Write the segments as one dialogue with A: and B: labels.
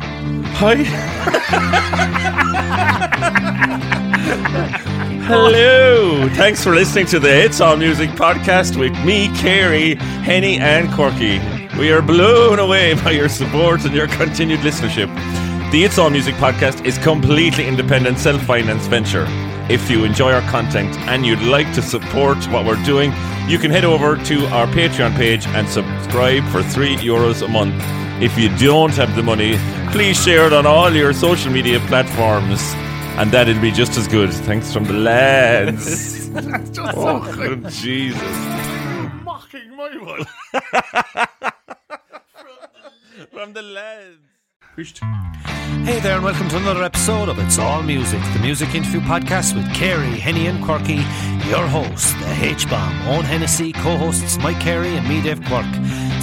A: Hi. Hello. Thanks for listening to the Hits All Music podcast with me, Carey, Henny, and Corky. We are blown away by your support and your continued listenership. The It's All Music podcast is completely independent self-financed venture. If you enjoy our content and you'd like to support what we're doing, you can head over to our Patreon page and subscribe for 3 euros a month. If you don't have the money, please share it on all your social media platforms. And that'll be just as good. Thanks from the lads. oh, Jesus.
B: Mocking my one.
A: From the lads.
B: Hey there, and welcome to another episode of It's All Music, the music interview podcast with Carey, Henny, and Quirky. Your hosts, the H Bomb, Owen Hennessy, co hosts Mike Carey and me, Dave Quirk.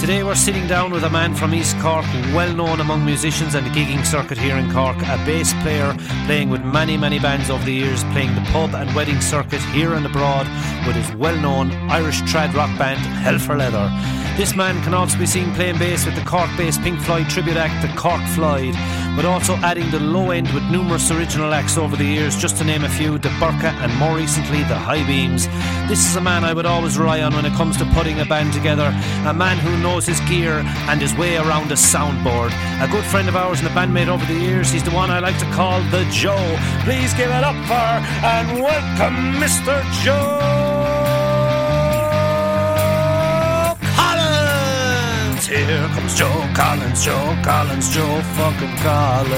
B: Today, we're sitting down with a man from East Cork, well known among musicians and the gigging circuit here in Cork, a bass player playing with many, many bands over the years, playing the pub and wedding circuit here and abroad with his well known Irish trad rock band, Hell for Leather. This man can also be seen playing bass with the Cork based Pink Floyd tribute act, the Cork Floyd, but also adding the low end with numerous original acts over the years, just to name a few, the Burka and more recently the High Beams. This is a man I would always rely on when it comes to putting a band together, a man who knows his gear and his way around a soundboard. A good friend of ours and a bandmate over the years, he's the one I like to call the Joe. Please give it up for and welcome Mr. Joe Collins. Here comes Joe Collins, Joe Collins, Joe fucking Collins.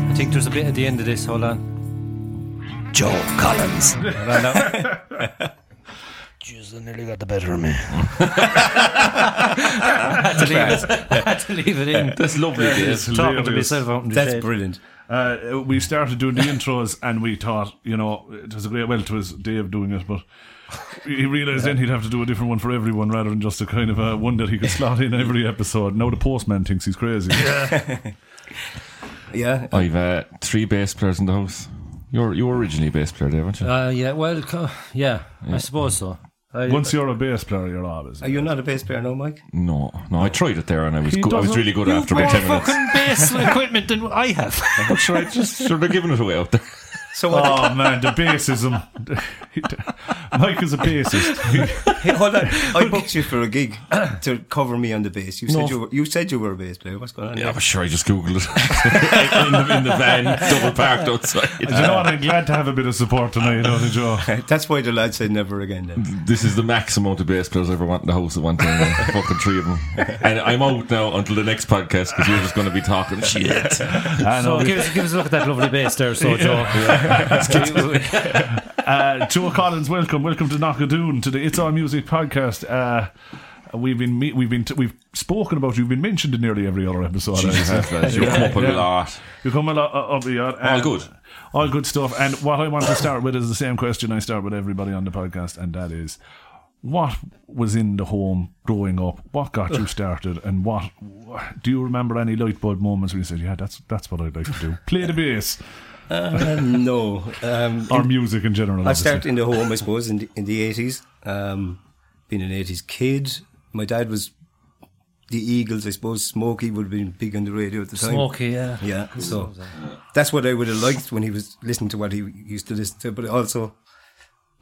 B: I think there's a bit at the end of this. Hold on. Joe Collins. Jeez, I nearly got the better of me. I had to leave it. I had to leave it in.
A: That's lovely.
C: That
A: Dave.
C: is
B: Talking to
C: hilarious.
B: myself out in the
C: That's
B: shade.
C: brilliant. Uh, we started doing the intros, and we thought, you know, it was a great. Well, it was Dave doing it, but he realised then he'd have to do a different one for everyone rather than just a kind of a one that he could slot in every episode. Now the postman thinks he's crazy.
D: Yeah.
E: I've uh, three bass players in the house. You're you were originally a bass player, Dave, weren't you?
B: Uh, yeah, well, co- yeah, I suppose so. I,
C: Once you're a bass player, you're always.
D: Are you not a bass player now, Mike?
E: no, no, I tried it there and I was
C: He
E: good. I was
C: doesn't-
E: really good
C: you
E: after
B: more
E: about ten minutes.
B: fucking bass equipment than I have.
E: I'm sure I just sort of giving it away out there.
D: So what?
C: Oh man, the bassism. Mike is a bassist.
D: Hey, hold on. I booked you for a gig to cover me on the bass. You said
E: No.
D: you were, you said you were a bass player. What's going on?
E: Yeah,
D: here?
E: I'm sure I just googled it in, the, in the van, double parked outside.
C: Do you know what? I'm glad to have a bit of support tonight, don't you, Joe?
D: That's why the lad said never again. Then.
E: This is the max amount of bass players I ever want in the house at one time. uh, fucking three of them, and I'm out now until the next podcast because you're just going to be talking shit.
C: I know.
B: so give us, give us a look at that lovely bass there, so Joe.
C: Uh, Joe Collins, welcome, welcome to Knockadoon to the It's All Music podcast. Uh, we've been me- we've been t- we've spoken about you. You've been mentioned in nearly every other episode.
E: Jesus,
C: I'd
E: that's
C: say.
E: nice. you come up with a lot.
C: You come a lot uh, up the yard.
E: All good.
C: all good stuff. And what I want to start with is the same question I start with everybody on the podcast, and that is, what was in the home growing up? What got you started? And what do you remember any light bulb moments when you said, "Yeah, that's that's what I'd like to do: play the bass
D: Um, no. Um,
C: or music in general."
D: I
C: obviously.
D: started in the home, I suppose, in the, in the 80s. Um, being an 80s kid, my dad was the Eagles, I suppose. Smokey would have been big on the radio at the time.
B: Smoky, yeah.
D: Yeah, so that's what I would have liked when he was listening to what he used to listen to, but also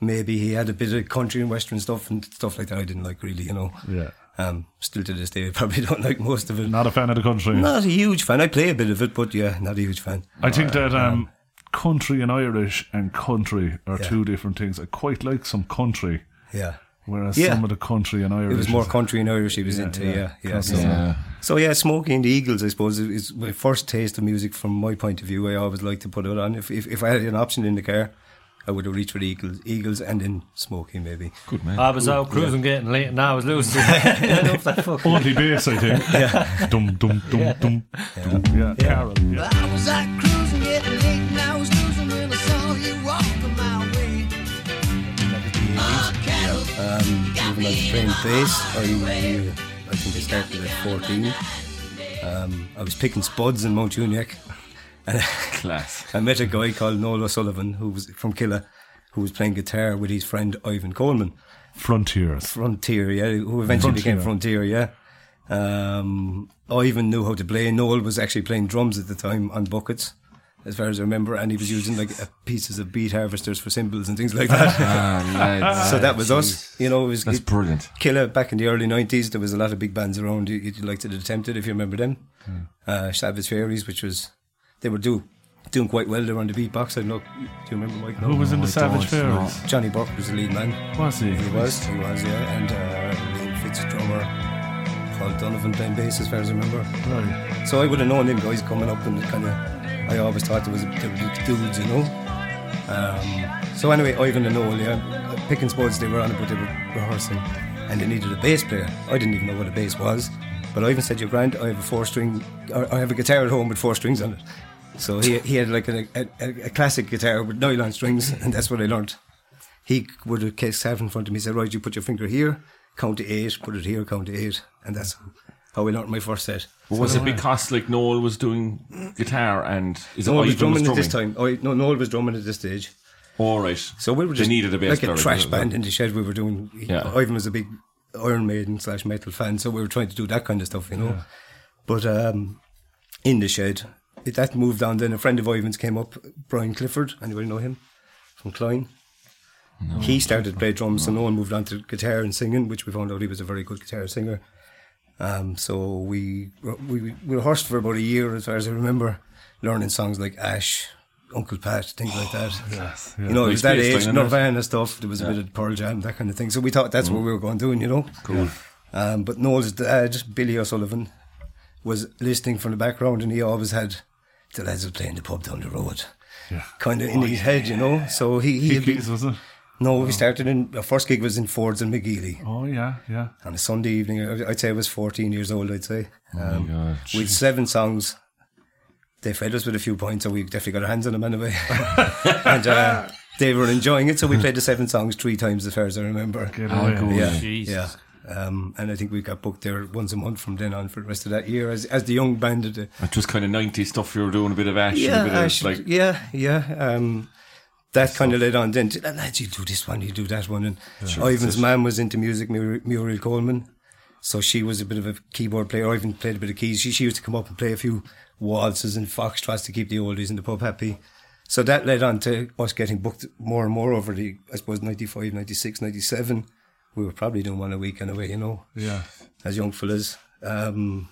D: maybe he had a bit of country and western stuff and stuff like that I didn't like really, you know.
C: Yeah.
D: Um, still to this day, I probably don't like most of it.
C: Not a fan of the country.
D: Not a huge fan. I play a bit of it, but yeah, not a huge fan.
C: I think that um, country and Irish and country are
D: Yeah.
C: two different things. I quite like some country,
D: Yeah.
C: whereas
D: Yeah.
C: some of the country and Irish.
D: It was more
C: is-
D: country and Irish he was into, yeah. Yeah. so,
E: Yeah.
D: so yeah, Smokey and the Eagles, I suppose, is is my first taste of music from my point of view. I always like to put it on. If, if, if I had an option in the car, I would have reached for the Eagles, Eagles and then Smokey maybe.
E: Good man.
B: I was out cruising, getting late, and I was losing. I love that fucking.
C: Only bass, I think. yeah. Dum dum dum dum. dum. Yeah. Carol. Yeah.
F: I was out cruising, getting late, and I was losing when I saw you walking my way.
D: Um,
F: Oh, Carol,
D: Even on playing bass, I, I think I started at 14. Um, I was picking spuds in Mount Uniac.
E: Class.
D: I met a guy called Noel O'Sullivan, who was from Killa, who was playing guitar with his friend Ivan Coleman.
C: Frontiers.
D: Frontier, yeah, who eventually became Frontier, yeah. Um, I even knew how to play. Noel was actually playing drums at the time on buckets, as far as I remember, and he was using like uh, pieces of beat harvesters for cymbals and things like that.
C: Ah,
D: so that was us. You know, it was
G: That's
D: it-
G: brilliant.
D: Killer back in the early 90s, there was a lot of big bands around. You- You'd like to the Tempted, if you remember them.
C: Hmm.
D: Uh, Savage Fairies, which was, they were do, doing quite well. They were on the beatbox. And look, do you remember Mike?
C: Who
D: No.
C: was in
G: No,
C: the
G: I
C: Savage
G: don't know.
C: Fairies?
D: Johnny Burke was the lead man.
C: Was he?
D: He was, he was, yeah. And uh, Liam Fitz, drummer. Paul Donovan playing bass, as far as I remember.
C: Right.
D: So I would have known them guys coming up and kind of. I always thought there was there were big dudes, you know. Um, so anyway, Ivan and Noel, yeah, picking spots they were on it, but they were rehearsing, and they needed a bass player. I didn't even know what a bass was, but Ivan said, "Your grand, I have a four string, or I have a guitar at home with four strings on it." So he he had like a, a, a classic guitar with nylon strings, and that's what I learned he would have case seven in front of me. Said, "Right, you put your finger here, count to eight, put it here, count to eight, and that's how I learnt my first set.
G: was it because like Noel was doing guitar and is it
D: Noel was
G: Ivan
D: drumming,
G: was
D: at this time. Oh, no, Noel was drumming at this stage.
G: All right. So
D: So we were just
G: they needed a bass
D: like
G: player,
D: a trash
G: wasn't it?
D: band in the shed. We were doing.
G: Yeah.
D: Ivan was a big Iron Maiden slash metal fan, so we were trying to do that kind of stuff, you know. But um, in the shed, it, that moved on. Then a friend of Ivan's came up, Brian Clifford. Anybody know him from Klein? he started to play drums, so Noel moved on to guitar and singing, which we found out he was a very good guitar singer. Um, so we, we we rehearsed for about a year, as far as I remember, learning songs like Ash, Uncle Pat, things like that. You know, it
G: Nice
D: was that
G: bass line,
D: age,
G: isn't it?
D: Nirvana stuff. There was a bit of Pearl Jam, that kind of thing. So we thought that's what we were going doing, you know. Cool. Um, but Noel's dad, Billy O'Sullivan, was listening from the background, and he always had the lads were playing the pub down the road,
C: Yeah.
D: kind of in his head, you know. So he he had been-
C: Hickeys, was it?
D: no, we started in our first gig was in Ford's in McGeely
C: Oh, yeah, yeah.
D: on a Sunday evening. I- I'd say I was 14 years old. I'd say um, with seven songs. They fed us with a few points, so we definitely got our hands on them anyway. and uh, they were enjoying it, so we played the seven songs three times, as far as I remember.
C: Get away.
D: Yeah,
H: Jesus.
D: yeah. Um, and I think we got booked there once a month from then on for the rest of that year as as the young band. At the,
G: It was kind of 90s stuff. You were doing a bit of Ash and a bit
D: I
G: of
D: should-
G: like
D: yeah, yeah. Um, that kind of led on then. to, Lads, you do this one, you do that one. And Ivan's mum was into music, Muriel, Muriel Coleman. So she was a bit of a keyboard player. Ivan played a bit of keys. She, she used to come up and play a few waltzes and foxtrots to keep the oldies in the pub happy. So that led on to us getting booked more and more over the, I suppose, 95, 96, 97. We were probably doing one a week anyway, you know,
C: Yeah.
D: as young fellas. Um,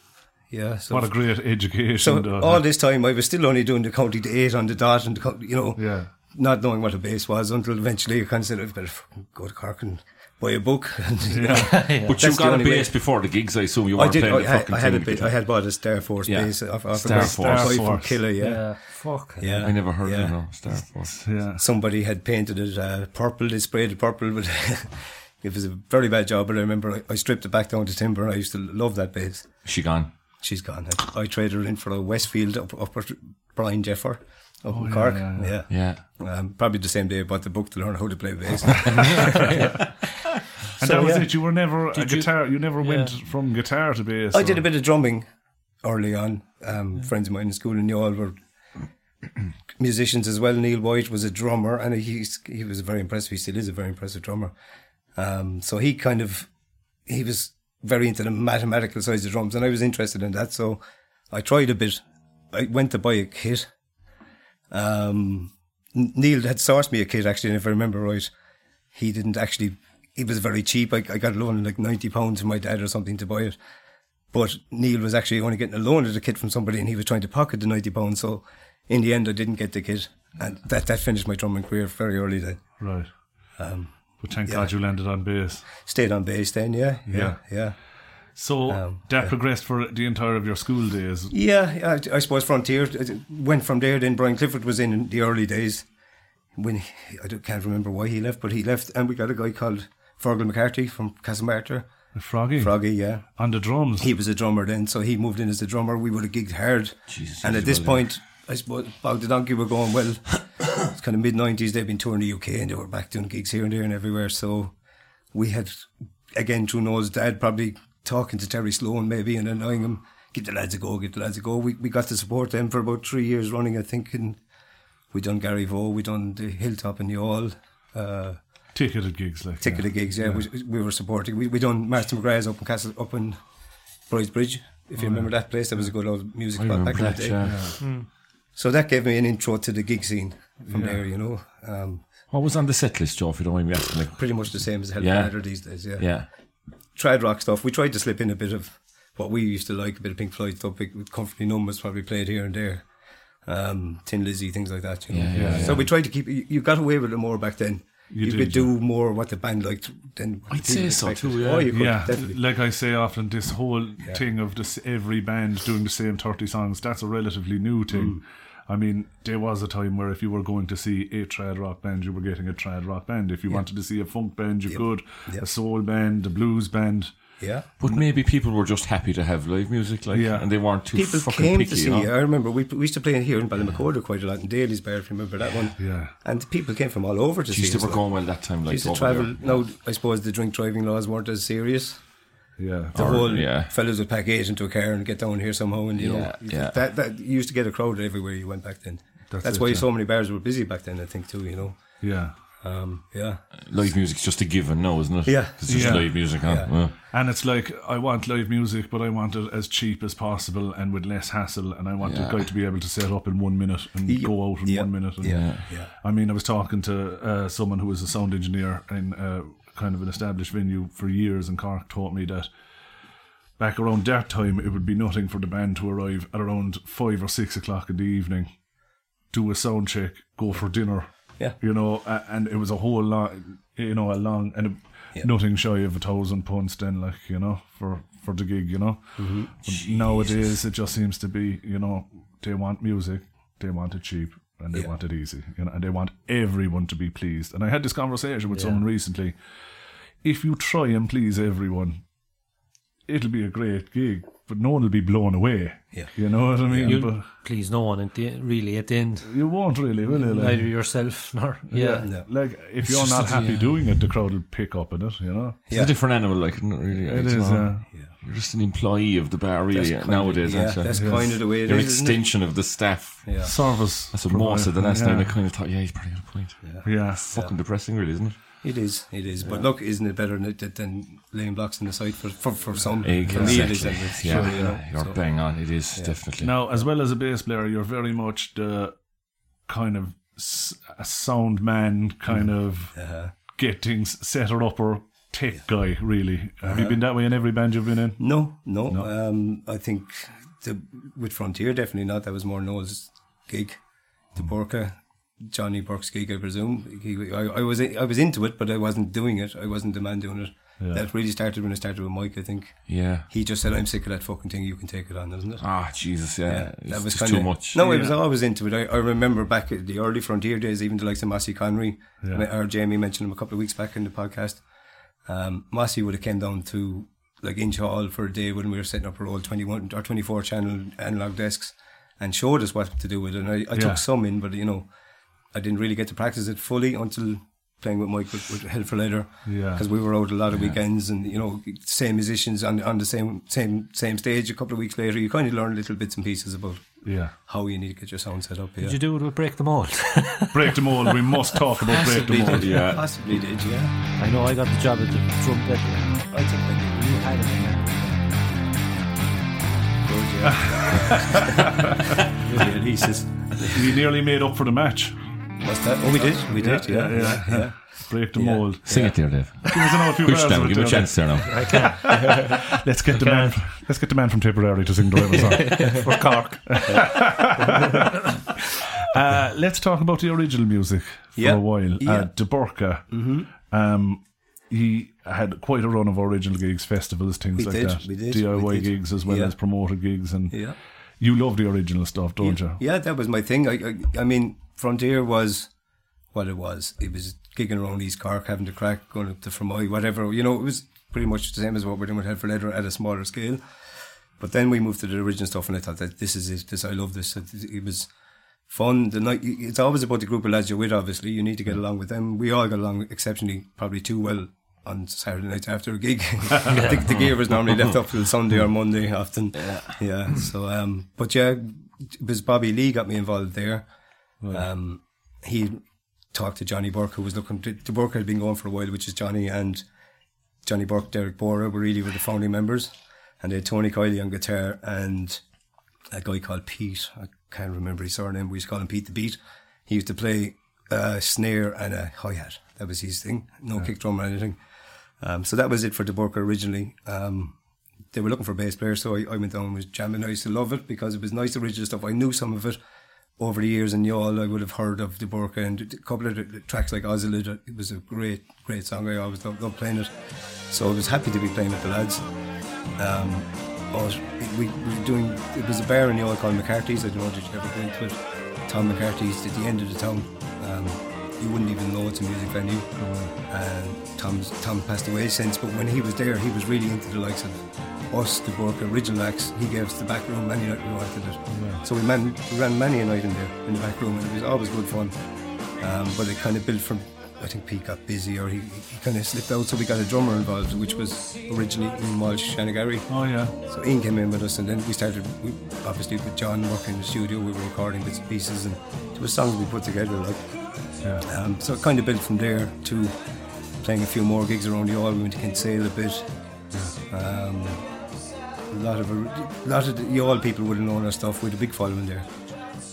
D: yeah. So
C: What a great education.
D: so
C: though.
D: all this time, I was still only doing the county to eight on the dot, and the, co- you know,
C: Yeah.
D: not knowing what a bass was until eventually I kind of said, "I better fucking go to Cork and buy a book." And,
G: But you
D: That's the
G: got a
D: only
G: bass
D: way.
G: before the gigs, I assume you
D: I
G: weren't
D: did.
G: playing
D: I,
G: the
D: had,
G: fucking
D: I had a
G: thing.
D: bit. I had bought a Star Force
G: Yeah.
D: bass off, off
G: Star
D: a
G: Force.
D: guy
C: Star
D: from
C: Force.
D: Killer. Yeah. yeah,
H: Yeah, fuck.
D: yeah.
G: I never heard
D: yeah.
G: of it, no. Star Force.
C: Yeah.
D: Somebody had painted it uh, purple. They sprayed it purple, but it was a very bad job. But I remember I, I stripped it back down to timber. and I used to love that bass.
G: She gone.
D: She's gone. I, I traded her in for a Westfield up, up at Brian Jeffer up in Cork.
C: Oh, yeah,
D: yeah.
G: Yeah.
D: Um, probably the same day I bought the book to learn how to play bass.
C: And
D: So,
C: that was
D: yeah.
C: it. You were never a guitar. You, never went from guitar to bass.
D: I did
C: or-
D: a bit of drumming early on. Um, Friends of mine in school in Yall were musicians as well. Neil White was a drummer, and he he was very impressive. He still is a very impressive drummer. Um, so he kind of he was very into the mathematical sides of drums, and I was interested in that. So I tried a bit. I went to buy a kit. Um, N- Neil had sourced me a kit actually, and if I remember right, he didn't actually. It was very cheap. I, I got a loan like ninety pounds from my dad or something to buy it. But Neil was actually only getting a loan of the kit from somebody, and he was trying to pocket the ninety pounds. So in the end, I didn't get the kit, and that that finished my drumming career very early. Then
C: Right.
D: Um,
C: but thank God you landed on bass.
D: stayed on bass. Then yeah, yeah, yeah,
C: So that progressed for the entire of your school days.
D: Um, yeah. I, I suppose Frontier uh, went from there. Then Brian Clifford was in the early days when he, I don't- can't remember why he left, but he left, and we got a guy called Fergal McCarthy from Castlemartyr.
C: Froggy,
D: Froggy, yeah.
C: on the drums.
D: he was a drummer then, so he moved in as a drummer. We would have gigged hard.
G: Jesus,
D: and
G: he
D: at
G: was
D: this
G: well
D: point, I suppose Bog the Donkey were going well. it's kind of mid 90s, they'd been touring the UK and they were back doing gigs here and there and everywhere. So we had, again, through Noel's dad, probably talking to Terry Sloan maybe and annoying him, give the lads a go, give the lads a go. We, we got to support them for about three years running, I think. And we done Gary Vaux, we done the Hilltop and the All. Uh,
C: Ticketed gigs like
D: ticketed gigs. Yeah, We, we were supporting. We we done Martin McGrath's up in Castle up in Bride's Bridge. If you remember that place, that was a good old music
G: Oh, I
D: spot back
G: remember
D: in the
G: Mm, that, uh,
D: day.
G: yeah.
D: So that gave me an intro to the gig scene from there, you know. Um,
G: What was on the set list, Joe, if you don't mind me asking? Like,
D: pretty much the same as Hell
G: Yeah.
D: Matter these days, yeah.
G: yeah.
D: Tried rock stuff. We tried to slip in a bit of what we used to like, a bit of Pink Floyd stuff, big, comfortably numb was probably played here and there. Um, Tin Lizzy, things like that, you know.
G: Yeah, yeah,
D: so we tried to keep, you you got away with it more back then. You,
C: did,
D: could do more what the band liked than what
G: I'd
D: the people
G: say so
D: expected.
G: too, yeah.
D: Oh, you could,
C: Yeah,
D: definitely.
C: like I say often, this whole thing of this every band doing the same thirty songs—that's a relatively new
D: Mm.
C: thing. I mean, there was a time where if you were going to see a trad rock band, you were getting a trad rock band. If you wanted to see a funk band, you could.
D: Yep.
C: A soul band, a blues band.
D: Yeah.
G: But maybe people were just happy to have live music, like,
C: Yeah.
G: and they weren't too
D: people
G: fucking
D: came
G: picky,
D: to see
G: you know?
D: I remember we, we used to play in here in Ballymaccorder quite a lot in Daly's Bar, if you remember that one.
C: Yeah.
D: And people came from all over to
G: Jeez,
D: see us.
G: they were
D: like.
G: going well that time,
D: We
G: like,
D: used to
G: over
D: travel.
G: there.
D: Now, I suppose the drink driving laws weren't as serious.
C: Yeah,
D: The whole
G: yeah.
D: fellows would pack eight into a car and get down here somehow, and you
G: Yeah,
D: know
G: yeah.
D: that that you used to get a crowd everywhere you went back then. That's, why so many bars were busy back then. I think too. You know.
C: yeah.
D: Um, yeah.
G: Live music's just a given now, isn't it?
D: Yeah.
G: It's just
C: Yeah.
G: live music, huh? Yeah.
C: And it's like I want live music, but I want it as cheap as possible and with less hassle. And I want the
G: Yeah.
C: guy to be able to set up in one minute and go out in
D: Yeah.
C: one minute. And
D: Yeah. Yeah.
C: I mean, I was talking to uh, someone who was a sound engineer in uh, kind of an established venue for years, and Cork taught me that back around that time, it would be nothing for the band to arrive at around five or six o'clock in the evening, do a sound check, go for dinner.
D: Yeah.
C: You know, a- and it was a whole lot, you know, a long and a, nothing shy of a thousand pounds then, like, you know, for, for the gig, you know.
D: Mm-hmm.
C: But nowadays, it just seems to be, you know, they want music, they want it cheap. And they want it easy, you know, and they want everyone to be pleased. And I had this conversation with someone recently. If you try and please everyone, it'll be a great gig, but no one will be blown away.
D: Yeah.
C: You know what I mean?
H: You'll
C: But
H: please no one at the, really at the end,
C: you won't really, will you?
H: neither
C: Like,
H: yourself nor yeah.
D: No.
C: like if you're not happy doing it, the crowd will pick up on it, you know?
G: It's
D: Yeah.
G: a different animal, like, isn't it, really?
C: It
G: It's
C: is,
G: not-
C: uh,
G: You're just an employee of the bar, really,
D: kind
G: nowadays,
D: Yeah,
G: actually.
D: that's kind of the way it
G: You're an
D: is, isn't it?
G: extension of the staff.
D: Yeah.
C: service.
G: That's what Mo said the last
C: yeah.
G: time. I kind of thought, yeah, he's probably got a point.
C: Yeah.
G: Fucking depressing, really, isn't it?
D: It is, it is. But look, isn't it better than, than laying blocks in the side for, for, for some? For me, it is. and it's
G: Yeah,
D: sure, you know,
G: you're
D: so.
G: bang on. It is definitely.
C: Now, as well as a bass player, you're very much the kind of s- a sound man, kind
G: Mm.
C: of
D: uh-huh.
C: get things set or up or tech guy, really. Have
G: Uh-huh.
C: you been that way in every band you've been in?
D: No, no. Um, I think the, with Frontier, definitely not. That was more Noel's gig. The Burka, Johnny Burke's gig, I presume. He, I, I was I was into it, but I wasn't doing it. I wasn't the man doing it. That really started when I started with Mike, I think.
G: Yeah.
D: He just said, I'm sick of that fucking thing. You can take it on, isn't it?
G: Ah, Jesus, yeah. It's
D: that was
G: just
D: kinda,
G: too much.
D: No, I was always into it. I, I remember back at the early Frontier days, even the likes of Massey Connery, or Jamie mentioned him a couple of weeks back in the podcast. Um, Massey would have came down to like Inch Hall for a day when we were setting up our old 21 or 24 channel analog desks and showed us what to do with it. And I, I
C: Yeah.
D: took some in, but you know, I didn't really get to practice it fully until playing with Mike with, with Hell for Leather.
C: Yeah.
D: Because we were out a lot of weekends and, you know, same musicians on, on the same, same, same stage a couple of weeks later. You kind of learn little bits and pieces about
C: Yeah.
D: how you need to get your sound set up. Yeah.
H: Did you do it with Break the Mold?
C: Break the mold. We must talk about break the
D: Possibly
C: mold.
D: did,
G: yeah.
D: Possibly did, yeah.
H: I know I got the job at the trumpet.
D: I think I
H: You had it.
D: did. Yeah, he says-
C: We nearly made up for the match.
D: What's that? Oh, we did. We did, yeah.
C: yeah, yeah. Break the mold.
G: Sing it there, Dave.
C: Give us another few
G: Push
C: bars of
G: down.
C: it,
G: Give him a
C: Dylan.
G: chance there now.
C: Let's get the man. Let's get the man from Tipperary to sing the river song for Cork. uh, let's talk about the original music for
D: Yeah.
C: a while. Uh,
D: Yeah. Mm-hmm.
C: De Burka, um, he had quite a run of original gigs, festivals, things
D: We
C: like
D: did,
C: that.
D: we did,
C: DIY
D: we did.
C: gigs as well
D: Yeah.
C: as promoted gigs, and
D: Yeah.
C: you love the original stuff, don't you?
D: Yeah, that was my thing. I, I, I mean, Frontier was what it was. It was gigging around East Cork, having to crack, going up to Fermoy, whatever. You know, it was pretty much the same as what we're doing with Head for Leather at a smaller scale. But then we moved to the original stuff, and I thought that this is it. This I love this. It, it was fun. The night. It's always about the group of lads you're with. Obviously, you need to get along with them. We all got along exceptionally, probably too well. On Saturday nights after a gig, the, the gear was normally left up till Sunday or Monday often. Yeah. So, um, but yeah, it was Bobby Lee got me involved there. Um, he talked to Johnny Burke, who was looking. To, the Burke had been going for a while, which is Johnny and Johnny Burke, Derek Bora, were really were the founding members. and they had Tony Kiley on guitar and a guy called Pete. I can't remember his surname. We used to call him Pete the Beat. He used to play a snare and a hi hat. That was his thing. No kick drum or anything. Um, so that was it for the Burka originally. Um, they were looking for a bass player, so I, I went down and was jamming. I used to love it because it was nice original stuff. I knew some of it over the years, and y'all I would have heard of the Burka and a couple of the- the tracks like Ozilid. It was a great, great song. I always loved, loved playing it. So I was happy to be playing with the lads. Um, but we, we were doing, it was a bar in the old called McCarthy's. I don't know if you ever went to it. Tom McCarthy's at the end of the town. Um, you wouldn't even know it's a music venue. And Tom's, Tom passed away since, but when he was there, he was really into the likes of us, the Borka original acts. He gave us the back room many night we wanted it. So we, man, we ran many a night in there, in the back room, and it was always good fun. Um, but it kind of built from, I think Pete got busy or he, he kind of slipped out, so we got a drummer involved, which was originally Ian Walsh Shanagari.
C: Oh yeah.
D: So Ian came in with us, and then we started we, obviously with John working in the studio. We were recording bits and pieces, and there were songs we put together. Like, um, so it kind of built from there to playing a few more gigs around the all. We went to Kinsale a bit. Um, a lot of a lot of the Yall people would have known our stuff. We had a big following there.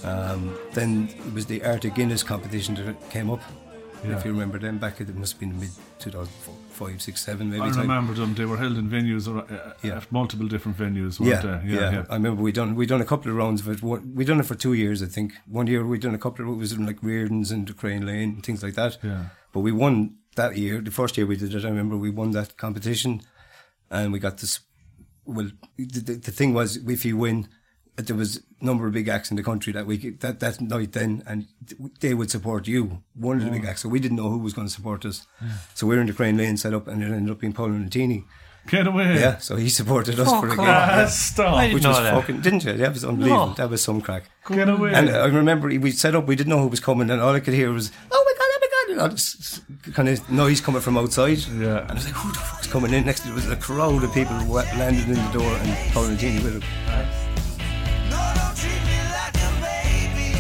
D: Um, then it was the Arctic Guinness competition that came up.
C: Yeah.
D: If you remember them, back it must have been mid 2005, 6, 7 maybe.
C: I
D: time.
C: remember them. They were held in venues ar- uh,
D: Yeah.
C: at multiple different venues, weren't
D: Yeah,
C: they?
D: yeah, I remember we done we done a couple of rounds of it. One- We done it for two years, I think. One year we done a couple of it was in like Reardon's and Crane Lane and things like that.
C: Yeah.
D: But we won that year. The first year we did it, I remember we won that competition, and we got this. Well, the, the, the thing was, if you win, there was a number of big acts in the country that week that that night then, and they would support you. One of the big acts, so we didn't know who was going to support us. So we were in the Crane Lane set up, and it ended up being Paul Nantini.
C: Get away.
D: Yeah, so he supported us
H: Fuck
D: for a
H: off.
D: game.
C: Ah,
D: Yeah
C: stop.
H: Didn't
D: which was
H: know that.
D: fucking didn't you? That was unbelievable.
H: No.
D: That was some crack.
C: Get away.
D: And uh, I remember we set up. We didn't know who was coming, and all I could hear was "Oh my god, oh my god!" and all this kind of noise coming from outside.
C: Yeah.
D: and I was like, "Who the fuck's coming in?" Next, there was a crowd of people who landed in the door, and Paul and Jeannie with him.
F: No, don't treat me like a baby.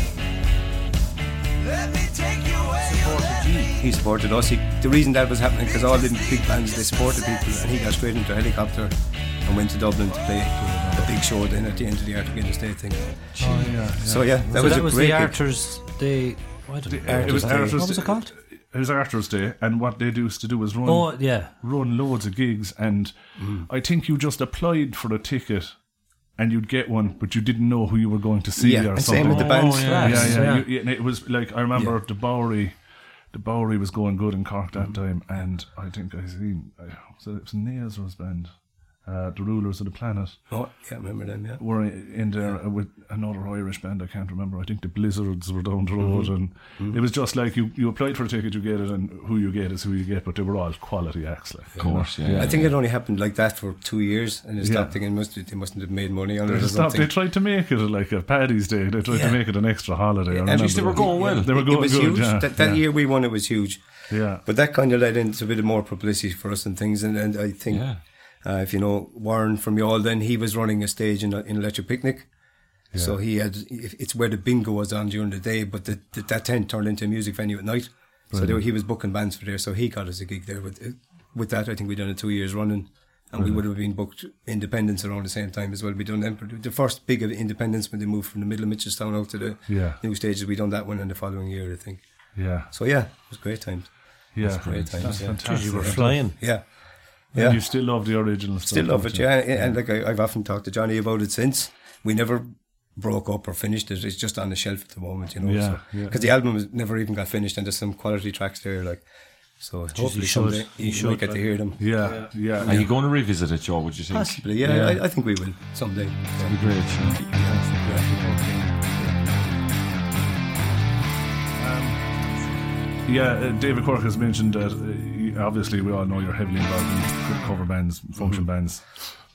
F: Let me take you where you let me.
D: He supported us. He, the reason that was happening because all the big bands they supported people, and he got straight into a helicopter and went to Dublin to play a big show. Then at the end of the Arctic Guinness Day thing.
C: Oh, yeah.
D: So yeah, that
H: so
D: was
H: that
D: a
H: was
D: great.
H: the
D: gig.
H: Arters. They. I don't know.
C: It was
D: Day.
C: Arthur's
H: What was it called?
C: It was Arthur's Day, and what they used to do was run
H: Oh yeah.
C: run loads of gigs, and I think you just applied for a ticket, and you'd get one, but you didn't know who you were going to see
D: Yeah,
C: or
D: and
C: something.
D: same with the bands.
H: Oh,
C: yeah, yeah.
H: Yes, yeah.
C: You- yeah, and it was like I remember the Bowery. The Bowery was going good in Cork that time, and I think I seen I, was it, it was Nails Rose band, uh, the Rulers of the Planet,
D: Oh, yeah, I remember them. Yeah.
C: were in there uh, with another Irish band. I can't remember. I think the Blizzards were down the
D: Mm-hmm.
C: road, and it was just like you, you applied for a ticket, you get it, and who you get is who you get. But they were all quality acts, like of
G: course, yeah.
D: I think it only happened like that for two years, and they
C: Uh, Yeah.
D: stopped thinking must they mustn't have made money on it or
C: They stopped.
D: something.
C: They tried to make it like a Paddy's Day. They tried
D: Yeah.
C: to make it an extra holiday. I
D: and
C: remember
D: at least they
G: were
C: that.
G: going well.
C: They were
D: it
C: going
D: was
C: good.
D: huge.
C: Yeah.
D: that that
C: yeah.
D: year we won, it was huge.
C: yeah.
D: But that kind of led into a bit of more publicity for us and things. And, and I think,
G: Yeah.
D: uh, if you know Warren from Yall, then he was running a stage in, in Electric Picnic. So he had, if- it's where the bingo was on during the day, but the, the, that tent turned into a music venue at night. So they were, he was booking bands for there. So he got us a gig there. With, uh, with that, I think we done it two years running. And we would have been booked independence around the same time as well. We done them for the- the first big of independence when they moved from the middle of Mitchelstown out to the
C: Yeah.
D: new stages. We done that one in the following year, I think.
C: Yeah.
D: So yeah, it was great times.
C: Yeah.
D: great times,
C: That's
D: yeah.
C: fantastic.
H: You were flying.
D: Yeah.
C: And
D: Yeah.
C: You still love the original stuff.
D: Still love
C: don't
D: it,
C: you?
D: yeah. And, and like I, I've often talked to Johnny about it since. We never broke up or finished it. It's just on the shelf at the moment, you know.
C: Yeah,
D: so,
C: yeah.
D: Because the album was, never even got finished, and there's some quality tracks there, like. So hopefully
H: should.
D: someday
H: You
D: you,
H: should,
D: might get to hear them.
C: Yeah. Yeah.
G: Are you going to revisit it, Joe? Would you think?
D: Possibly, yeah. I, I think we will someday.
G: That'd be great.
C: Yeah, uh, David Cork has mentioned that uh, you- obviously we all know you're heavily involved in c- cover bands,
D: Mm-hmm.
C: function bands.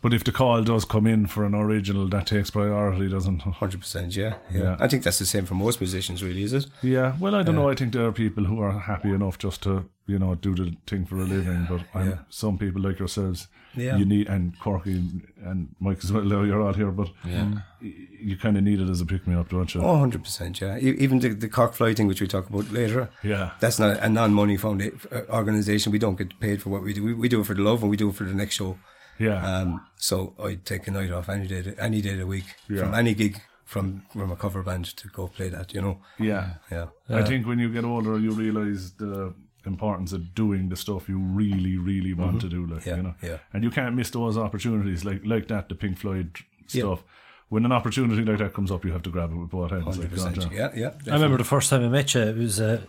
C: But if the call does come in for an original, that takes priority, doesn't it?
D: Hundred percent, yeah, yeah.
C: Yeah.
D: I think that's the same for most musicians, really, is it?
C: Yeah, well, I don't know. I think there are people who are happy enough just to, you know, do the thing for a living. But I'm,
D: Yeah.
C: some people like yourselves,
D: Yeah.
C: you need, and Corky and, and Mike as well, though you're all here, but y- you kind of need it as a pick me up, don't you?
D: Oh, 100 percent, yeah. E- Even the, the Cork Fly thing, which we talk about later.
C: Yeah.
D: that's not eh, uh, a non-money foundation organization. We don't get paid for what we do. We, we do it for the love, and we do it for the next show.
C: Yeah.
D: Um, so I'd take a night off any day, any day of the week
C: Yeah.
D: from any gig from from a cover band to go play that. You know.
C: yeah.
D: Yeah.
C: I think when you get older, you realize the importance of doing the stuff you really, really want to do. Like
D: Mm-hmm. Yeah,
C: you know,
D: yeah.
C: and you can't miss those opportunities like like that, the Pink Floyd stuff. When an opportunity like that comes up, you have to grab it with both hands. Like, God, yeah.
D: Yeah. Yeah.
H: I remember the first time I met you. It was uh,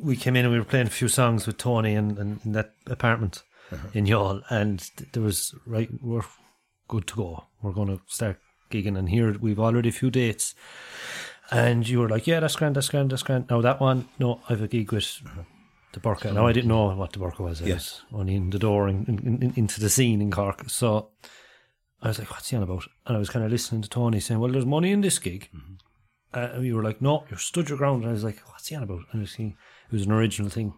H: we came in and we were playing a few songs with Tony and in, in, that apartment in Yall, and th- there was right. We're good to go. We're going to start gigging, and here we've already a few dates. And you were like, "Yeah, that's grand, that's grand, that's grand." Now that one, no, I've a gig with the Burka. Now I didn't know what the Burka was. I
D: Yes.
H: was only in the door in, in, in, into the scene in Cork. So I was like, "What's he on about?" And I was kind of listening to Tony saying, "Well, there's money in this gig."
C: Mm-hmm.
H: uh, and you were like, "No, you stood your ground." And I was like, "What's he on about?" And I was thinking, it was an original thing.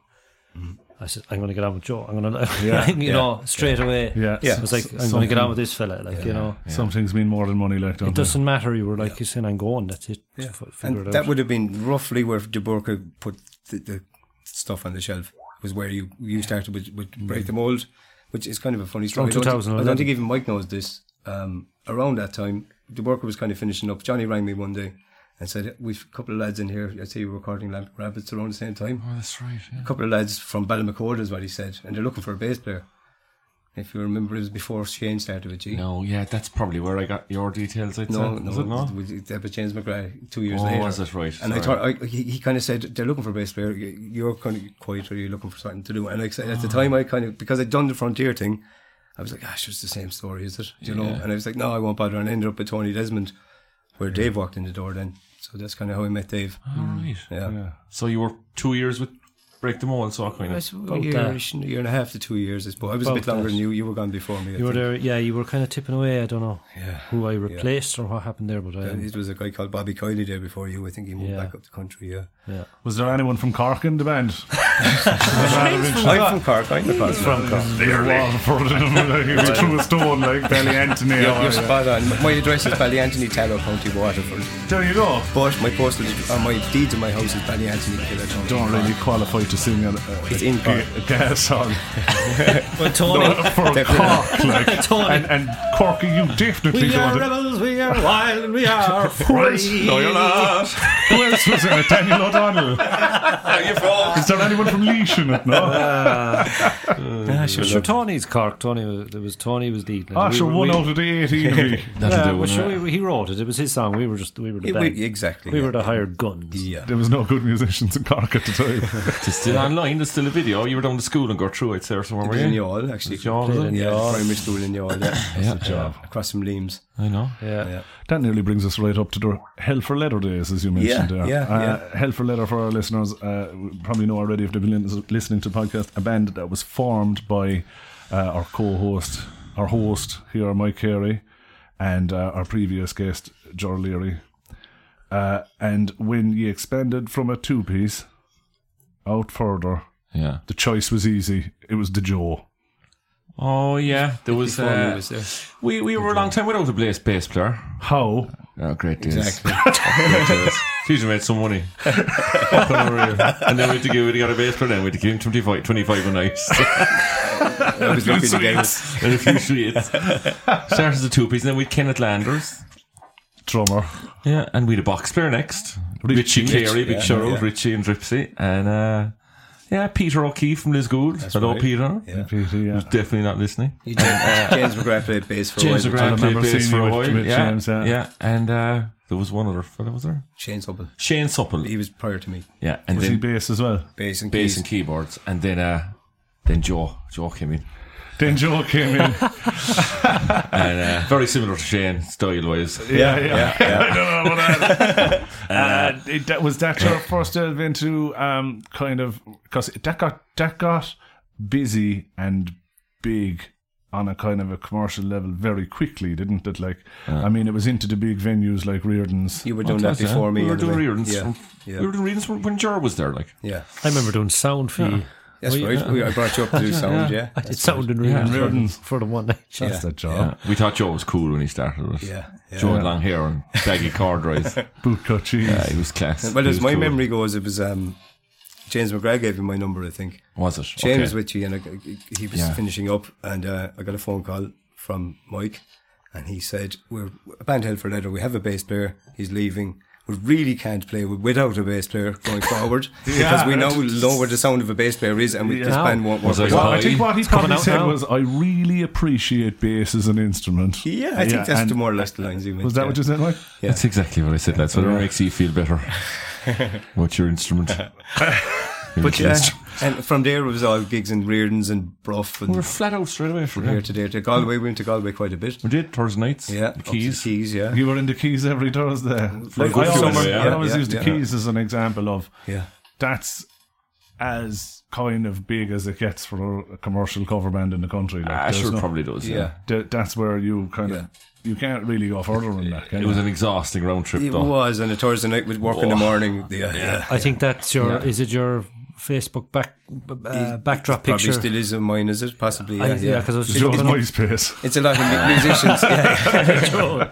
C: Mm-hmm.
H: I said, "I'm going to get on with Joe. I'm going to, you know, straight away."
C: Yeah.
H: I
C: S-
H: was like, "I'm going to
C: something- Mm-hmm.
H: get on with this fella." Like, you know,
C: Some things mean more than money, like don't
H: it doesn't matter. You were like, "You're saying I'm going. That's it. F- figure
D: And
H: it
D: that
H: out."
D: would have been roughly where DeBurka put the, the stuff on the shelf. Was where you you started with, with break the mold, which is kind of a funny story. I don't-
H: 2011.
D: I don't think even Mike knows this. Um, around that time, DeBurka was kind of finishing up. Johnny rang me one day and said, "We've a couple of lads in here. I see you were recording Lamp Rabbits around the same time.
G: Oh, that's right.
D: A couple of lads from Ballymacord is what he said, and they're looking for a bass player." If you remember, it was before Shane started with G.
G: No, yeah, that's probably where I got your details. I'd
D: No,
G: say.
D: no,
G: Is it not?
D: we- That was James McGrath two years
G: Oh,
D: later.
G: was it right?
D: And I thought
G: Sorry.
D: I, he, he kind of said they're looking for a bass player. You- You're kind of quiet, or you're looking for something to do. And like I said, at the time, I kind of because I'd done the frontier thing, I was like, gosh, it's the same story, is it? You know? And I was like, no, I won't bother. And I ended up with Tony Desmond, where Dave walked in the door then. So that's kind of how I met Dave.
H: Ah,
G: All right.
D: Yeah.
G: So you were two years with Break the Mold, so kind
D: I was
G: of.
D: a year,
H: that.
D: a year and a half to two years, I suppose. I was a
H: About
D: bit longer
H: that.
D: than you. You were gone before me. I
H: you were
D: think.
H: there. Yeah, you were kind of tipping away. I don't know who I replaced or what happened there, but um, I,
D: It was a guy called Bobby Kiley there before you. I think he moved
H: Yeah.
D: back up the country. Yeah,
H: yeah.
C: Was there anyone from Cork in the band?
D: I'm from Cork. I'm from Cork.
C: Waterford, like, it was through a stone, like Belly Anthony.
D: You're,
C: or-
D: you're spot on. My address is Ballyantony Tallow County Waterford.
C: There you go.
D: But my postal uh, my deeds in my house is Ballyantony Killer County.
C: Don't really qualify to sing a, a,
D: It's in
C: a,
D: Cork.
C: a gas song.
H: But Tony,
C: for
D: Definitely.
C: Cork, like.
H: Tony.
C: And, and Corky, you definitely
H: we are
C: don't.
H: rebels. We are wild. and We are free.
G: No, you're not.
C: Who else was in it? Daniel O'Donnell.
G: Are you from?
C: Is there anyone from Leash in it?
H: Uh,
C: No.
H: Yeah, sure, sure. Tony's Cork. Tony was, there was Tony was the.
C: Ah,
H: we
C: sure,
H: were-
C: one
H: we-
C: out of the 18 of me.
G: That'll
H: Yeah,
G: do,
H: well,
G: wouldn't
H: sure, we, he wrote it. It was his song. We were just we were the
D: Yeah,
H: band.
D: we- exactly,
H: We
D: yeah.
H: were the hired guns.
D: Yeah.
C: There was no good musicians in Cork at the time.
G: It's still online. There's still a video. You were down to school and got through it there somewhere, were
D: It was in
G: you?
D: Yall, actually.
G: It's Yall, isn't it?
D: Yeah, primary school in Yall. Yeah.
G: Yeah.
D: Across from Leams.
G: I know.
H: Yeah.
C: That nearly brings us right up to the Hell for Leather days, as you mentioned
D: Yeah,
C: there.
D: yeah,
C: uh, Hell for Leather, for our listeners, uh, we probably know already if they've been lis- listening to the podcast, a band that was formed by uh, our co host, our host here, Mike Carey, and uh, our previous guest, Jor Leary. Uh, and when you expanded from a two piece out further,
G: Yeah.
C: the choice was easy. It was the Joe.
G: Oh yeah, there was.
D: Before me
G: Uh,
D: was there.
G: we we were a long time without a bass bass player.
C: How?
G: Oh, great days.
D: Exactly.
G: Great days. Fusion made some money. Unreal. and then we had to give we got a bass player. Then we had to give him 25, 25 a night.
D: I was lucky to get it.
G: and a few sweets. Started as a two piece, and then we had Kenneth Landers.
C: Drummer.
G: Yeah, and we had a box player next.
C: Richie.
G: Richie, Carey, big
D: yeah,
G: shout out,
D: yeah.
G: Richie and Dripsy. And uh, yeah, Peter O'Keefe from Liz Gould. Hello,
D: right.
G: Peter.
D: Yeah.
C: Peter, yeah.
G: Who's definitely not listening.
D: He- uh, James McGrath played bass for
G: James
D: a while.
G: McGrath played
C: remember
G: bass
C: seeing
G: for
C: you
G: a
C: with-
G: while.
C: with
G: yeah,
C: James, yeah.
G: yeah, and uh, there was one other fella, was there?
D: Shane's Hubble.
G: Shane Supple.
D: He was prior to me.
G: Yeah, and
C: Was he
G: then
C: bass as well?
D: Bass and
G: bass
D: keys.
G: and keyboards, and then uh, then Joe Joe came in,
C: Then Joe came in.
G: and uh, very similar to Shane style wise.
C: yeah, yeah. I don't know about that. uh, it- that was that your first delve into um, kind of because that got that got busy and big on a kind of a commercial level very quickly, didn't it? Like, I mean, it was into the big venues like Reardon's.
D: You were doing that before me.
G: we were
D: anyway.
G: doing readings.
D: Yeah.
G: from-
D: yeah.
G: We were doing readings when Joe was there, like.
D: Yeah.
H: I remember doing sound for you.
D: That's
H: Well,
D: right.
H: yeah.
D: We- I brought you up to do sound, yeah.
H: I did sound in
G: Yeah.
H: Reardon
C: Reardon.
H: for the one night.
C: That's
H: Yeah.
C: that job.
G: We thought Joe was cool when he started with.
D: Oh. Yeah. yeah.
G: Joe had long hair and baggy corduroys.
C: Bootcut cheese.
G: Yeah, he was class.
D: Well,
G: He
D: as
G: was
D: my
G: cool.
D: memory goes, it was um, James McGrath gave me my number, I think.
G: was it
D: Shane
G: Okay.
D: was with you, and I, he was
G: Yeah.
D: finishing up, and uh, I got a phone call from Mike, and he said, "We're a band held for leather. We have a bass player. He's leaving. We really can't play with- without a bass player going forward because we know know where the sound of a bass player is, and we, this
H: Yeah.
D: band won't work."
G: Was I-
D: without-
C: I think what he
H: coming
C: probably
H: out
C: said
H: now.
C: was, "I really appreciate bass as an instrument."
D: Yeah, I think that's
C: and-
D: the more or less the lines you meant.
C: Was that
D: yeah.
C: what you said, Mike?
G: That's exactly what I said. That's what makes you feel better. What's your instrument? but
D: Yeah. And from there it was all gigs in Reardon's and Bruff and
G: we're flat out straight away from
D: here
G: here.
D: to there to Galway. We went to Galway quite a bit.
G: We did Thursday nights.
D: Yeah,
G: the
D: up to
G: keys.
D: keys, yeah.
C: You were in the keys every Thursday.
D: For a
C: Like,
D: good
C: I
D: few
C: always,
G: months, yeah.
C: I always
D: Yeah,
C: use the
D: yeah.
C: keys as an example of
D: Yeah.
C: that's as kind of big as it gets for a commercial cover band in the country. Like,
G: Ah,
C: there's
G: sure,
C: no-
G: probably does. Yeah.
D: Yeah.
C: th- that's where you kind of
D: Yeah.
C: you can't really go further than that. Can
G: It
C: you?
G: was an exhausting round trip,
D: It
G: though.
D: was on a Thursday night. We'd work in the morning. Yeah, yeah.
H: I think that's your. Is it your Facebook back uh, backdrop
D: Probably
H: picture?
D: still is of mine, is it? Possibly.
H: I-
D: Yeah,
H: yeah, 'cause I was
C: It's
H: just
C: just
H: looking up-
C: MySpace.
D: It's a lot of mu- musicians.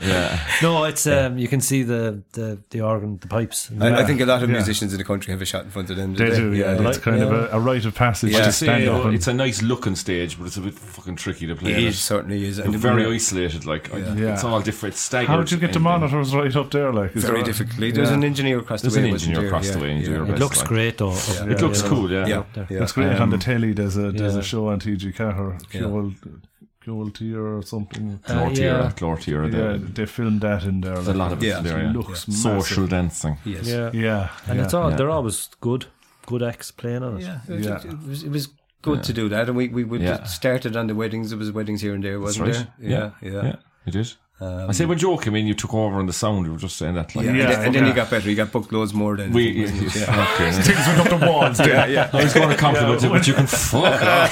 D: Yeah.
H: No, it's um, you can see the the the organ, the pipes. and
D: I, I think a lot of
C: Yeah.
D: musicians in the country have a shot in front of them.
C: They
D: today.
C: do, yeah.
D: they
C: It's
D: do.
C: kind of a, a rite of passage to
G: I'd
C: stand
G: say,
C: up
G: uh,
C: and
G: it's a nice looking stage, but it's a bit fucking tricky to play.
D: It
G: on
D: is, certainly is. And
G: You're
D: it-
G: very isolated. Like I-
C: Yeah.
G: it's all different. It's staggered.
C: How did you get the
G: and- and
C: monitors right up there? Like, is
D: very
C: there-
D: difficultly. There's an engineer across
G: There's
D: the way.
G: an
D: wasn't
G: engineer
D: there?
G: across
D: yeah,
G: the way. and do
D: yeah.
G: your
H: It
G: best,
H: looks
G: like.
H: great, though.
G: It looks cool. Yeah. Um,
D: Yeah,
H: there.
D: yeah.
C: It's great on the telly. There's a there's
H: yeah.
C: a show on TG Cahir, Cool, cool Tier or something.
H: Uh,
G: Lord Tier,
H: yeah.
G: Lord Tier.
C: yeah,
G: the-
C: they filmed that in there.
G: There's a lot of
D: Yeah.
G: it there. yeah.
C: looks massive.
G: Social dancing.
D: Yes.
H: Yeah.
C: Yeah,
H: and
C: yeah.
H: it's all. They're always good, good acts playing on it.
D: Yeah,
C: Yeah.
D: It, was, it was good to do that, and we we would
G: Yeah.
D: started on the weddings. There was weddings here and there, wasn't
G: That's right.
D: there? Yeah, Mm. Um, yeah.
G: Yeah, it is. I say when Joe came in, you took over on the sound. You were just saying that. Like,
D: And,
C: Yeah,
D: then, and then
C: yeah.
D: he got better. He got booked loads more than
G: We,
D: yeah.
G: yeah, okay.
C: things went up the walls.
D: yeah, yeah.
G: I was going to compliment you, but you can fuck off.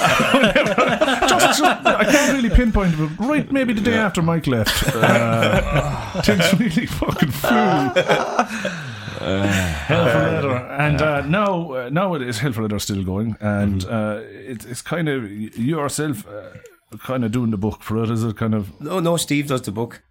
C: Just- I can't really pinpoint it, but right maybe the day after Mike left. Uh, things really fucking flew.
D: Uh,
C: Hell for leather. And uh, now, uh, now it is Hell for leather still going, and
D: Mm-hmm.
C: uh, it's it's kind of y- yourself uh, kind of doing the book for it. Is it kind of
D: No, no. Steve does the book.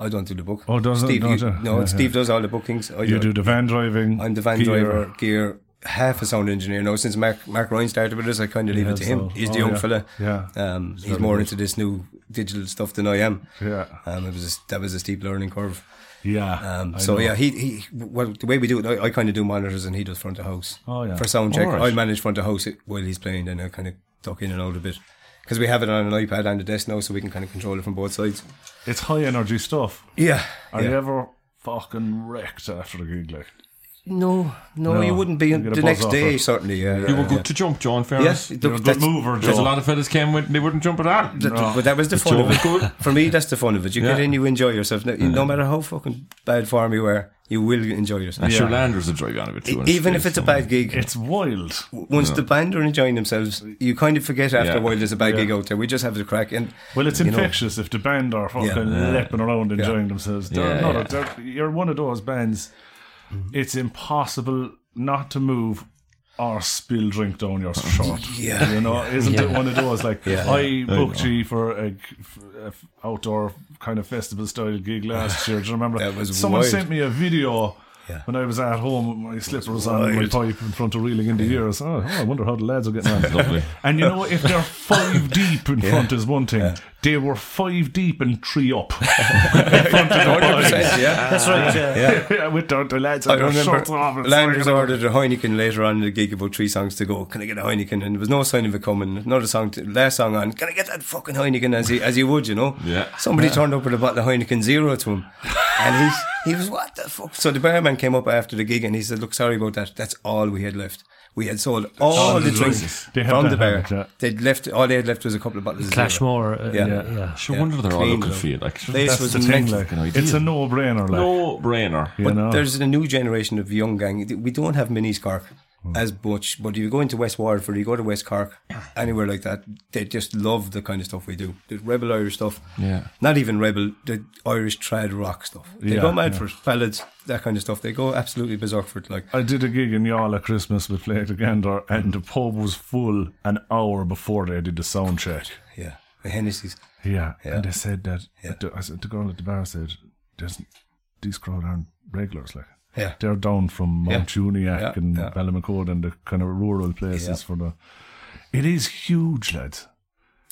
D: I don't do the book.
C: Oh, doesn't-
D: Steve?
C: don't
D: you-
C: you?
D: no,
C: Yeah,
D: Steve does all the bookings. I
C: you do the van driving?
D: I'm the van
C: gear?
D: driver, gear, half a sound engineer now. Since Mark Mark Ryan started with us, I kind of leave
C: Yeah,
D: it to him.
C: so-
D: He's
C: oh,
D: the young
C: yeah.
D: fella.
C: Yeah.
D: Um, he's more into this new digital stuff than I am.
C: Yeah,
D: Um, it was a, that was a steep learning curve.
C: yeah.
D: Um,
C: I
D: so
C: know.
D: yeah, he he. Well, the way we do it, I, I kind of do monitors and he does front of house.
C: Oh, yeah.
D: For sound check,
G: Alright.
D: I manage front of house while he's playing, and I kind of duck in and out a bit because we have it on an iPad and a desk now, so we can kind of control it from both sides.
C: it's high energy stuff.
D: Yeah.
C: Are
D: yeah.
C: you ever fucking wrecked after the gig? Like,
D: No, no,
C: No,
D: you wouldn't be
C: you
D: in
C: get a
D: the
C: buzz
D: next
C: off
D: day
C: it.
D: certainly. Yeah.
G: You
D: yeah,
G: were
D: yeah.
G: good to jump, John.
D: Yes,
G: Fairness.
D: look,
C: you're a good
D: that's-
C: mover,
G: There's a
C: Joe.
G: lot of fellas came with they wouldn't jump at all.
D: Th- But that was the fun of
G: Joe
D: it.
G: was good.
D: For me, that's the fun of it. You get
G: Yeah.
D: in, you enjoy yourself. No, no matter how fucking bad form you are, you will enjoy yourself. E,
G: I'm sure Landers enjoyed on a bit too.
D: Even if it's a bad gig,
C: It's wild.
D: once the band are enjoying themselves, you kind of forget after
G: Yeah.
D: a while there's a bad gig out there. We just have the crack. And
C: Well, it's
D: know.
C: infectious if the band are fucking leaping around enjoying themselves. They're
G: Yeah,
C: not
G: yeah.
C: a- they're- you're one of those bands.
D: Mm-hmm.
C: It's impossible not to move or spill drink down your throat.
D: Mm-hmm. Yeah.
C: you know, isn't it one of those? Like I booked you for a, f- a f- outdoor kind of festival style gig last year. Do you remember?
D: That was
C: Someone
D: wild.
C: sent me a video.
D: Yeah.
C: When I was at home with my slippers on and my
D: wild.
C: pipe in front of reeling in the ears, oh, oh, I wonder how the lads are getting on.
G: Lovely.
C: And you know, if they're five deep in front is one thing. They were five deep and three up. In front of the
D: 100%,
C: boys.
D: yeah.
H: That's right. Yeah.
C: Yeah, with their, the lads
D: I
C: on their
D: remember
C: shirts off. and
D: Landers
C: fucking-
D: ordered a Heineken later on in the gig about three songs to go. Can I get a Heineken? And there was no sign of it coming. Another song, to, last song on. Can I get that fucking Heineken? As he as he would, you know.
G: Yeah.
D: Somebody turned up with a bottle of Heineken Zero to him, and he he was what the fuck. So the barman came up after the gig and he said, "Look, sorry about that. That's all we had left. We had sold all the drinks
C: They have
D: from
C: that
D: the bar.
C: habit, yeah.
D: They'd left all they had left was a couple of bottles. of Zero.
H: Clashmore. Uh,
D: Yeah.
H: yeah. yeah.
G: Sure
D: Yeah.
G: wonder they're all
D: Clean
G: looking
D: them.
G: for you. Like sure,
D: This
G: that's
D: was
C: That's the thing,
D: mental.
C: like,
G: idea.
C: it's a no-brainer. Like,
G: no brainer.
C: you
D: But
C: know.
D: there's a new generation of young gang. We don't have minis Cork
C: Hmm.
D: as much, but if you go into West Waterford, you go to West Cork, anywhere like that, they just love the kind of stuff we do. The rebel Irish stuff.
G: Yeah.
D: Not even rebel, the Irish trad rock stuff. They
C: Yeah,
D: go mad
C: yeah.
D: for ballads, that kind of stuff. They go absolutely berserk for it. Like,
C: I did a gig in Yall at Christmas with Flake the Gander, and the pub was full an hour before they did the sound check.
D: yeah, the Hennessy's.
C: Yeah, and they said that. the- I said the girl at the bar said, "There's these crowd aren't regulars, like
D: Yeah.
C: they're down from Mount
D: Yeah,
C: and
D: yeah.
C: Ballymacord and the kind of rural places
D: Yeah.
C: for the." It is huge, lads.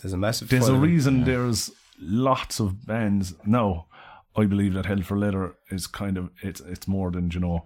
D: There's a massive.
C: There's a
D: following.
C: reason there's lots of bands now. I believe that Hell for Leather is kind of it's it's more than you know.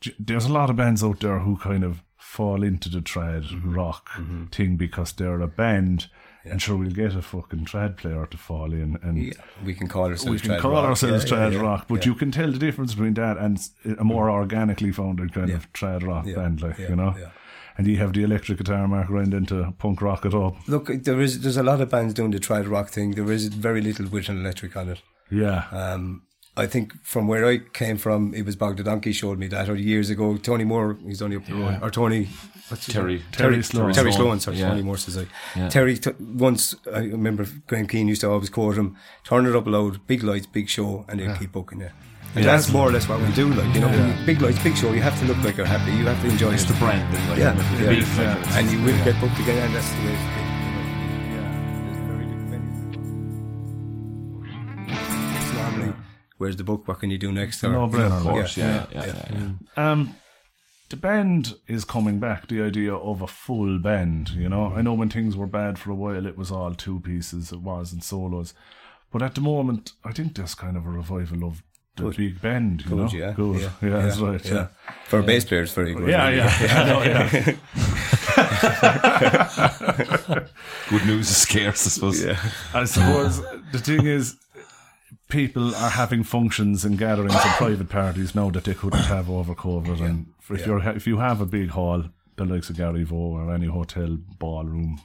C: j- There's a lot of bands out there who kind of fall into the trad
D: Mm-hmm.
C: rock thing because they're a band, and sure we'll get a fucking trad player to fall in and
D: Yeah, we can call ourselves.
C: we can
D: trad
C: call
D: rock.
C: ourselves
D: Yeah, yeah,
C: trad
D: yeah.
C: rock, but you can tell the difference between that and s- a more organically founded kind of trad rock band, like
D: yeah,
C: you know.
D: yeah.
C: And you have the electric guitar mark round into punk rock at all.
D: Look, there is there's a lot of bands doing the trad rock thing. There is very little with an electric on it.
C: Yeah,
D: Um, I think from where I came from, it was Bogdan Donkey showed me that, or years ago, Tony Moore, he's only up the road, or Tony, what's his
G: Terry.
D: name?
C: Terry Sloan.
D: Terry
G: Sloan,
D: Sloan, sorry,
G: yeah.
D: Tony Moore says I.
G: Yeah.
D: Terry, t- once, I remember Graham Keane used to always quote him, turn it up loud, big lights, big show, and they'll keep booking you. And that's more or less what we do, like, you know, big lights, big show, you have to look like you're happy, you have to enjoy
G: It's
D: it.
G: the brand. and, Like,
D: Yeah,
G: the
D: yeah,
G: big thing.
D: yeah. and you will get booked again, and that's the way it is. It's normally, Where's the book? What can you do next? Or,
C: No brainer,
D: Of
C: like.
D: course,
G: Yeah, yeah, yeah, yeah.
C: Um, the band is coming back. The idea of a full band, you
D: Mm-hmm.
C: know. I know when things were bad for a while, it was all two pieces. It was and solos, but at the moment, I think there's kind of a revival of the big band. You know,
D: Good, yeah.
C: good, yeah, that's right, yeah.
D: For a bass player, it's very good.
C: Yeah, yeah, yeah, no, yeah.
G: Good news is scarce, I suppose. Yeah.
C: I suppose the thing is, people are having functions and gatherings and private parties now that they couldn't have over COVID. And if you're if you have a big hall, the likes of Gary Vaux or any hotel ballroom,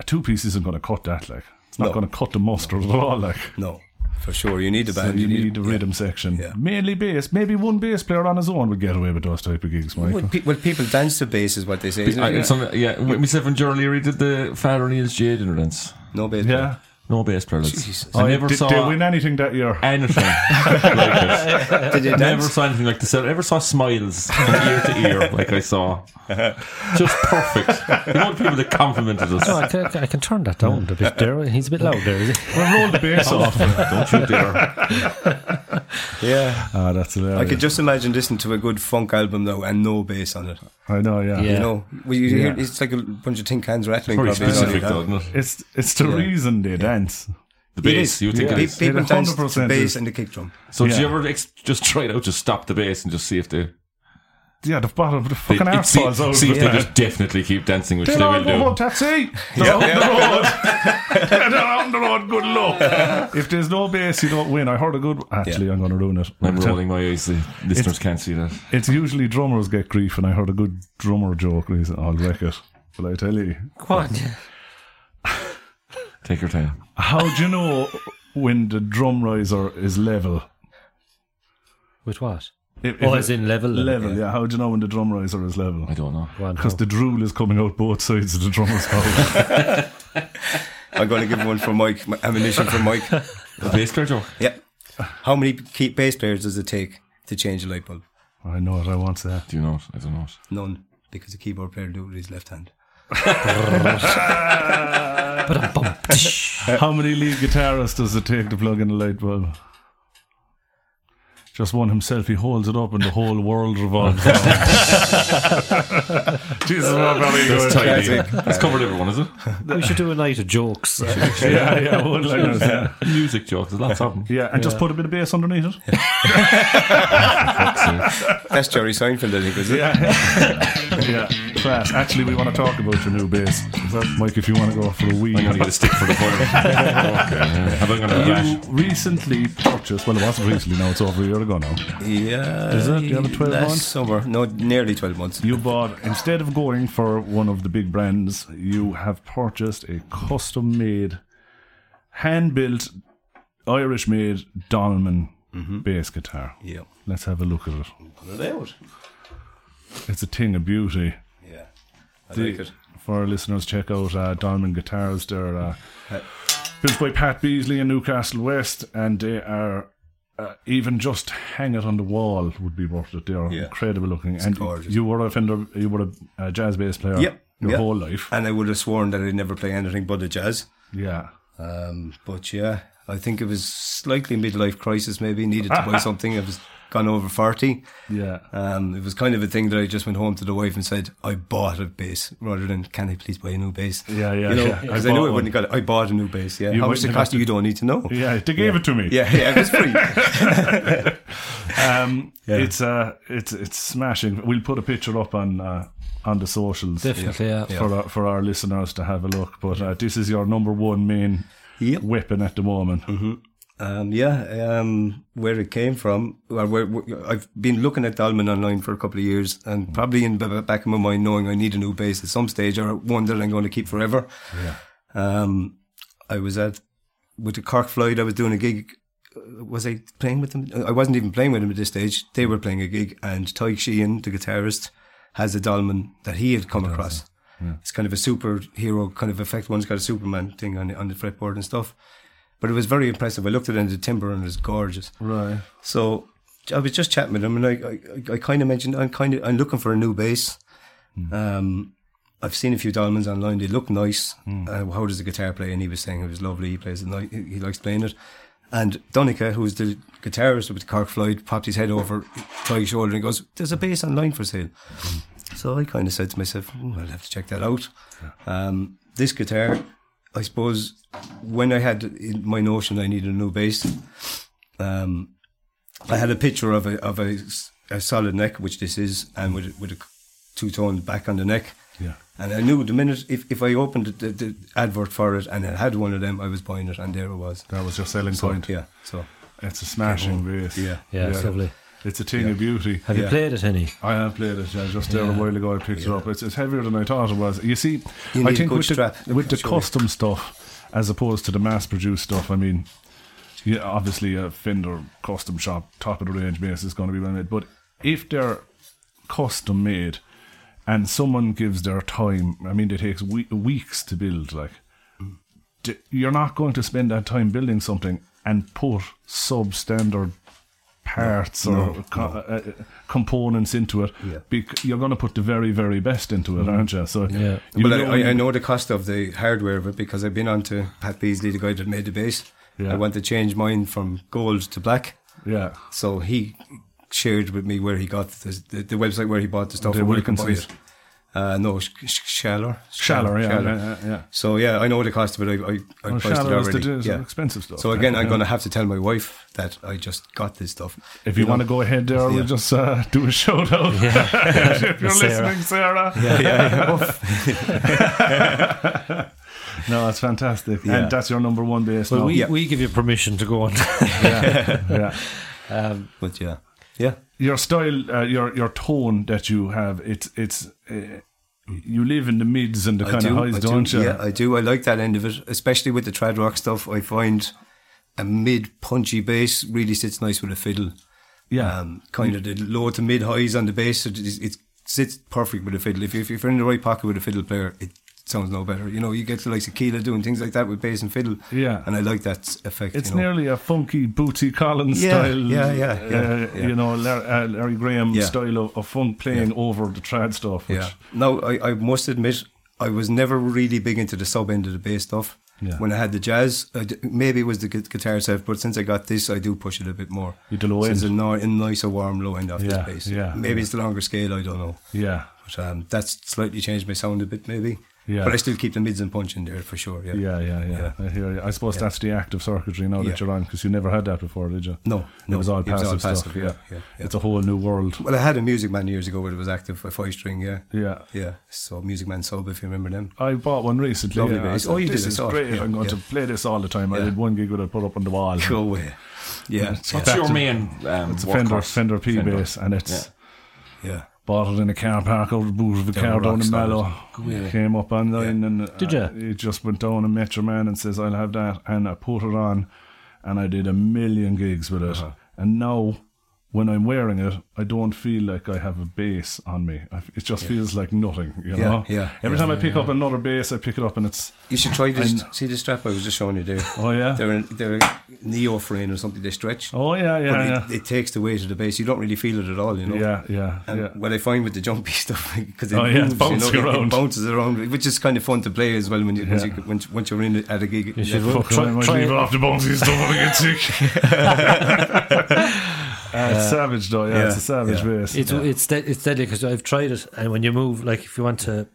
C: a two piece isn't going to cut that. Like it's not
D: No.
C: going to cut the mustard at all. Like.
D: No, for sure. You need a
C: So
D: band.
C: you need the rhythm section,
D: Yeah.
C: mainly bass. Maybe one bass player on his own would get away with those type of gigs, Michael.
D: Well, pe- well, people dance to bass, is what they say. Isn't
G: I,
D: it?
G: yeah. Some, yeah. Myself and Gerald Leary did the Father Neil's Jay dinner dance.
D: no bass.
C: yeah,
G: No bass player. lads.
D: Jesus.
G: I never
C: did
G: saw
C: they win anything that year?
G: anything like this.
D: player. Did you
G: Never
D: dance?
G: saw anything like this. I never saw smiles from ear to ear like I saw. Just perfect. You know the people that complimented us.
H: No, I can, I can- I can turn that down a bit there. He's a bit loud there, is he?
C: Well, roll the bass off.
G: Don't you dare.
D: Yeah.
C: Ah, that's hilarious.
D: I could just imagine listening to a good funk album though, and no bass on it.
C: I know,
H: Yeah.
D: You know, well, you hear, it's like a bunch of tin cans rattling.
G: Very
D: probably, isn't
G: specific,
D: it?
G: though, isn't it?
C: It's it's the reason they dance.
G: The
D: It
G: bass.
D: is.
G: You would think
C: Yeah.
G: it is.
D: Pe- People
C: It
D: dance to
C: 100%
D: bass
C: is.
D: and the kick drum.
G: So did you
C: Yeah.
G: ever ex- just try it out? Just stop the bass and just see if they
C: Yeah, the bottom of the
G: they-
C: fucking
G: it-
C: arse
G: see,
C: falls out.
G: see if
C: with
G: they
C: that.
G: just definitely keep dancing, which
C: They're
G: they
C: on
G: will
C: the road,
G: do.
C: taxi. They're on the road. They're on the road. Good luck. If there's no bass, you don't win. I heard a good. Actually, I'm going to ruin it.
G: I'm rolling my eyes. The listeners can't see that.
C: It's usually drummers get grief, and I heard a good drummer joke recently. I'll wreck it. But I tell you,
H: What?
G: Take your time.
C: how do you know when the drum riser is level?
H: With what?
C: If, if
H: Oh,
C: it-
H: as in level.
C: level. Yeah. How do you know when the drum riser is level?
G: I don't know.
H: Go on,
C: Because
H: no.
C: the drool is coming out both sides of the drummer's mouth.
D: I'm going to give one for Mike, my ammunition for Mike.
G: The bass player joke.
D: Yep. How many key bass players does it take to change a light bulb?
C: I know what I want to.
G: Do you know it? I don't know it.
D: None, because a keyboard player do it with his left hand.
C: How many lead guitarists does it take to plug in a light bulb? Just one himself. He holds it up, and the whole world revolves around. Jesus, I'm not very good.
G: That's tidy. That's covered everyone, is it?
H: We should do a night of jokes.
C: Yeah, yeah, one liners. Yeah,
G: Music jokes. There's lots of them.
C: yeah and just put a bit of bass underneath it. Yeah,
D: That's Jerry Seinfeld, I think, is it?
C: yeah. class. Actually, we want to talk about your new bass, Is that- Mike. If you want to go for a wee.
G: I'm gonna get a stick for the fire. okay. yeah. I'm gonna
C: You
G: bash.
C: recently purchased. Well, it wasn't recently. Now it's over a year ago now.
D: Yeah.
C: Is it? Do you have a 12
D: last
C: months?
D: summer. No, nearly 12 months.
C: You bought instead of going for one of the big brands, you have purchased a custom-made, hand-built, Irish-made Dolman
D: Mm-hmm.
C: bass guitar.
D: Yeah.
C: Let's have a look at it.
D: Put it out.
C: It's a thing of beauty.
D: Yeah. I
C: The-
D: like it.
C: For our listeners, check out uh, Dolman Guitars. They're uh, built by Pat Beasley in Newcastle West, and they are uh, even just hang it on the wall would be worth it. They are
D: Yeah.
C: incredible looking. and
D: gorgeous.
C: you were a fender, you were a, uh jazz bass player
D: Yep,
C: your
D: yep.
C: whole life.
D: And I would have sworn that I'd never play anything but the jazz.
C: Yeah.
D: Um, but yeah, I think it was slightly midlife crisis, maybe. Needed to buy something. I was gone over 40.
C: Yeah.
D: Um, it was kind of a thing that I just went home to the wife and said, I bought a bass rather than, can I please buy a new bass?
C: Yeah, yeah,
D: You know,
C: yeah.
D: because
C: I
D: I, knew
C: bought
D: I wouldn't have got it. I bought a new bass, yeah.
C: You
D: How much
C: wouldn't
D: it
C: have
D: cost
C: got
D: you, you don't need to know.
C: Yeah, they gave it to me.
D: Yeah, yeah, it was free.
C: Um, It's uh, it's it's smashing. We'll put a picture up on uh, on the socials.
H: Definitely, yeah.
C: For our, for our listeners to have a look, but uh, this is your number one main
D: Yep.
C: weapon at the moment.
D: Um, yeah, um, where it came from. Well, where, where, I've been looking at Dalman online for a couple of years, and probably in the back of my mind, knowing I need a new bass at some stage, or one that I'm going to keep forever. Yeah. Um, I was at with the Cork Floyd. I was doing a gig. uh, Was I playing with them? I wasn't even playing with them at this stage. They were playing a gig, and Tyke Sheehan, the guitarist, has a Dalman that he had come across. It's kind of a superhero kind of effect. One's got a Superman thing on the, on the fretboard and stuff. But it was very impressive. I looked at it and the timber and it was gorgeous.
C: Right.
D: So I was just chatting with him and I, I, I kind of mentioned I'm kind of I'm looking for a new bass. Um, I've seen a few Dolmans online. They look nice. Uh, how does the guitar play? And he was saying it was lovely. He plays it. Ni- he he likes playing it. And Donica, who's the guitarist with Cork Floyd, popped his head over Ty's shoulder and goes, "There's a bass online for sale." So I kind of said to myself, "Ooh, I'll have to check that out. Um, this guitar, I suppose, when I had in my notion I needed a new bass, um, I had a picture of a of a, s- a solid neck, which this is, and with a- with a two tone back on the neck.
C: Yeah.
D: And I knew the minute if, if I opened the, the advert for it and I had one of them, I was buying it, and there it was.
C: That was your selling
D: So,
C: point.
D: yeah. So
C: It's a smashing bass.
D: Yeah.
H: Yeah, it's lovely.
C: It's a thing of beauty.
H: Have you
D: Yeah.
H: played it any?
C: I have played it yeah, just there a
H: Yeah.
C: while ago. I picked it up. It's, it's heavier than I thought it was. You see,
D: You
C: I
D: need
C: think
D: good
C: with the,
D: strap.
C: with the
D: Sure, yeah.
C: custom stuff, as opposed to the mass-produced stuff. I mean, yeah, obviously a Fender custom shop top of the range bass is going to be well made, but if they're custom made and someone gives their time, I mean, it takes we- weeks to build. Like, d- you're not going to spend that time building something and put substandard parts or co- uh, uh, components into it.
D: Yeah. Mm-hmm.
C: Bec- you're going to put the very, very best into it, aren't you? So,
H: Yeah.
C: you
D: but
C: know-
D: I, I, I know the cost of the hardware of it because I've been on to Pat Beasley, the guy that made the bass.
C: Yeah.
D: I want to change mine from gold to black.
C: yeah.
D: So he shared with me where he got the, the, the website where he bought the stuff and where you can buy
C: Wilkinsons.
D: it. Uh, no, Sh- Sh- Shaller.
C: Shaller, yeah, yeah, yeah, yeah.
D: So yeah, I know the cost of it. I, I, I
C: Well,
D: priced it
C: Shaller is the-
D: already.
C: is the
D: yeah.
C: expensive stuff.
D: So again, I'm
C: Yeah.
D: going to have to tell my wife that I just got this stuff.
C: If you, want to
D: know?
C: go ahead there,
D: Yeah.
C: we'll just uh, do a shout out. if you're
H: Sarah.
C: listening, Sarah.
D: yeah, yeah, yeah.
C: No, it's fantastic.
D: Yeah.
C: And that's your number one base.
H: Well,
C: now.
H: we,
D: Yeah.
H: we give you permission to go on.
C: yeah.
D: but yeah, yeah,
C: your style, uh, your your tone that you have, it's it's uh, you live in the mids and the
D: I
C: kind
D: do.
C: of highs,
D: I
C: don't
D: do.
C: you?
D: Yeah, I do. I like that end of it, especially with the trad rock stuff. I find a mid punchy bass really sits nice with a fiddle.
C: Yeah.
D: um, kind of the low to mid highs on the bass. It, it, it sits perfect with a fiddle. If, you- if you're in the right pocket with a fiddle player, it sounds no better. You know, you get to like Sakila doing things like that with bass and fiddle.
C: Yeah.
D: and I like that effect.
C: It's
D: you know.
C: nearly a funky Bootsy Collins
D: Yeah,
C: style,
D: yeah, yeah,
C: uh,
D: yeah, yeah.
C: you know, Larry, uh, Larry Graham
D: Yeah.
C: style of, of funk playing over the trad stuff. Which,
D: Yeah. Now, I, I must admit, I was never really big into the sub end of the bass stuff.
C: Yeah.
D: When I had the jazz, I d- maybe it was the gu- guitar self, but since I got this, I do push it a bit more.
C: You do low
D: So It's a,
C: end.
D: ni- a nicer, warm low end off
C: Yeah,
D: this bass.
C: yeah,
D: Maybe
C: yeah.
D: it's the longer scale, I don't know.
C: yeah,
D: But um, that's slightly changed my sound a bit, maybe.
C: Yeah.
D: But I still keep the mids and punch in there for sure. Yeah.
C: yeah, yeah, yeah. I hear you. I suppose that's the active circuitry now
D: Yeah.
C: that you're on because you never had that before, did you?
D: No,
C: it
D: no.
C: was all
D: It was
C: passive
D: all
C: stuff.
D: passive, yeah, yeah, yeah.
C: it's a whole new world.
D: Well, I had a Music Man years ago where it was active, a five string, yeah.
C: Yeah.
D: Yeah. So Music Man Sub, if you remember them.
C: I bought one recently.
D: Lovely
C: yeah. I
D: bass.
C: said,
D: Oh, you
C: this
D: did, I
C: is
D: saw it.
C: great.
D: Yeah,
C: I'm going
D: yeah.
C: to play this all the time. I
D: Yeah.
C: did one gig with it put up on the wall.
D: Go away. Yeah. Yeah.
G: What's your
C: to-
G: main? Um,
C: It's a
G: workhorse?
C: Fender Fender P bass, and it's
D: yeah.
C: bought it in a car park out the boot of a
D: Yeah,
C: car down
D: rock
C: in
D: solid.
C: Mallow. Came up online and uh,
H: Did ya?
C: It just went down and met your man and says I'll have that, and I put it on, and I did a million gigs with it,
D: Uh-huh.
C: and now. When I'm wearing it, I don't feel like I have a bass on me. I f- It just feels like nothing, you
D: Yeah,
C: know.
D: yeah,
C: Every
D: yeah.
C: time I pick up another bass, I pick it up and it's
D: You should try this. See the strap I was just showing you there.
C: oh yeah,
D: They're they're neoprene or something. They stretch.
C: oh yeah, yeah,
D: but
C: yeah.
D: it, it takes the weight of the bass. You don't really feel it at all, you know.
C: Yeah, yeah,
D: And
C: yeah.
D: What I find with the jumpy stuff because it
C: Oh, yeah, it
D: moves,
C: bounces
D: you know, it-
C: around.
D: It bounces around, which is kind of fun to play as well when you once,
C: Yeah.
D: you once, once you're in it at a gig.
H: You should
C: Fuck, I
H: try,
C: might
H: try
C: leave
H: it.
C: off the bouncy stuff when I get sick. Uh, savage though. Yeah,
D: Yeah,
C: it's a savage
D: yeah.
C: bass.
H: It's it's de- it's deadly because I've tried it, and when you move, like if you want to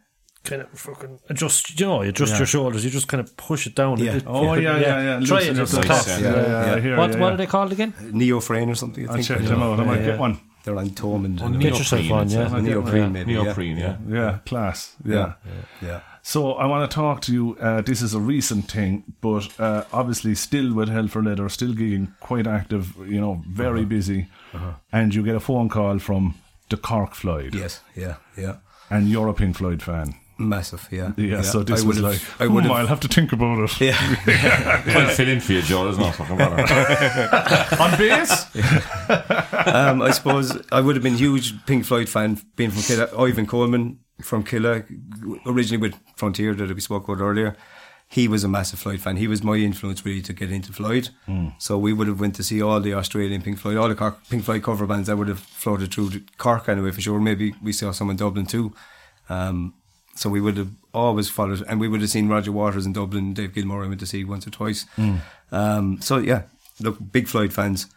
H: kind of fucking adjust, you know, adjust
C: Yeah.
H: your shoulders, you just kind of push it down.
D: Yeah.
H: It-
C: oh yeah, yeah, yeah.
H: Try
C: Loosen
H: it.
C: up
H: It's
C: the
H: class.
C: cuffs.
D: Yeah,
C: Yeah, yeah,
D: yeah.
C: I hear
H: What
C: you,
H: what
C: yeah.
H: are they called again?
D: Neofrane or something. I
C: I'll
D: think
C: check them out. Oh, I might
H: Yeah,
C: get
H: yeah.
C: one.
D: they're on Tom and
G: Neoprene,
H: Get yourself on,
G: it's
H: yeah.
G: a-
D: neoprene, maybe. yeah.
G: Neoprene, yeah.
C: Yeah, class.
D: Yeah,
C: yeah.
D: yeah.
C: So I want to talk to you. Uh, this is a recent thing, but uh, obviously still with Hell for Leather, still gigging, quite active. You know, very
D: Uh-huh.
C: busy. And you get a phone call from the Cork Floyd,
D: Yes, yeah, yeah.
C: and you're a Pink Floyd fan.
D: Massive, yeah.
C: Yeah, so this
D: I
C: was like,
D: would've- I would
C: "Hmm, I'll
D: have.
C: have to think about it.
D: Yeah,
G: I'll fill in for you, Joe. There's no fucking matter.
C: On bass?
D: um, I suppose I would have been huge Pink Floyd fan being from Killer. Ivan Coleman from Killer, originally with Frontier that we spoke about earlier. He was a massive Floyd fan. He was my influence really to get into Floyd. So we would have went to see all the Australian Pink Floyd, all the Cork, Pink Floyd cover bands that would have floated through the Cork anyway for sure. Maybe we saw some in Dublin too. Um, so we would have always followed, and we would have seen Roger Waters in Dublin, Dave Gilmore I went to see once or twice. Um, so yeah, look, big Floyd fans.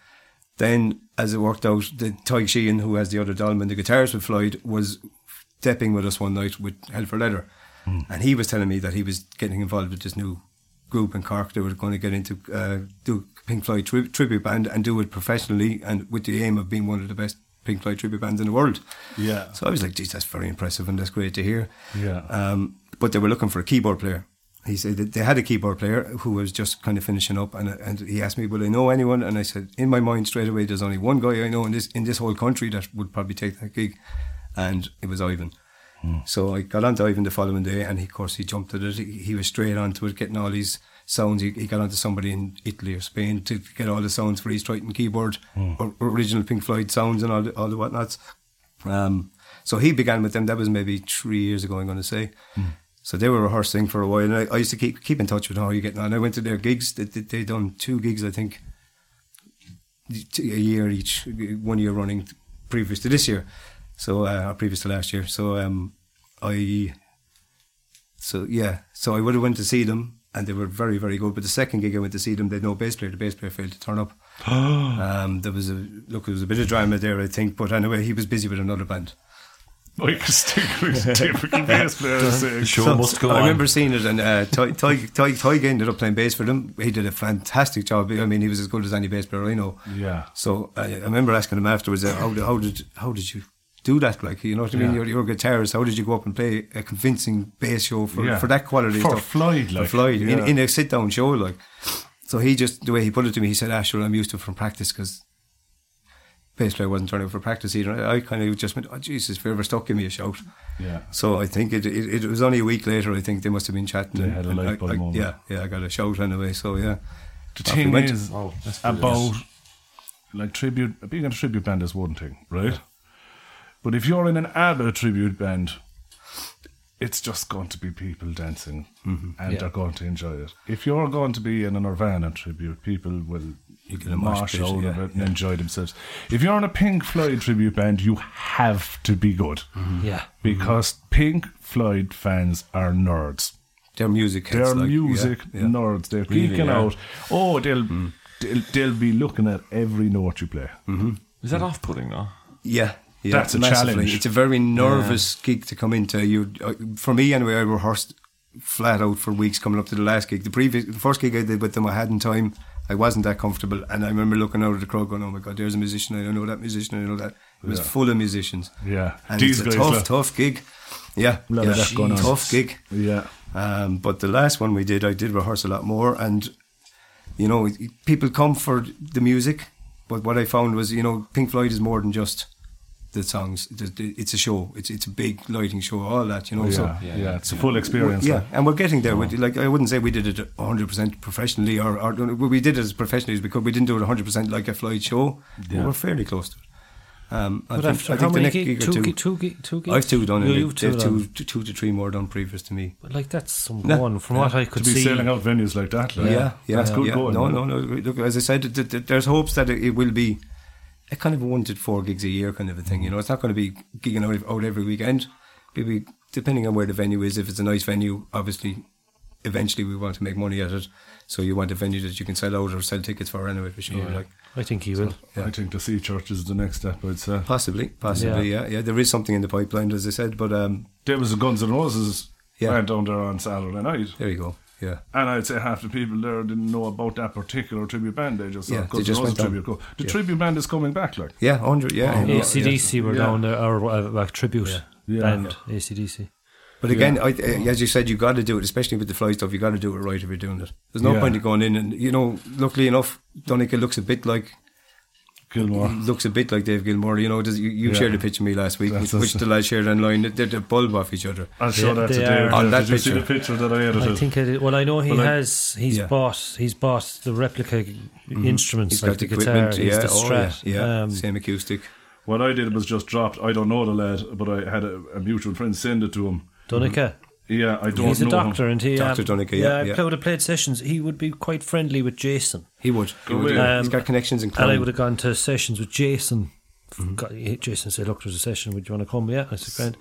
D: Then, as it worked out, the Tyke Sheehan, who has the other Dolman, the guitarist with Floyd, was stepping with us one night with Hell for Leather. And he was telling me that he was getting involved with this new group in Cork. They were going to get into uh, do Pink Floyd tri- tribute band and do it professionally and with the aim of being one of the best Pink Floyd tribute bands in the world.
C: Yeah.
D: So I was like, geez, that's very impressive and that's great to hear.
C: Yeah.
D: Um, but they were looking for a keyboard player. He said that they had a keyboard player who was just kind of finishing up, and and he asked me, "Will I know anyone?" And I said, in my mind straight away, there's only one guy I know in this in this whole country that would probably take that gig, and it was Ivan. So I got onto Ivan the following day, and he, of course he jumped at it. He, he was straight onto it, getting all these sounds. He, he got onto somebody in Italy or Spain to get all the sounds for his Triton keyboard, or, original Pink Floyd sounds and all the, all the whatnots. Um, so he began with them. That was maybe three years ago, I'm going to say. So they were rehearsing for a while, and I, I used to keep keep in touch with how you getting on. I went to their gigs. They they, they done two gigs, I think, t- a year each, one year running, previous to this year, so uh, or previous to last year. So um, I, so yeah, so I would have went to see them, and they were very very good. But the second gig I went to see them, they had no bass player. The bass player failed to turn up. um, there was a look. There was a bit of drama there, I think. But anyway, he was busy with another band.
C: Like a sticker is typical bass player. saying.
G: Show must go
D: I
G: on.
D: remember seeing it, and uh, Ty, Ty, Ty, Ty ended up playing bass for them. He did a fantastic job. I mean, he was as good as any bass player I know.
C: Yeah.
D: So I, I remember asking him afterwards, uh, how, did- how did how did you do that? Like, you know what I mean?
C: Yeah.
D: You're, you're a guitarist. How did you go up and play a convincing bass show for,
C: Yeah.
D: for that quality?
C: For
D: stuff?
C: Floyd, like.
D: For Floyd,
C: Yeah.
D: in, in a sit down show, like. So he just, the way he put it to me, he said, ah, sure, I'm used to it from practice because bass player wasn't turning up for practice either. I, I kind of just went, oh, Jesus, if you're ever stuck, give me a shout.
C: Yeah.
D: So I think it, it, it was only a week later. I think they must have been chatting.
C: They had a
D: and
C: light
D: I-
C: bulb
D: I-
C: moment.
D: Yeah, yeah. I got a shout anyway. So yeah,
C: The
D: Off we
C: thing
D: went.
C: is
G: Oh, that's brilliant.
C: about like tribute being in a tribute band is one thing, right? But if you're in an ABBA tribute band, it's just going to be people dancing and they're going to enjoy it. If you're going to be in a Nirvana tribute, people will you
D: get a mosh
C: marsh
D: pit,
C: out of
D: yeah,
C: it and enjoy themselves. If you're in a Pink Floyd tribute band, you have to be good
H: Yeah.
C: because Pink Floyd fans are nerds.
D: their music.
C: They're
D: hits, like, yeah,
C: er music
D: yeah. Mm.
C: nerds. They're geeking
G: yeah.
C: out. Oh, they'll, they'll they'll be looking at every note you play.
D: Mm.
G: Is that off putting, though?
D: Yeah. Yeah,
C: That's a
D: massively.
C: challenge.
D: It's a very nervous gig to come into. You, uh, for me anyway, I rehearsed flat out for weeks coming up to the last gig. The previous, the first gig I did with them, I hadn't time. I wasn't that comfortable, and I remember looking out at the crowd, going, "Oh my god, there's a musician! I know that musician! I know that." It was full of musicians.
C: Yeah.
D: and
C: These
D: it's
C: guys
D: a tough,
C: love-
D: tough gig. Yeah,
C: Lot of
D: yeah.
C: that going on.
D: tough gig.
C: Yeah,
D: Um, but the last one we did, I did rehearse a lot more, and you know, it- it- people come for the music. But what I found was, you know, Pink Floyd is more than just the songs. It- it- It's a show. It's it's a big lighting show. All that, you know.
C: yeah,
D: so
C: yeah, It's a full experience.
D: yeah,
C: like.
D: and we're getting there. With, like I wouldn't say we did it 100 percent professionally, or, or well, we did it as professionally as we could. We didn't do it 100 percent like a Floyd show. But we're fairly close to it. Um, I
H: But
D: think,
H: after
D: I
H: how
D: think the
H: many
D: next
H: gig,
D: gig or
H: two,
D: two,
H: gig, two, gig, two gigs?
D: I've two done,
H: You,
D: and
H: you've
D: they've
H: two,
D: they've
H: done.
D: two, two, two to three more done previous to me.
H: But like that's some
D: No.
H: one from what I could
C: To be
H: see.
C: selling out venues like that, like,
D: yeah, yeah,
C: that's good
D: yeah.
C: going.
D: No,
C: man.
D: no, no. Look, as I said, th- th- there's hopes that it, it will be a kind of a one to four gigs a year kind of a thing. You know, it's not going to be gigging out, out every weekend. Maybe depending on where the venue is, if it's a nice venue, obviously eventually we want to make money at it. So you want a venue that you can sell out or sell tickets for anyway, which you like.
H: I think he will.
C: I think the Sea Church is the next step, I'd say.
D: Possibly, possibly, yeah. yeah, There is something in the pipeline, as I said, but um,
C: There was a Guns N' Roses
D: Yeah.
C: went down there on Saturday night.
D: there you go. Yeah,
C: And I'd say half the people there didn't know about that particular tribute band. They just
D: Yeah,
C: thought
D: they
C: Guns N'
D: just
C: Roses
D: went down.
C: tribute. Cool. The
D: Yeah.
C: tribute band is coming back, like.
D: yeah, hundred, yeah. I know, yeah.
H: ACDC were down there, or uh, like tribute
C: Yeah.
H: band, ACDC.
D: But again, I, I- as you said, you got to do it, especially with the fly stuff. You got to do it right if you're doing it. There's no
C: Yeah.
D: point in going in and you know. Luckily enough, Donica looks a bit like
C: Gilmore.
D: looks a bit like Dave Gilmore. You know, does, you, you
C: Yeah.
D: shared a picture of me last week,
C: That's
D: which,
C: us.
D: which the lads shared online. They're, they're bulb off each other.
C: I'll show
H: They-
C: that to
H: they
C: Dave.
H: are-
D: On that
C: Did you see the
D: picture.
C: picture that I edited?
H: I think I did. Well, I know he
C: Well, I-
H: has. He's
D: Yeah. Mm-hmm.
H: bought. He's bought the replica instruments,
D: He's
H: like
D: got
H: the
D: the
H: guitar,
D: equipment.
H: he's
D: Yeah,
H: the
D: oh,
H: Strat.
D: yeah, yeah.
H: Um,
D: same acoustic.
C: what I did was just dropped. I don't know the lad, but I had a, a mutual friend send it to him.
H: Donica.
C: Yeah, I don't
H: He's
C: know.
H: a doctor,
C: Him.
H: and he
D: Dr.
H: um,
D: Mm-hmm. Donica, yeah,
H: Yeah, I
D: yeah.
H: would have played sessions. He would be quite friendly with Jason,
D: He would. He
C: Go
D: would
C: in.
D: yeah.
H: Um,
D: He's got connections in
H: and I
D: Clonmel.
H: would have gone to sessions with Jason.
D: Mm-hmm.
H: Got- he- Jason said, "Look, there's a session. Would you want to come?" Yeah, I said,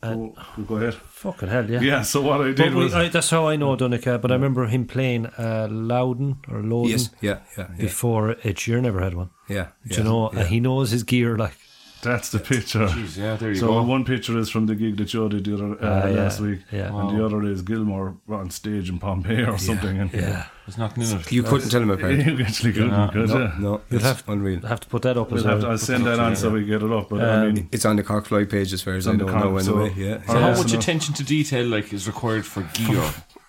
H: "Grand."
C: Oh, go ahead.
H: Fucking hell, yeah.
C: Yeah, so what I
H: But
C: did
H: we,
C: was.
H: I, that's how I know
D: Mm-hmm.
H: Donica. But I remember him playing uh, Loudon or Loudon
D: Yes, yeah, yeah, yeah.
H: before Ed Sheeran never had one.
D: yeah,
H: Do
D: yeah
H: you know?
D: yeah.
H: And he knows his gear like.
C: That's the picture.
G: yeah, there you
C: so
G: go.
C: one picture is from the gig that you did the other, uh,
H: Ah, yeah,
C: last week,
H: yeah.
C: and the other is Gilmore on stage in Pompeii or something. And
H: Yeah,
G: There's nothing in it.
D: You couldn't tell him apart.
C: you actually couldn't, could
D: No,
C: ya?
D: no,
H: You'll
D: it's
H: have-
D: unreal.
H: I have to put that up as
C: We'll have to, I'll
H: well.
C: send that on so we get it up. But I
H: Um,
C: mean,
D: It's on the Cockfly page as far as I
C: on the
D: know
C: card,
D: now.
C: so-
D: Anyway, yeah.
C: Or
G: So
C: Yeah.
G: how much
C: Yeah.
G: attention to detail like is required for gear?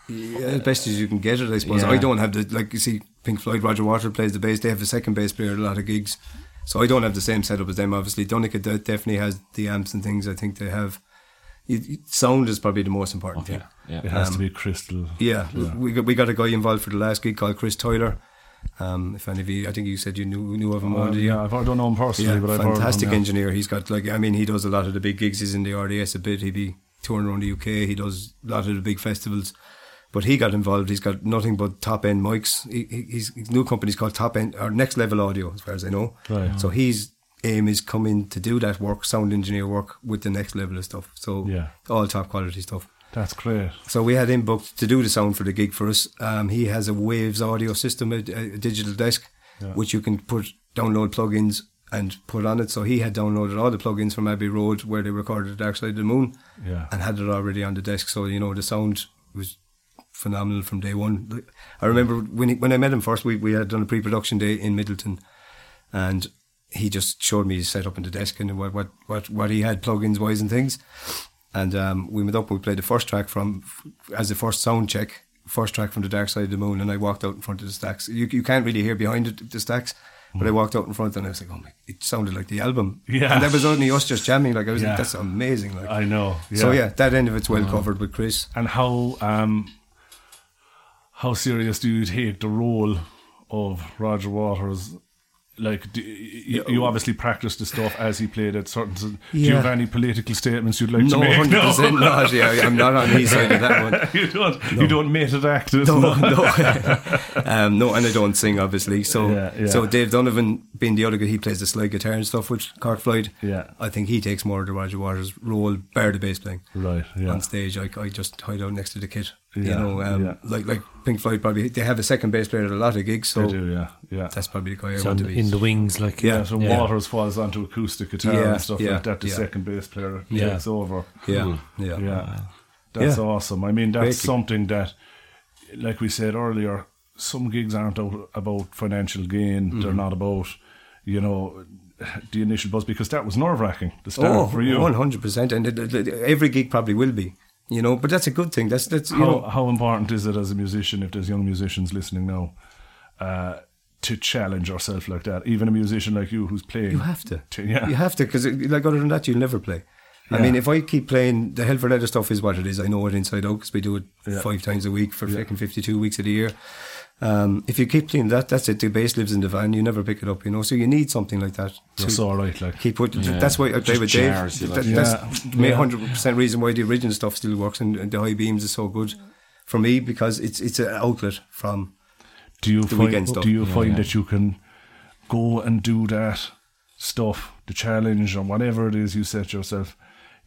D: Yeah, as best as you can get it, I suppose.
G: Yeah.
D: I don't have the like you see Pink Floyd, Roger Waters plays the bass. They have a second bass player at a lot of gigs, so I don't have the same setup as them. Obviously, Donica de- definitely has the amps and things. I think they have. You- you- sound is probably the most important thing.
G: Yeah.
C: it has to be
H: um,
C: crystal.
D: Yeah, we got, we got a guy involved for the last gig called Chris Tyler. Um, if any of you, I think you said you knew knew of him.
C: Uh,
D: already.
C: yeah, I've heard, don't know him personally,
D: Yeah,
C: but I've
D: fantastic
C: heard of him,
D: engineer. He's got like I mean, he does a lot of the big gigs. He's in the RDS a bit. He be touring around the UK. He does a lot of the big festivals. But he got involved. He's got nothing but top end mics. He, he- he's, his new company's called Top End or Next Level Audio, as far as I know.
C: Right.
D: So his aim is coming to do that work, sound engineer work, with the next level of stuff. So
C: Yeah.
D: all top quality stuff.
C: That's great.
D: So we had him booked to do the sound for the gig for us. Um, he has a Waves audio system, a, a digital desk, which you can put download plugins and put on it. So he had downloaded all the plugins from Abbey Road where they recorded Dark Side of the Moon,
C: Yeah.
D: and had it already on the desk. So you know the sound was phenomenal from day one. Like, I remember when he, when I met him first, we we had done a pre production day in Middleton, and he just showed me his setup in the desk and what what what, what he had plugins wise and things. And um, we went up. We played the first track from as the first sound check, first track from the Dark Side of the Moon. And I walked out in front of the stacks. You you can't really hear behind it, the stacks. But I walked out in front and I was like, oh my, it sounded like the album.
C: Yeah.
D: And that was only us just jamming. Like, I was
C: Yeah.
D: like, that's amazing. Like,
C: I know. Yeah. Uh-huh.
D: so yeah, that end of it's well covered with Chris.
C: And how um, how serious do you take the role of Roger Waters? Like, do, you, you obviously practice the stuff as he played at certain. Do you
D: Yeah.
C: have any political statements you'd like to
D: No,
C: make?
D: hundred percent not. Yeah, I'm not on his side of that one.
C: you don't. You don't make it act. is
D: No,
C: it?
D: no, um, no, and I don't sing obviously. So,
C: Yeah, yeah.
D: so Dave Donovan being the other guy, he plays the slide guitar and stuff with Cork Floyd.
C: Yeah.
D: I think he takes more of the Roger Waters role, bar the bass playing.
C: Right. Yeah.
D: on stage. I, I just hide out next to the kit. you
C: Yeah,
D: know, um,
C: yeah.
D: like like Pink Floyd probably they have a second bass player at a lot of gigs,
C: They
D: so
C: do. Yeah. Yeah.
D: that's probably the guy I
H: It's
D: want
H: on-
D: to be.
H: in the wings, like
D: Yeah.
C: Yeah, so
H: Yeah.
C: Waters falls onto acoustic guitar
D: Yeah,
C: and stuff
D: yeah,
C: like that. The
D: yeah.
C: second bass player
H: Yeah.
C: takes over.
D: yeah, yeah,
C: Mm-hmm. Yeah. That's
D: Yeah.
C: awesome. I mean, that's
D: Great.
C: something that, like we said earlier, some gigs aren't out about financial gain.
D: Mm-hmm.
C: They're not about, you know, the initial buzz because that was nerve wracking. The start
D: Oh,
C: for you.
D: one hundred percent, and it- it- it- every gig probably will be, you know. But that's a good thing. That's that's you
C: how,
D: know,
C: how important is it as a musician if there's young musicians listening now uh, to challenge yourself like that? Even a musician like you who's playing.
D: you have to,
C: yeah.
D: you have to, because like other than that, you'll never play. I
C: Yeah.
D: mean, if I keep playing, the hell for leather stuff is what it is. I know it inside out because we do it five times a week for fucking fifty-two weeks of the year. Um, if you keep playing that, that's it. The bass lives in the van. You never pick it up, you know. So you need something like that. to-
C: It's all right. Like,
D: He put. That's why I play
G: Just
D: with
G: jars, you
D: Dave.
G: like.
D: That, That's the hundred percent reason why the original stuff still works and, and the high beams is so good for me because it's it's an outlet from.
C: Do you find
D: weekend stuff.
C: do you find that you can go and do that stuff, the challenge or whatever it is you set yourself?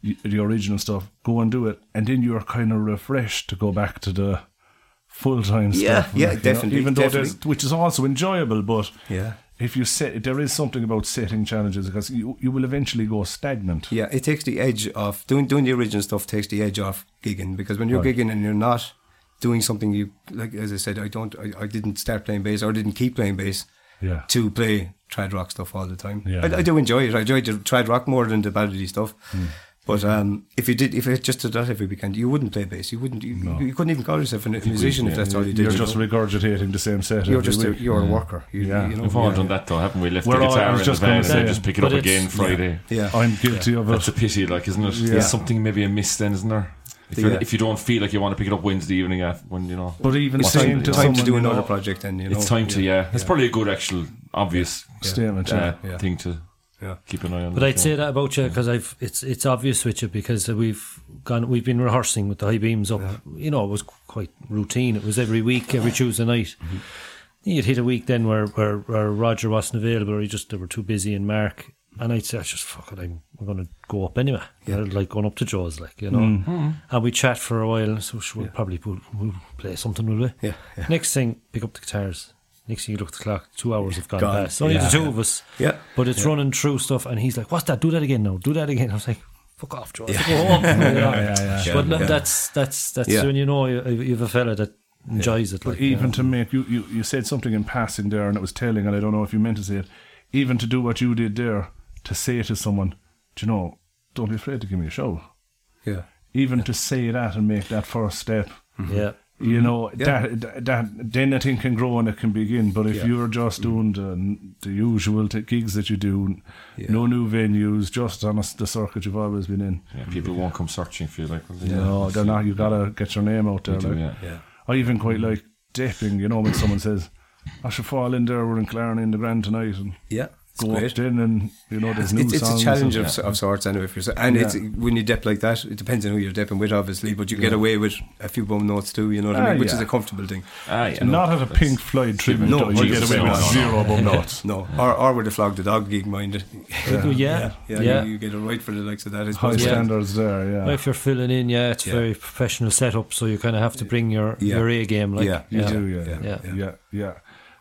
C: y- the original stuff, go and do it, and then you're kind of refreshed to go back to the full time
D: Yeah,
C: stuff.
D: yeah,
C: you know,
D: definitely,
C: even though
D: definitely.
C: there's, which is also enjoyable, but
D: Yeah.
C: if you set, there is something about setting challenges because you you will eventually go stagnant.
D: Yeah, it takes the edge off doing doing the original stuff takes the edge off gigging because when you're gigging and you're not doing something you like as I said, I don't I, I didn't start playing bass or didn't keep playing bass
C: Yeah.
D: to play trad rock stuff all the time.
C: Yeah,
D: I,
C: yeah.
D: I do enjoy it. I enjoy the trad rock more than the ballady stuff. But um, if you did, if it just did that every weekend, you wouldn't play bass. You wouldn't. You, you couldn't even call yourself a musician if that's all you did.
C: You're
D: you
C: just
D: know?
C: regurgitating the same set.
D: you're
C: every
D: just a,
C: week.
D: you're a worker. You,
C: Yeah.
D: you know,
G: We've all
D: yeah.
G: done that though, haven't we? Left
C: We're
G: the
C: all- I
G: guitar
C: was
G: in
C: just
G: the
C: gonna
G: van and
C: say,
G: then just pick it
H: but
G: up
H: it's-
G: again Friday.
D: Yeah.
C: I'm guilty of
G: That's
C: it.
G: a pity, like, isn't it? There's something maybe amiss then, isn't there? If, you're,
D: Yeah.
G: if you don't feel like you want to pick it up Wednesday evening, after, when you know,
C: But even
D: It's
C: saying
D: time,
C: to
D: time
C: someone,
D: to do
C: you know,
D: another project, and you know
G: it's time to yeah. It's probably a good actual obvious
C: Statement,
G: uh,
C: yeah,
D: yeah.
G: thing to
D: Yeah.
G: keep an eye on.
H: But
G: like,
H: I'd
G: yeah.
H: say that about you because I've it's it's obvious with you because we've gone we've been rehearsing with the high beams up. You know, it was quite routine. It was every week, every Tuesday night.
D: Mm-hmm.
H: You'd hit a week then where, where, where Roger wasn't available, or he just they were too busy, and Mark. And I'd say, "Ah, just fuck it, I'm, I'm going to go up anyway. I like going up to Joe's, like you know.
D: Mm-hmm.
H: And we chat for a while, so sure, we'll probably put, we'll play something, will we?
D: Yeah, yeah.
H: Next thing, pick up the guitars. Next thing you look at the clock, two hours have gone,
D: Gone. Oh,
H: past. Only
D: Yeah.
H: the two of us.
D: Yeah.
H: But it's running through stuff, and he's like, "What's that? Do that again now. Do that again." I was like, "Fuck off, George. Go home." You know? But no,
D: Yeah.
H: that's that's that's
D: Yeah.
H: when you know you, you've a fella that enjoys it. Like,
C: even to make you, you you said something in passing there and it was telling and I don't know if you meant to say it even to do what you did there to say to someone do you know don't be afraid to give me a show
D: yeah.
C: even to say that and make that first step
H: you know? yeah.
C: you know that, that that then a thing can grow and it can begin but if you're just doing the, the usual t- gigs that you do no new venues just on a s the circuit you've always been in
G: Yeah, people won't come searching for you, like well, yeah.
C: no they're not you gotta get your name out there
G: do,
C: like.
G: yeah.
C: I even quite like dipping, you know, when someone says, I should fall in there, we're in Clarny in the Grand tonight and
D: Yeah, it's
C: go
D: great.
C: up in and, you know, there's new
D: It's, it's
C: songs.
D: a challenge
C: and-
D: of, of sorts, anyway. For yourself. And it's
C: Yeah.
D: when you dip like that, it depends on who you're dipping with, obviously. But you get away with a few bum notes too, you know what
C: Ah,
D: I mean? Which
C: yeah.
D: is a comfortable thing.
G: Ah, yeah.
C: Not at a Pink Floyd tribute,
D: No,
C: no, you get
D: Jesus,
C: away
G: no,
C: with
G: no, no.
C: zero bum notes.
D: No, or or with the flog the dog gig, mind it.
H: Yeah. Yeah.
D: yeah, You, you get a right for the likes of that. I
C: High
D: suppose.
C: standards there, yeah.
H: Well, If you're filling in, yeah, it's very professional setup, so you kind of have to bring your,
D: Yeah.
H: your A game. Like,
D: Yeah,
C: you do, yeah. Yeah,
H: Yeah.
C: yeah.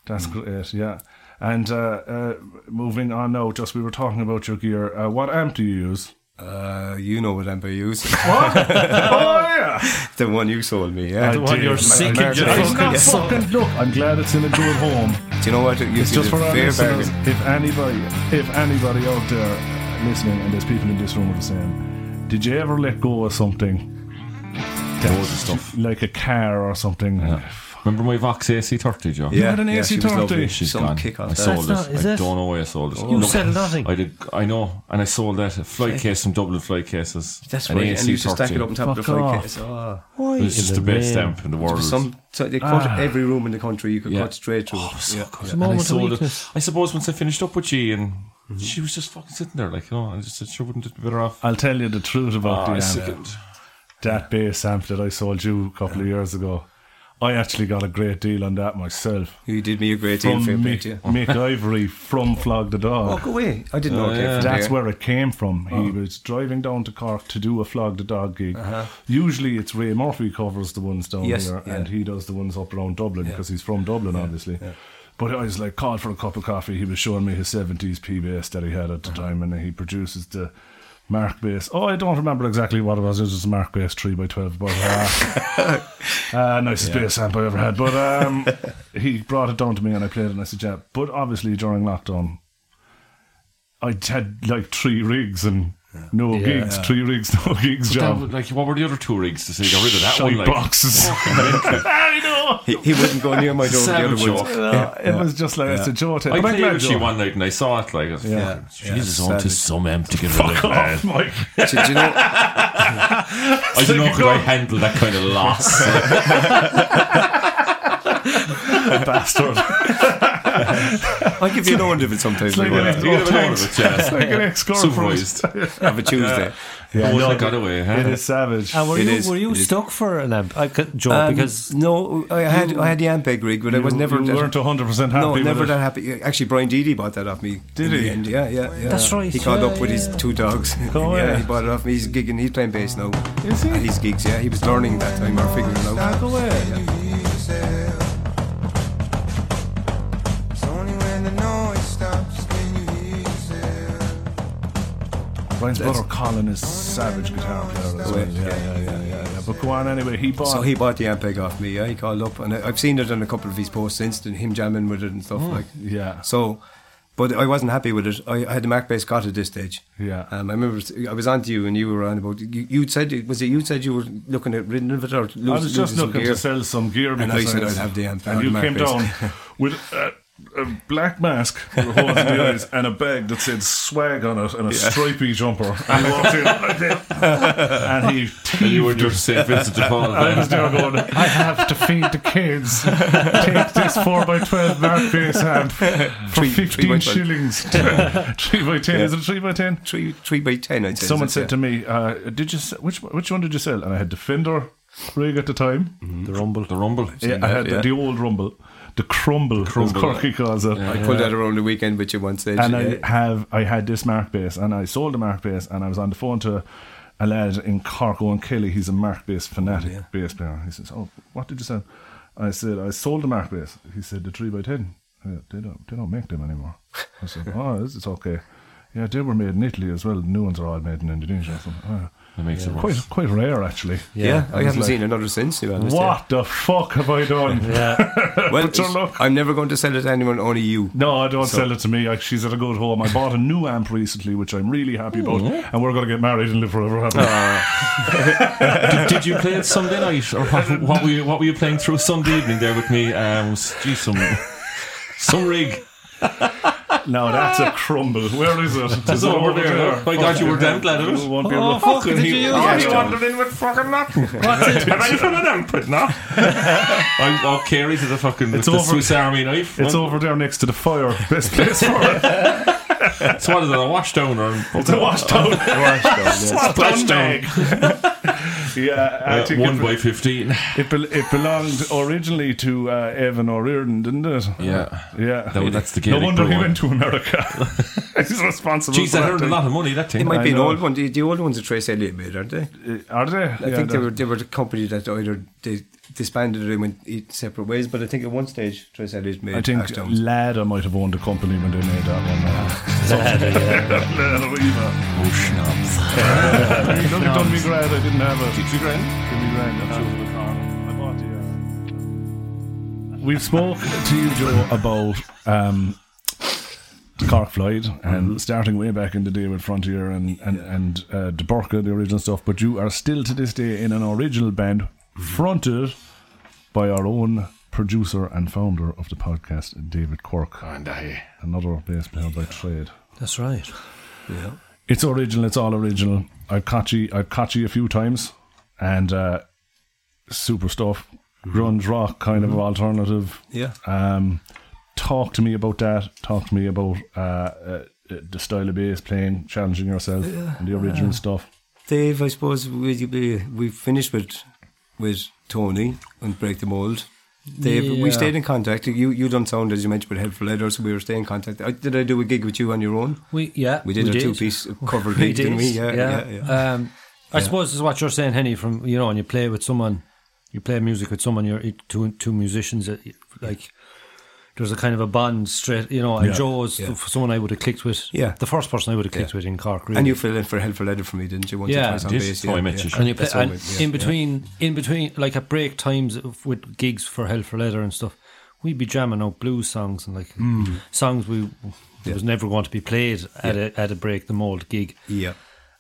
C: That's great, yeah. And uh, uh, moving on now, just we were talking about your gear. Uh, what amp do you use?
D: Uh, you know what amp I use?
C: oh, yeah.
D: the one you sold me. Yeah.
C: I
H: one
C: did.
H: you're
C: My-
H: sick
C: my-
H: in your
C: I'm
H: fucking
C: not
H: soul.
C: fucking- Look, I'm glad it's in a good home.
D: Do you know what? You
C: It's
D: see
C: just
D: the
C: for our
D: fair
C: listeners.
D: bargain.
C: If anybody, if anybody out there listening, and there's people in this room who are saying, "Did you ever let go of something?"
G: Loads of stuff.
C: like a car or something.
G: Remember my Vox AC30, Joe?
D: Yeah,
C: had an
D: yeah, she was
C: AC30.
D: lovely.
G: She's
D: Some
G: gone.
D: kick off
G: I
D: that.
G: sold
H: That's
G: it.
H: not- is
G: I
H: it?
G: don't know why I sold it.
H: You sell nothing.
G: I did. I know, and I sold that a fly case from Dublin fly cases.
D: That's
G: an
D: right. And
G: AC
D: you just stack it up on top of the
C: Fuck
D: fly
C: off.
D: case. Oh.
H: Why
G: It was
H: in
G: just the best
H: name?
G: stamp in the world.
D: Some so they cut
C: Ah.
D: every room in the country. You could
G: Yeah.
D: cut straight
G: Oh,
D: through. it. yeah.
H: It's a moment
G: and I
H: of
G: sold it.
H: weakness.
G: I suppose once I finished up with G, and
D: Mm-hmm.
G: she was just fucking sitting there, like, oh, I just said, sure, wouldn't it be better off?
C: I'll tell you the truth about
G: Ah, I
C: the amp.
G: sickened.
C: That bass amp that I sold you a couple of years ago, I actually got a great deal on that myself
D: You did me a great deal,
C: from
D: fair play
C: Mick,
D: to you.
C: Mick Ivory from Flog the Dog.
D: Walk Oh, away. I didn't know it came
G: yeah.
D: from Oh.
C: That's
D: there.
C: where it came from. He was driving down to Cork to do a flog the dog gig. Usually, it's Ray Murphy covers the ones down
D: Uh-huh. Yes,
C: here,
D: yeah.
C: and he does the ones up around Dublin because he's from Dublin, obviously. But I was like, called for a cup of coffee. He was showing me his seventies P bass that he had at the
D: Uh-huh.
C: time, and he produces the Mark bass. Oh, I don't remember exactly what it was. It was a Mark bass three by twelve, but. Uh, Uh, nicest bass amp I ever had. But um, he brought it down to me and I played it and I said, yeah. But obviously during lockdown, I had like three rigs and no gigs, three rigs, no gigs
G: That
C: job.
G: was, like, what were the other two rigs to say? Got rid of that
C: Shy
G: one. Like,
C: boxes. I know.
D: He, he wouldn't go near my door. with
G: savage
D: the other
G: Joe.
D: ones.
C: it was just like, it's a Joe tape.
G: I
C: I'm
G: played
C: glad
G: with she
C: Joe-
G: one night and I saw it like, I was
D: Yeah.
G: fucking,
D: Yeah,
G: Jesus, on to
D: savage.
G: some amp to get rid of
C: Fuck
G: it, man.
C: off, Mike.
D: Do, do you know?
G: I don't know
C: Second
G: could I
C: goal.
G: handle that kind of loss.
C: Bastard.
D: I give you an order of it sometimes.
C: like
D: Like
C: an
D: that.
C: ex-
G: You get a
C: Oh,
G: bit of it, yeah.
C: It's like an ex-girlfriend.
G: Supervised.
D: Have a Tuesday.
G: Yeah,
C: no,
G: I got away, huh?
C: It is savage.
H: And Ah, were
D: It
H: you
D: is,
H: were you
D: it is.
H: stuck for an amp, uh, c- Joe?
D: Um,
H: because
D: no, I had I had the Ampeg rig, but I was
C: You-
D: never
C: you weren't 100% happy.
D: no,
C: with
D: never
C: it.
D: that happy. Actually, Brian Deedy bought that off me.
C: Did
D: in the
C: he?
D: end. Yeah, yeah, yeah.
H: That's right,
D: He called
H: yeah,
D: up with his
H: yeah.
D: two dogs.
H: Oh,
D: yeah,
H: yeah.
D: he bought it off me. He's gigging. He's playing bass now.
C: Is he? Ah,
D: At his gigs, yeah. He was learning that time or figuring it out.
C: Go away.
F: It's only when the noise stops can you hear yourself.
C: Brian's brother Colin is savage guitar player as well.
D: Right,
C: Yeah, yeah, yeah, yeah, yeah. But go on anyway. He bought.
D: So he bought the Ampeg off me. Yeah, he called up, and I, I've seen it on a couple of his posts since, and him jamming with it and stuff like.
C: Hmm. yeah.
D: So, but I wasn't happy with it. I, I had the Mac bass cut at this stage.
C: Yeah.
D: Um, I remember I was on to you, and you were on about you. You'd said was it you said you were looking at ridding of it or losing,
C: I was just
D: losing some
C: looking
D: gear?
C: to sell some gear because
D: I said
C: was-
D: I'd have the amp-
C: And you
D: the
C: came
D: Mac
C: down
D: bass.
C: with a, a black mask with holes in the eyes and a bag that said swag on it and a stripy jumper. And he walked in like that. and he
G: And you
C: teed
G: were just saying Vincent de Paul.
C: I was
G: then.
C: there going, I have to feed the kids. Take this 4x12 mark base amp for
D: Three-
C: 15
D: three by 12.
C: shillings. 3x10. Is it 3x10?
D: three three by ten. I'd say.
C: Someone said to me, uh, "Did you s- which which one did you sell?" And I had the Fender rig at the time.
G: The Rumble. The Rumble.
C: Yeah, I had the,
D: yeah.
C: the old Rumble, the Crumble,
G: Crumble,
C: as Corky calls it.
D: I pulled that around the weekend with you one stage.
C: And
D: yeah.
C: I have I had this Mark bass, and I sold the Mark bass, and I was on the phone to a lad in Cork, Owen Kelly. He's a Mark bass fanatic bass player. He says, "Oh, what did you sell?" I said, "I sold the Mark bass." He said, "The three by ten. They don't they don't make them anymore." I said, "Oh, this is okay." Yeah, they were made in Italy as well. The new ones are all made in Indonesia. I said, "Oh,
G: That makes it
C: quite
G: worse.
C: quite rare actually.
D: yeah, I
C: was
D: haven't
C: like,
D: seen another since. To be honest, yeah.
C: What the fuck have I done?
D: Well,
C: Put your luck.
D: I'm never going to sell it to anyone. Only you.
C: No, I don't sell it to me. I, she's at a good home. I bought a new amp recently, which I'm really happy about,
G: Mm-hmm.
C: and we're going to get married and live forever happy.
G: Ah. did, did you play it Sunday night, or what, what were you what were you playing through Sunday evening there with me? Um, was, geez, some some rig.
C: now that's a crumble. Where is it? Is
G: It's
C: it
G: over there. look. By God, you were damn glad of
C: You
G: it.
C: won't be able to
G: Oh, fuck,
H: did you use
G: yeah,
H: it?
G: yeah.
A: in with fucking nothing. Have I from an output now?
G: I'm, I'll carry to the fucking with
C: It's
G: the
C: over.
G: Swiss Army knife.
C: It's over there next to the fire. Best place for it.
G: It's what is it? A washdown or
C: It's a washed out, washed
G: down.
C: bag. yeah, I
G: uh,
C: think
G: one
C: it,
G: by fifteen?
C: it, bel it belonged originally to uh, Evan O'Reardon, didn't it?
G: Yeah.
C: Yeah.
G: No, that's the
C: No
G: Gaelic
C: wonder he
G: brew
C: went to America. He's responsible.
G: Jeez,
C: for
G: that
C: that
G: earned a
C: thing.
G: lot of money. That
D: It
G: thing.
D: might
C: I
D: be an
C: know.
D: old one. The, the old ones are Trace Elliott made, aren't they?
C: Are they?
D: I think they were they were a company that either they disbanded and went eat separate ways. But I think at one stage Trace Elliott made.
C: I think
D: Ashdown's.
C: Lada might have owned the company when they made that one. uh, Lada, Weaver. You've done me glad I didn't have it. Did you grand? Did me grand. I bought the, uh, We've spoke to you, Joe, about um, Cork Floyd and starting way back in the day with Frontier and and and uh, De Burka, the original stuff. But you are still to this day in an original band, fronted by our own producer and founder of the podcast, David Cork,
G: And I.
C: another bass player by trade.
H: that's right.
C: It's original. It's all original. I've caught you. I've caught you a few times, and uh, super stuff, grunge rock kind of alternative.
D: Yeah.
C: Um, talk to me about that. Talk to me about uh, uh, the style of bass playing, challenging yourself, and the original stuff.
D: Dave, I suppose we we, we finished with with Tony and break the mold. Dave, we
H: Yeah.
D: stayed in contact. You you done sound as you mentioned with Head for Leather, so we were staying in contact. I, did I do a gig with you on your own?
H: We yeah
D: We did a two-piece cover gig, didn't we? Yeah, yeah,
H: Um, I suppose is what you're saying, Henny. From you know, when you play with someone, you play music with someone. You're it- two two musicians. uh, Like there's a kind of a bond straight. You know, and
C: Yeah.
H: Joe's f- someone I would have clicked with.
D: Yeah.
H: the first person I would have clicked with in Cork. Really.
D: And you filled in for Head for Leather for me, didn't you? Once or
H: Yeah,
D: twice on
G: this
D: bass,
G: is how I met you,
H: And you play,
D: That's how
H: and
D: we- yeah,
H: in between, in between, like at break times of- with gigs for Hell for Leather and stuff, we'd be jamming out blues songs and like
D: Mm.
H: songs we was never going to be played at a at a break the mold gig.
D: Yeah.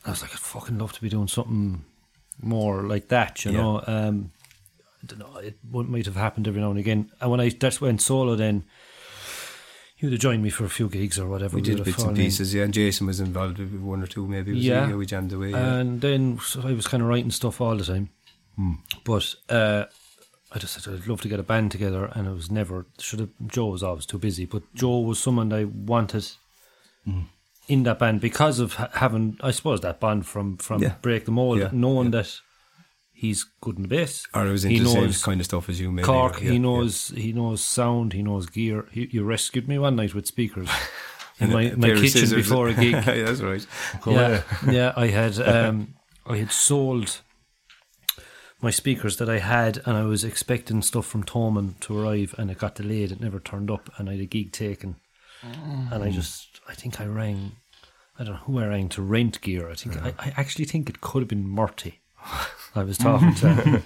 H: I was like, I'd fucking love to be doing something more like that, you
D: Yeah.
H: know. Um, I don't know, it would- might have happened every now and again. And when I that's went solo, then you'd have joined me for a few gigs or whatever.
D: We did
H: would have
D: bits and
H: fallen in.
D: pieces, yeah. And Jason was involved with one or two, maybe. Was he?
H: Yeah.
D: yeah. Hmm. We jammed away. Yeah.
H: And then so I was kind of writing stuff all the time. But uh, I just said I'd love to get a band together, and it was never. Should have Joe was always too busy, but Joe was someone I wanted
D: Hmm.
H: in that band because of ha- having, I suppose, that bond from from
D: Yeah.
H: Break the Mold,
D: Yeah,
H: knowing that he's good in the bass,
D: Or I was into
H: he
D: the same
H: knows
D: kind of stuff as you, maybe.
H: Cork,
D: yeah,
H: he
D: yeah.
H: knows he knows sound, he knows gear. He, you rescued me one night with speakers in my,
D: A
H: my
D: pair of
H: kitchen
D: scissors.
H: before a gig.
D: Yeah, That's right.
H: yeah, yeah. I had um, I had sold my speakers that I had, and I was expecting stuff from Toman to arrive, and it got delayed. It never turned up, and I had a gig taken, and I just I think I rang. I don't know who I rang to rent gear. I think I, I actually think it could have been Murty. I was talking to.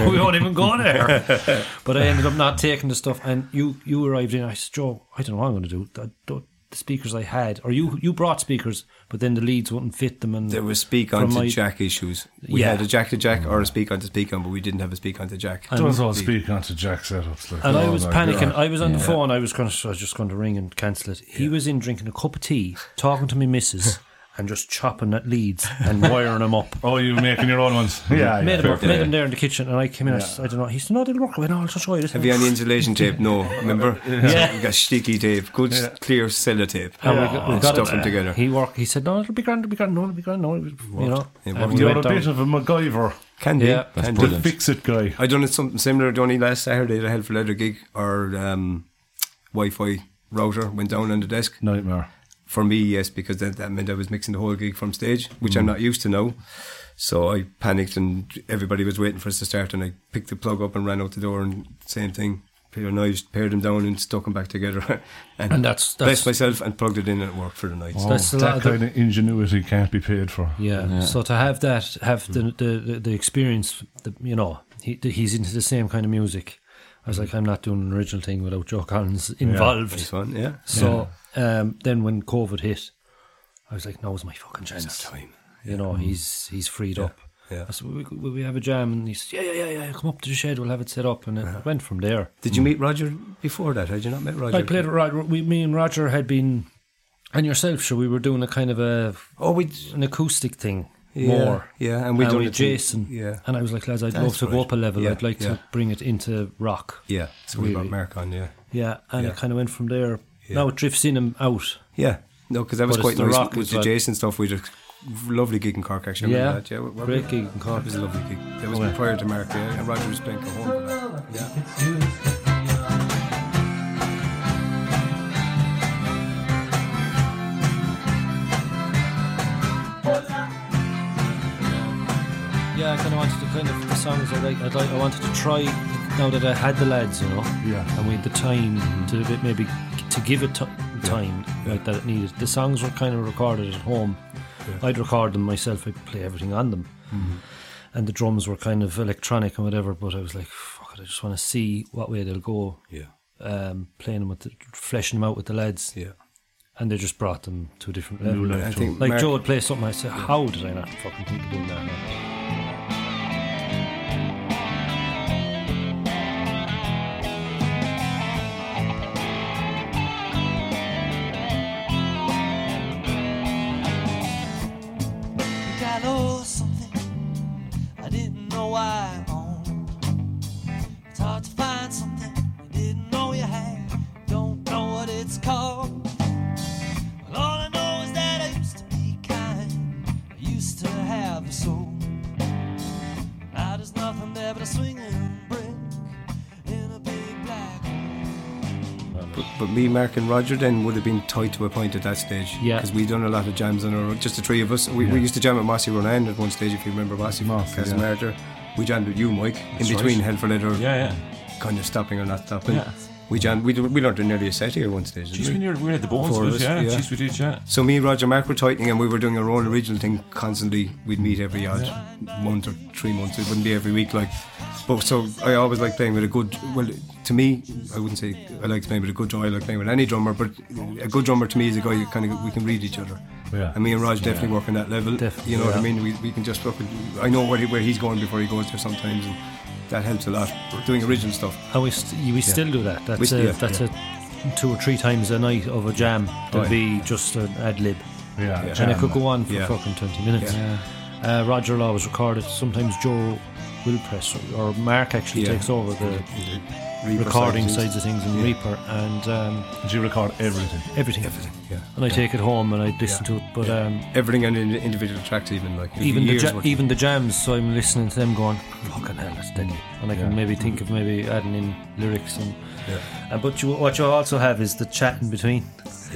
H: we won't even go there. But I ended up not taking the stuff, and you you arrived in. I said, Joe, I don't know what I'm going to do. I don't- the speakers I had, or you you brought speakers, but then the leads wouldn't fit them, and
D: There was speak
H: from
D: on to
H: my-
D: jack issues. We
H: Yeah. Mm.
D: had a jack to jack or a speak on to speak on, but we didn't have a speak on to jack.
C: It does all speak onto Jack setups. Like,
H: And I
C: oh
H: was
C: my
H: panicking.
C: God.
H: I was on the phone. I was going. To, I was just going to ring and cancel it. He was in drinking a cup of tea, talking to me missus, and just chopping at leads and wiring them up.
C: Oh, you're making your own ones. Yeah,
H: Made
C: yeah.
H: him, made him there in the kitchen, and I came in. I, said, I don't know. He said, "No, they'll work." I went, "No, I'll just show you this."
D: Have you any insulation tape? No, remember?
H: Yeah.
D: We got sticky tape, good clear sellotape.
H: And we- we
D: and
H: got
D: stuff
H: it.
D: them together.
H: He worked. He said, "No, it'll be grand. It'll be grand. No, it'll be grand. No, it'll be, you know."
D: It
H: and
D: worked.
H: we
C: You're
H: went
C: a bit
H: down.
C: of a MacGyver,
D: Can do.
H: Yeah.
D: can
G: That's
D: do.
G: brilliant.
C: fix it guy.
D: I done it something similar to only last Saturday at a helpful letter gig. Our um, Wi-Fi router went down on the desk.
C: Nightmare.
D: For me, yes, because that, that meant I was mixing the whole gig from stage, which
H: Mm.
D: I'm not used to now. So I panicked and everybody was waiting for us to start and I picked the plug up and ran out the door and same thing. Pair of knives, paired them down and stuck them back together. and,
H: And that's- that's-
D: blessed myself and plugged it in and it worked for the night.
C: Oh,
H: That's a lot
C: that
H: of the-
C: kind of ingenuity can't be paid for.
H: Yeah. So to have that, have
D: Hmm.
H: the the, the, the experience, the, you know, he, the, he's into the same kind of music. I was like,
D: Hmm.
H: I'm not doing an original thing without Joe Collins involved.
D: Nice one, yeah.
H: So um, then when COVID hit, I was like, now's my fucking chance.
D: Time.
H: You know, he's he's freed up.
D: Mm. yeah.
H: I said, will we, will we have a jam? And he said, yeah, yeah, yeah, yeah, come up to the shed, we'll have it set up. And it
D: Uh-huh.
H: went from there.
D: Did you meet Roger before that? Had you not met Roger?
H: Mm. I played with Roger. We, me and Roger had been, and yourself, sure, we were doing a kind of a
D: Oh, we
H: an acoustic thing
D: yeah,
H: more.
D: Yeah, and we
H: We
D: done
H: and
D: it
H: with
D: in-
H: Jason. Um,
D: Yeah,
H: And I was like, lads, I'd love
D: That's
H: to go
D: right.
H: up a level.
D: Yeah,
H: I'd like
D: yeah.
H: to bring it into rock.
D: yeah. So we
H: Really.
D: got Mark on. Yeah,
H: Yeah, and
D: Yeah.
H: it kind of went from there. Now it drifts in and out.
D: yeah. No, because that was
H: But
D: quite
H: it's the
D: nice
H: rock
D: with
H: as
D: the
H: well.
D: Jason stuff. We did a lovely gig in Cork actually. I
H: Yeah,
D: remember that. yeah. we- we-
H: great gig in Cork. Oh,
D: It was a lovely gig. That was prior to Mark. Yeah, and Roger was playing Cajon. for that. Yeah.
H: Yeah, I kind of wanted to kind of the songs I like. I'd like I wanted to try now that I had the lads, you know.
C: Yeah.
H: And we had the time to bit maybe to give it t- time like that it needed. The songs were kind of recorded at home. I'd record them myself. I'd play everything on them, and the drums were kind of electronic and whatever. But I was like, fuck it, I just want to see what way they'll go.
D: Yeah.
H: Um, playing them with the, fleshing them out with the lads,
D: Yeah.
H: and they just brought them to a different level.
D: I think
H: Like
D: Mark-
H: Joe would play something, I said, "How did I not fucking think of doing that?" Man?
F: Think I lost something I didn't know I owned. It's hard to find something you didn't know you had. Don't know what it's called. Well, all I know is that I used to be kind. I used to have a soul. Now there's nothing there but a swinging brick in a big black hole.
D: But, but me, Mark, and Roger then would have been tied to a point at that stage.
H: Yeah.
D: Because we'd done a lot of jams on our own, just the three of us. We, we used to jam at Mossy Ronan at one stage, if you remember Mossy,
C: Mossy,
D: Mossy
C: yeah.
D: We jammed with you, Mike, in between Hell for Leather,
G: Yeah, yeah.
D: kind of stopping or not stopping.
G: Yeah.
D: We jammed, we, we learned nearly a set here at one stage.
G: Jeez,
D: didn't
G: we,
D: we?
G: near, we had the bones
D: Four
G: of
D: of
G: it,
D: us,
G: yeah.
D: yeah.
G: Jeez, we did, yeah.
D: So me, Roger, and Mark were tightening, and we were doing our own original thing constantly. We'd meet every odd month or three months. It wouldn't be every week, like. But so I always like playing with a good. Well, to me, I wouldn't say I like playing with a good drummer. I like playing with any drummer, but a good drummer to me is a guy who kind of we can read each other.
C: Yeah.
D: And me and Raj definitely work on that level.
H: Definitely,
D: you know what
H: yeah.
D: I mean? We, we can just look. At, I know where, he, where he's going before he goes there sometimes, and that helps a lot. Doing original stuff.
H: And Oh, we, st- we still do that. That's
D: We st-
H: a,
D: yeah,
H: that's a two or three times a night of a jam. There'll
D: Oh,
H: be just an ad lib,
C: Yeah.
D: Yeah.
H: and it
C: jam.
H: could go on for
D: Yeah.
H: fucking twenty minutes. Uh, Roger Law was recorded. Sometimes Joe will press or Mark actually
D: Yeah.
H: takes over the
D: Reaper
H: recording
D: side of
H: sides of things and Reaper and um,
C: Did you record everything?
H: everything.
D: Everything, yeah.
H: And I take it home and I listen to it. But um,
D: Everything on in- individual tracks, even like
H: even the
D: years
H: ja-
D: worth.
H: even the jams, so I'm listening to them going, fucking hell, that's deadly. And I can
C: Yeah.
H: maybe think of maybe adding in lyrics and. Uh, but you, what you also have is the chat in between,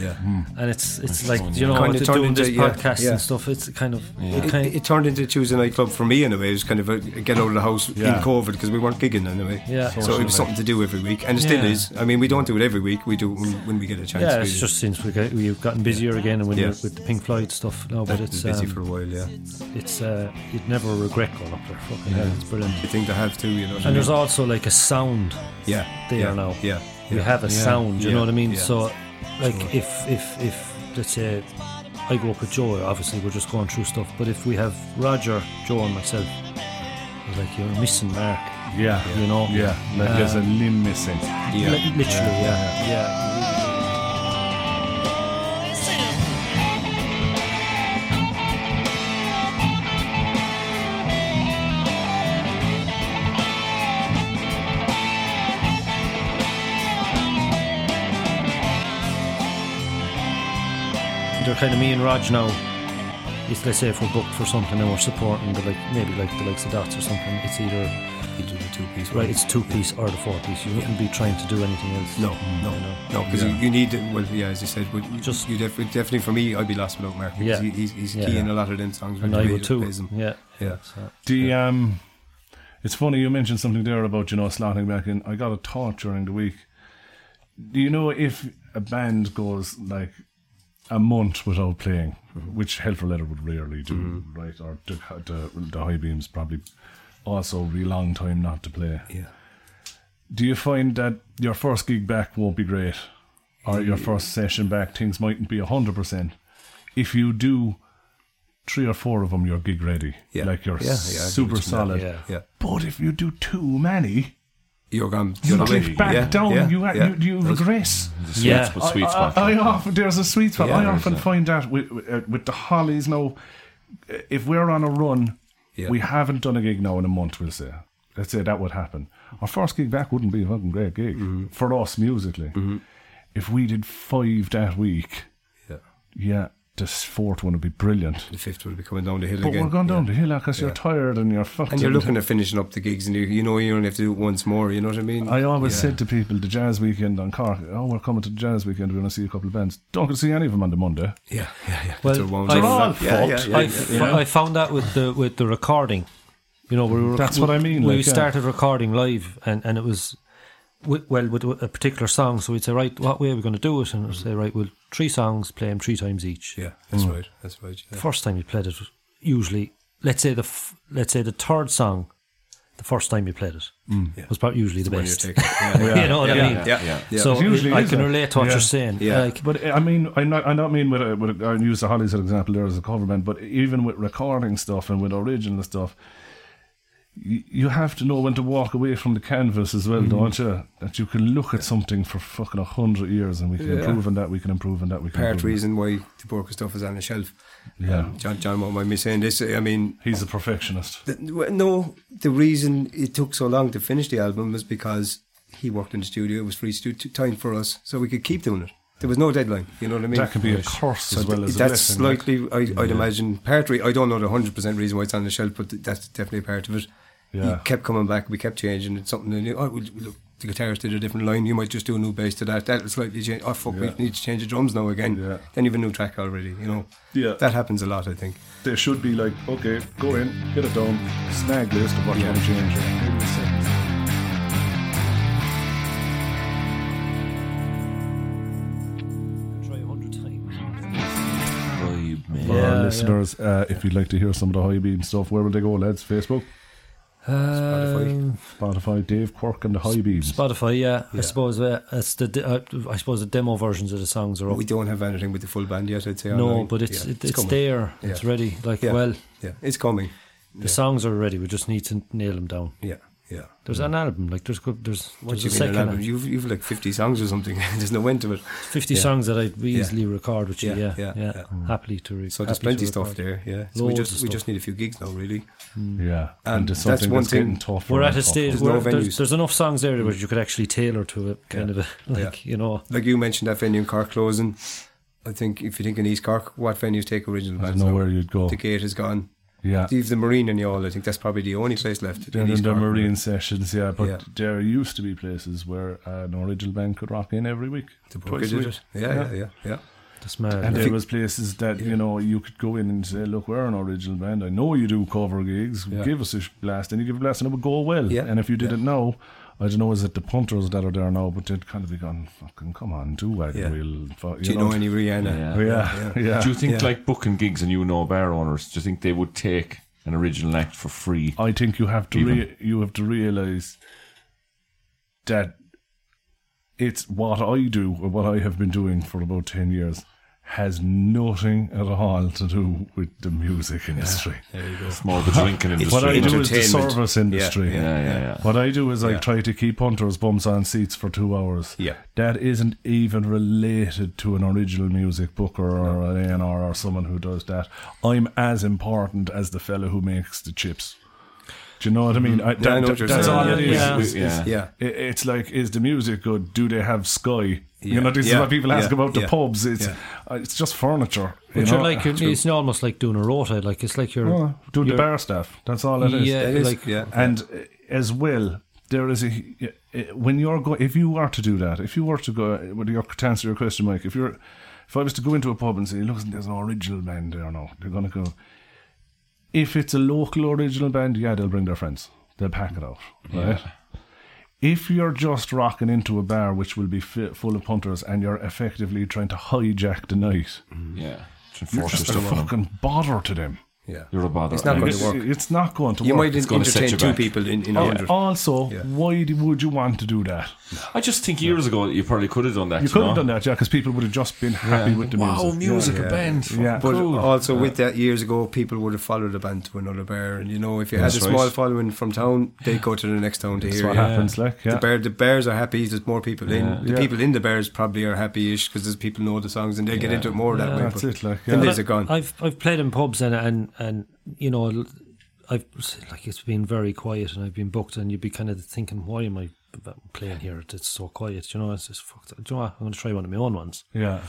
D: yeah.
H: and it's it's like you know
D: Kinda
H: what they're
D: turned
H: doing
D: into-
H: this
D: yeah,
H: podcast
D: yeah.
H: and stuff. It's kind of it
D: It,
H: kind
D: it turned into Tuesday night club for me in a way. It was kind of a get out of the house
C: Yeah.
D: in COVID because we weren't gigging anyway.
H: Yeah.
D: So it was something to do every week, and it still
H: Yeah.
D: is. I mean, we don't do it every week. We do it when, when we get a chance.
H: yeah,
D: really.
H: it's just since we got, we've gotten busier again and when
D: Yeah.
H: we're with the Pink Floyd stuff now, but
D: I've been
H: it's
D: busy
H: um,
D: for a while. Yeah,
H: it's uh, you'd never regret going up there. Fucking hell, it's brilliant.
D: you think to have too. You know. What I
H: And there's
D: mean?
H: also like a sound
D: yeah,
H: there
D: yeah,
H: now.
D: Yeah,
H: we
D: yeah.
H: have a sound. You know
D: Yeah.
H: what I mean?
D: Yeah.
H: So, like, if if if let's say I grew up with Joe, obviously we're just going through stuff. But if we have Roger, Joe, and myself, it's like you're missing Mark.
C: Yeah.
H: You know?
C: Yeah. Like there's a
H: Um,
C: limb missing.
D: Yeah.
H: Li- literally, yeah, yeah. They're kind of me and Raj now. If let's say if we're booked for something and we're supporting the like maybe like the likes of dots or something, it's either
D: You do the two-piece
H: Right,
D: one.
H: it's two piece or the four piece. You wouldn't be trying to do anything else.
D: No, no, no, because you, you need. Well, yeah, as you said, but
H: Just-
D: just you def- definitely for me, I'd be lost without Mark. because
H: Yeah.
D: he, he's, he's
H: Yeah.
D: key in a lot of them songs.
H: And
D: when
H: I
D: he
H: would
D: plays-
H: too.
D: plays them.
H: Yeah.
D: yeah,
H: So,
C: The um, it's funny you mentioned something there about you know slotting back in. I got a thought during the week. Do you know if a band goes like a month without playing, which Hell for Leather would rarely do,
D: Mm-hmm.
C: right? Or the, the, the High Beams probably also be a long time not to play.
D: yeah.
C: Do you find that your first gig back won't be great, or your first session back things mightn't be hundred percent? If you do three or four of them, you're gig ready,
D: Yeah.
C: like you're
D: Yeah, yeah, I get what you
C: super
D: mean.
C: solid.
H: yeah.
D: yeah.
C: But if you do too many,
D: You're gone.
C: you
D: You're not
C: drift back down. you, ha- you you regress. Uh,
H: Yeah.
G: Sweet, sweet spot.
C: I, I often there's a sweet spot.
D: Yeah,
C: I
D: there is
C: often
G: that.
C: find that with uh, with the Hollies now, uh, if we're on a run,
D: Yeah.
C: we haven't done a gig now in a month. We'll say, let's say that would happen. Our first gig back wouldn't be a fucking great gig
D: Mm-hmm.
C: for us musically. If we did five that week,
D: Yeah.
C: yeah, this fourth one would be brilliant.
D: The fifth will be coming down the hill
C: But
D: again.
C: we're going down
D: yeah.
C: the hill because you're tired and you're fucked.
D: and you're looking at finishing up the gigs, and you, you know you only have to do it once more. You know what I mean?
C: I always said to people, the jazz weekend on Cork, oh, we're coming to the jazz weekend, we're going to see a couple of bands. Don't go to see any of them on the Monday.
D: yeah, yeah, yeah.
H: Well,
D: It's a wound
H: I've-
D: up.
H: They're all
D: yeah, yeah,
C: fucked.
D: yeah,
H: I,
D: yeah,
H: f-
D: yeah.
H: I found that with the with the recording. You know, we were,
C: That's what I mean,
H: We
C: like, yeah.
H: started recording live, and and it was wi- well with a particular song. So we'd say, right, what way are we going to do it? And we'd say, right, well, three songs, play them three times each.
D: Yeah, that's
C: Mm.
D: right. That's right.
H: The
D: Yeah.
H: first time you played it, usually, let's say the f- let's say the third song, the first time you played it was probably usually the
D: Mm. When you're
H: best.
D: taking- yeah,
H: you know what I mean?
D: yeah, yeah, yeah.
H: So
C: It usually
H: I
C: is
H: can
C: that.
H: relate to what
C: Yeah.
H: you're saying.
D: Yeah.
H: Like,
C: But uh, I mean, I not, I don't mean with, a, with a, I use the Hollies as an example there as a cover band, but even with recording stuff and with original stuff, you, you have to know when to walk away from the canvas as well, don't you? That you can look at something for fucking a hundred years and we can improve on that, we can improve on that, we can
D: Part
C: improve. on
D: reason why the Borka stuff is on the shelf.
C: Mm-hmm.
D: Um,
C: Yeah.
D: John, John, what am I saying? This, I mean,
C: that. He's a perfectionist.
D: th- no, the reason it took so long to finish the album was because he worked in the studio. It was free stu- time for us, so we could keep doing it. There was no deadline. You know what I mean?
C: that can be a curse as well
D: th-
C: as a
D: that's
C: blessing. like-
D: slightly, I, I'd imagine, part. Re- I don't know the hundred percent reason why it's on the shelf, but th- that's definitely part of it.
C: Yeah.
D: He kept coming back. We kept changing. It's something new. Oh, well, look, the guitarist did a different line. You might just do a new bass to that. That'll slightly change. Oh fuck, we need to change the drums now again.
C: Yeah.
D: Then you've a new track already. You know.
C: Yeah.
D: That happens a lot, I think.
C: there should be like, okay, go in, get it done, snag list of what you want to change.
H: try a hundred times.
G: Vibe, man.
C: For
H: Yeah,
C: our listeners, Uh, if you'd like to hear some of the high beam stuff, where will they go, lads? Facebook,
H: Um,
C: Spotify, Dave Quirk and the High Beams.
H: Spotify, yeah, I suppose uh, it's the de- uh, I suppose the demo versions of the songs are up.
D: We don't have anything with the full band yet. I'd say.
H: no,
D: online.
H: but it's
D: Yeah,
H: it, it's
D: coming.
H: there.
D: Yeah.
H: It's ready. Like,
D: Yeah.
H: well,
D: Yeah, it's coming.
H: the songs are ready. We just need to nail them down.
D: Yeah. Yeah.
H: There's an album, like there's good, there's,
D: What
H: there's
D: do Mm. you
H: a
D: mean? an
H: second
D: album?
H: album.
D: You've, you've like 50 songs or something. There's no end to it.
H: fifty
D: Yeah.
H: songs that I we
D: Yeah.
H: easily record with you. Yeah,
D: Yeah,
H: yeah,
D: yeah, yeah. Mm.
H: happily to record.
D: So there's plenty stuff there. Yeah. So we
H: Loads of
D: just we
H: stuff.
D: just need a few gigs now, really.
C: Yeah,
D: And
C: it's
D: that's
C: something
D: one thing-
C: getting tougher.
H: We're
C: and
H: at a
C: tougher.
H: stage
D: There's
H: where
D: no
H: there's,
D: venues. Mm.
H: there's enough songs there where you could actually tailor to a kind of a like you know
D: Like you mentioned that venue in Cork closing. I think if you think in East Cork, what venues take original
C: I
D: bands?
C: don't know
D: now?
C: where you'd go.
D: The gate is gone.
C: Yeah.
D: Leave the Marine and Yall. I think that's probably the only place left. in
C: They're in
D: East
C: their
D: Cork.
C: marine sessions, yeah, but
D: Yeah.
C: there used to be places where an original band could rock in every week,
D: The Booker
C: twice a
D: did
C: week,
D: it. Yeah, yeah, yeah, yeah.
H: this man.
C: and
H: yeah.
C: there was places that you know you could go in and say, "Look, we're an original band. I know you do cover gigs.
D: Yeah.
C: Give us a sh- blast," and you give a blast, and it would go well.
D: Yeah.
C: And if you didn't know, I don't know, is it the punters that are there now? But they'd kind of be gone, "Fucking come on, do wagon
D: Yeah.
C: wheel." fu-
D: Do you know any Rihanna?
G: Yeah.
C: Yeah, Uh, yeah.
G: Do you think,
D: Yeah.
G: like booking gigs and you know bar owners, do you think they would take an original act for free?
C: I think you have to
G: Even.
C: rea you have to realize that it's what I do or what I have been doing for about ten years has nothing at all to do with the music industry.
G: It's more of a drinking industry.
C: What I
G: isn't
C: do
G: it?
C: is the
D: Entertainment.
C: service industry.
D: Yeah,
G: yeah, yeah, yeah.
C: What I do is I
D: Yeah.
C: try to keep hunters bums on seats for two hours.
D: Yeah.
C: That isn't even related to an original music booker or an A&R or someone who does that. I'm as important as the fellow who makes the chips. Do you know what I mean? I,
D: Mm-hmm. I know
C: that-
D: what you're
C: that's
D: saying.
C: all it
H: Yeah,
C: is.
H: yeah.
G: We-
H: It's-
G: yeah.
D: Yeah.
C: I- It's like, is the music good? Do they have Sky? You
D: Yeah.
C: know, this is
D: Yeah.
C: what people ask
D: Yeah.
C: about the
D: Yeah.
C: pubs. It's
D: Yeah.
C: uh, it's just furniture.
H: But
C: you
H: you're
C: know?
H: like you're, it's almost like doing a rota. Like it's like you're
C: Oh, doing the
H: you're-
C: bar stuff. That's all it is.
H: yeah,
D: It is,
H: like
D: yeah.
C: and uh, as well there is a uh, when you're go if you were to do that if you were to go with your to answer your question mike if you're if i was to go into a pub and say look there's an original band there now they're going to go if it's a local original band yeah they'll bring their friends they'll pack it out right If you're just rocking into a bar which will be fi- full of punters and you're effectively trying to hijack the night,
D: Mm-hmm.
G: yeah. To
C: you're
G: enforce
C: just a
G: yourself on them.
C: fucking bother to them.
D: Yeah.
G: You're a bother.
D: It's not
G: Like,
D: going
C: It's,
D: to work.
C: it's not going to
D: You
C: work.
D: might
G: gonna set
D: entertain
G: you
D: two
G: back.
D: people in in a
C: Oh,
D: hundred.
C: Also,
D: Yeah.
C: why d- would you want to do that?
G: I just think years ago you probably could have done that.
C: You could have
G: know?
C: done that, yeah, because people would have just been happy with the
G: Wow,
C: music.
G: music, a band.
C: Yeah.
D: But
G: Cool.
D: also with that, years ago, people would have followed a band to another bar, and you know, if you had
G: That's
D: a small
G: right.
D: following from town, they go to the next town to
C: That's
D: hear
C: what
D: you.
C: happens, like, yeah.
D: The bear, the bears are happy. There's more people in. The
C: Yeah.
D: people in the bears probably are happy-ish because there's people know the songs and they get into it more that way.
C: That's
D: but
C: it, like,
D: them
C: yeah.
D: days are gone.
H: I've I've played in pubs and and and you know l- I've like it's been very quiet and I've been booked and you'd be kind of thinking why am I b- b- playing here? It's so quiet. You know, it's just fucked. Do you know what? I'm going to try one of my own ones.
C: Yeah.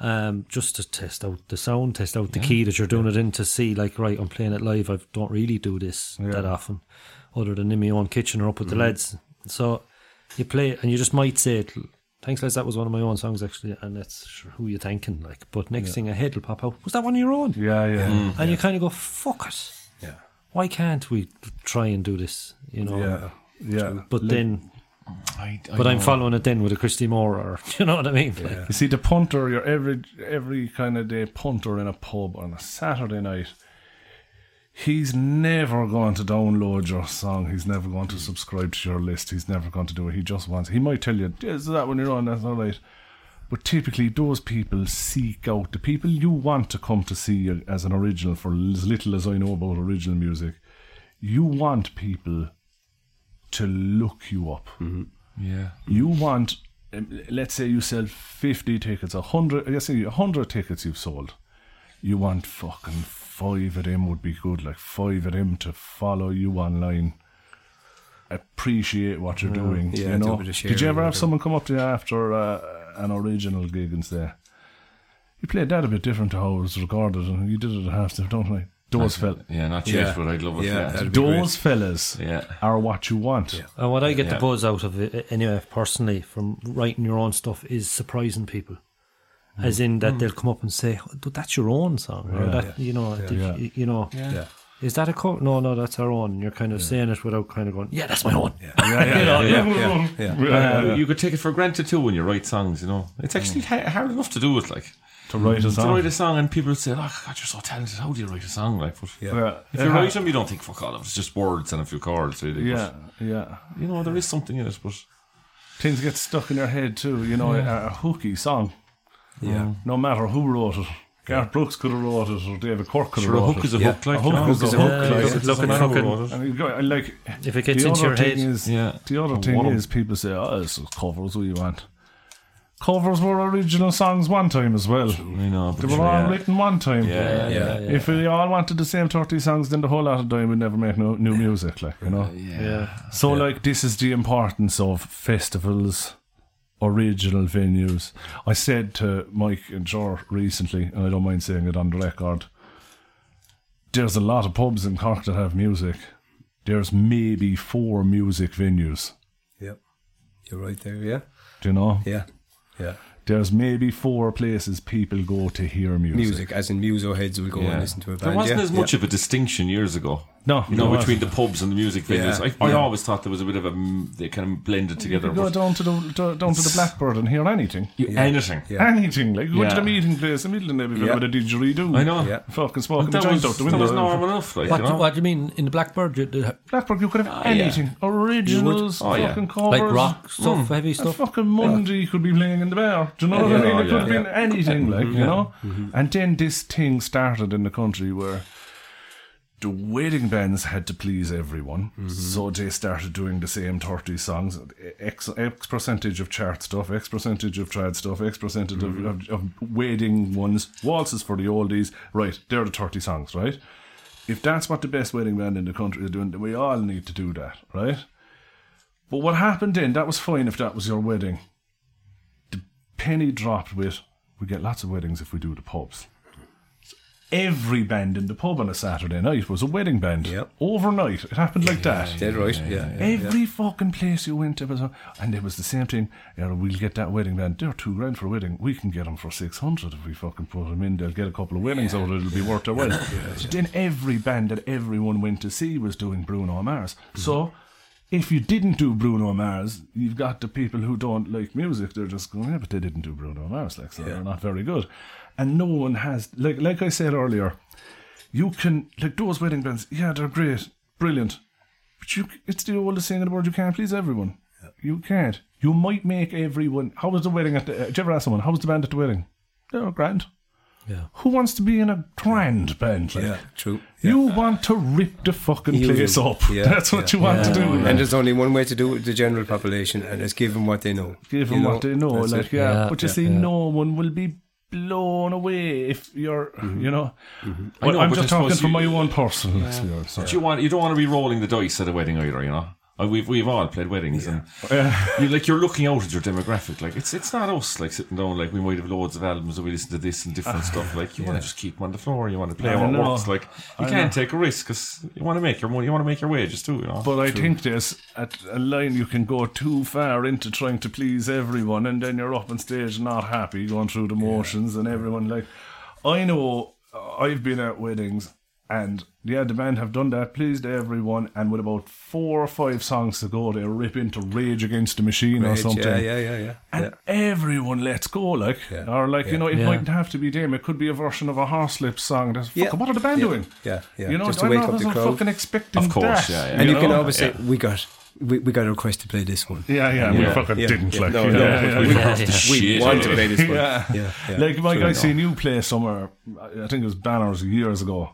H: um, just to test out the sound, test out the key that you're doing it in to see, like, right, I'm playing it live. I don't really do this that often, other than in my own kitchen or up with the lads. So you play it and you just might say it. Thanks, lads. That was one of my own songs actually, and that's sure who you're thanking. Like, but next thing I head will pop out. Was that one of your own?
C: Yeah, yeah.
H: And you kind of go, fuck it. Yeah. Why can't we try and do this? You know.
C: Yeah. Yeah.
H: But then,
G: I, I
H: but I'm
G: know.
H: following it then with a Christy Moore, or you know what I mean? Like,
C: You see, the punter, your every every kind of day punter in a pub on a Saturday night, he's never going to download your song. He's never going to subscribe to your list. He's never going to do it. He just wants. He might tell you, "This is that when you're on. That's all right." But typically, those people seek out the people you want to come to see you as an original. For as little as I know about original music, you want people to look you up
G: Yeah.
C: you want um, let's say you sell 50 tickets 100 let's say 100 tickets you've sold you want fucking five of them would be good like five of them to follow you online appreciate what you're doing
D: yeah,
C: you
D: do a
C: know
D: bit of
C: did you
D: sharing
C: ever
D: or
C: have
D: whatever.
C: someone come up to you after uh, an original gig and say you played that a bit different to how it was recorded and you did it at half time don't I those fellas
G: Yeah, not yet, but I'd love it.
D: Yeah,
G: Yeah.
D: that'd be great.
C: those fellas
G: Yeah.
C: are what you want yeah,
H: And what I get the
G: Yeah.
H: buzz out of it, anyway, personally, from writing your own stuff is surprising people. As in
G: Hmm.
H: that they'll come up and say, "Oh, dude, "That's your own song," or that you know, did
C: Yeah.
H: You, you know, is that a cover? No, no, that's our own. And you're kind of saying it without kind of going, "Yeah, that's my own."
C: yeah, yeah, Uh,
G: You- Uh, You could take it for granted too when you write songs, you know. It's actually ha- hard enough to do it, like.
C: to write a
G: To
C: Mm. song
G: write a song and people say, oh, God, you're so talented. How do you write a song? Like, but
C: Yeah.
G: if you write them, you don't think, fuck all of it. It's just words and a few chords, really.
C: Uh-huh. yeah yeah
G: But, you know, there is something in it, but.
C: things get stuck in your head too. You know, a, a hooky song.
D: Yeah.
C: No matter who wrote it, Garth Brooks could have wrote it, or David Cork could have
G: Sure, a
C: wrote it.
G: hook is a
D: Yeah.
G: hook, like
C: A hook
G: you know.
C: is a
G: Yeah,
C: hook,
G: yeah,
C: like,
G: yeah.
C: it's
G: Doesn't
A: like a
G: matter
A: fucking-
G: what it is.
C: And you go, I like
H: If it gets
C: the
H: into
C: other
H: your
C: thing
H: head.
C: is-
G: Yeah.
C: the other
G: I
C: thing
G: want 'em.
C: is people say, "Oh, this is covers we want." Covers were original songs one time as well.
G: You know,
C: They
G: but
C: were
G: sure,
C: all
G: yeah.
C: written one time.
G: Yeah,
D: yeah,
C: If we all wanted the same thirty songs, then the whole lot of time we'd never make no, new music, like you know.
H: Yeah.
C: So, like, this is the importance of festivals, original venues. I said to Mike and Jor recently, and I don't mind saying it on the record, there's a lot of pubs in Cork that have music. There's maybe four music venues,
D: Yep. You're right there, yeah?
C: do you know?
D: Yeah. Yeah.
C: There's maybe four places people go to hear music.
D: Music, as in muso heads will go
G: Yeah.
D: and listen to a band.
G: There wasn't
D: yeah?
G: as much of a distinction years ago.
C: No,
G: you know,
C: there
G: between the pubs and the music venues.
D: Yeah.
G: I, I
D: Yeah.
G: always thought there was a bit of a mm, they kind of blended together.
C: You go
G: but
C: down to the to- down to the Blackbird and hear anything.
G: you- Anything.
D: Yeah.
C: Anything. Like, you went to the
G: Yeah.
C: meeting place, the middle of the
D: Yeah.
C: with a didgeridoo.
G: I know.
D: Yeah.
C: Fucking smoking the
G: That
C: joint
G: was,
C: out the
G: that
C: window.
G: was normal enough, like
B: What,
G: you know.
B: what do you mean in the Blackbird? You- the-
C: Blackbird, you could have
D: Oh,
G: yeah.
C: anything. Originals,
G: Oh, yeah.
C: fucking covers.
B: Like rock
H: hmm.
B: stuff, heavy
C: A
B: stuff.
C: fucking Monday could be playing in the bar. Do you know what I
G: Yeah,
C: mean? It
G: yeah,
C: could have
G: yeah. Mm-hmm.
C: been anything, like, you know? And then this thing started in the country where the wedding bands had to please everyone.
G: Mm-hmm.
C: So they started doing the same 30 songs. X, X percentage of chart stuff, X percentage of trad stuff, X percentage
G: Mm-hmm.
C: of, of, of wedding ones. Waltzes for the oldies. Right, they're the 30 songs, right? If that's what the best wedding band in the country is doing, then we all need to do that, right? But what happened then, that was fine if that was your wedding. The penny dropped with, we get lots of weddings if we do the pubs. Every band in the pub on a Saturday night was a wedding band.
D: Yep.
C: Overnight. It happened like that.
D: Dead right, yeah. yeah.
C: Every fucking place you went to was, a- and it was the same thing. You know, we'll get that wedding band. They're two grand for a wedding. We can get them for six hundred if we fucking put them in. They'll get a couple of weddings out. of it. It'll be worth their while. So Then every band that everyone went to see was doing Bruno Mars. So. If you didn't do Bruno Mars, you've got the people who don't like music. They're just going, yeah, but they didn't do Bruno Mars, like so they're not very good. And no one has, like, like I said earlier, you can like those wedding bands. Yeah, they're great, brilliant. But you, it's the oldest thing in the world. You can't please everyone. You can't. You might make everyone. How was the wedding at the? Uh, did you ever ask someone how was the band at the wedding? They were grand.
B: Yeah.
C: Who wants to be in a grand band? Like,
D: Yeah, true.
C: You want to rip the fucking
D: You
C: place
D: do.
C: up.
D: Yeah,
C: That's what
D: yeah.
C: you want to do. like.
D: And there's only one way to do it with the general population, and it's give them what they know.
C: give
D: You
C: them what they know.
D: that's
C: Like,
D: it.
C: yeah,
B: Yeah,
C: but you
B: yeah,
C: see,
B: yeah.
C: no one will be blown away if you're,
D: Mm-hmm.
C: you know.
G: I
C: Well,
G: know,
C: I'm
G: but
C: just
G: I
C: talking
G: suppose
C: from my
G: you-
C: own personal experience. so-
G: Do you want you don't want to be rolling the dice at a wedding either, you know. Uh, We've we've all played weddings and you like you're looking out at your demographic. Like it's it's not us like sitting down like we might have loads of albums and we listen to this and different stuff. Like you want to just keep them on the floor. You want to play
C: Ah, I
G: what
C: know.
G: works. Like you can't take a risk because you want to make your money. You want to make your wages too. You know.
C: But I think there's a, a line you can go too far into trying to please everyone, and then you're up on stage not happy, going through the motions, and everyone like, I know uh, I've been at weddings, and yeah, the band have done that, pleased everyone, and with about four or five songs to go, they rip into Rage Against the Machine or
D: Rage,
C: something.
D: Yeah, yeah, yeah, yeah.
C: And everyone lets go, like, or like, you know, it
B: Yeah.
C: mightn't have to be them. It could be a version of a Horselip song. That's,
D: Yeah.
C: fucking, what are the band
D: Yeah.
C: doing?
D: Yeah, yeah.
C: You know,
D: Just to
C: I'm
D: wake
C: not
D: up the
C: wasn't
D: crowd.
C: fucking expecting
G: Of course,
C: that,
G: yeah, yeah.
D: And you, can
C: know?
D: always say, we got, we, we got a request to play this one.
C: Yeah, yeah, we
G: Yeah.
C: fucking
D: Yeah.
C: didn't
D: Yeah.
C: like.
D: No,
C: yeah,
D: no,
C: yeah,
D: we-
C: yeah,
D: we
C: yeah.
B: Yeah, yeah.
D: We
G: Shit.
D: want to play this one.
C: Yeah.
D: Yeah, yeah.
C: Like Mike, I seen you play somewhere. I think it was Banners years ago,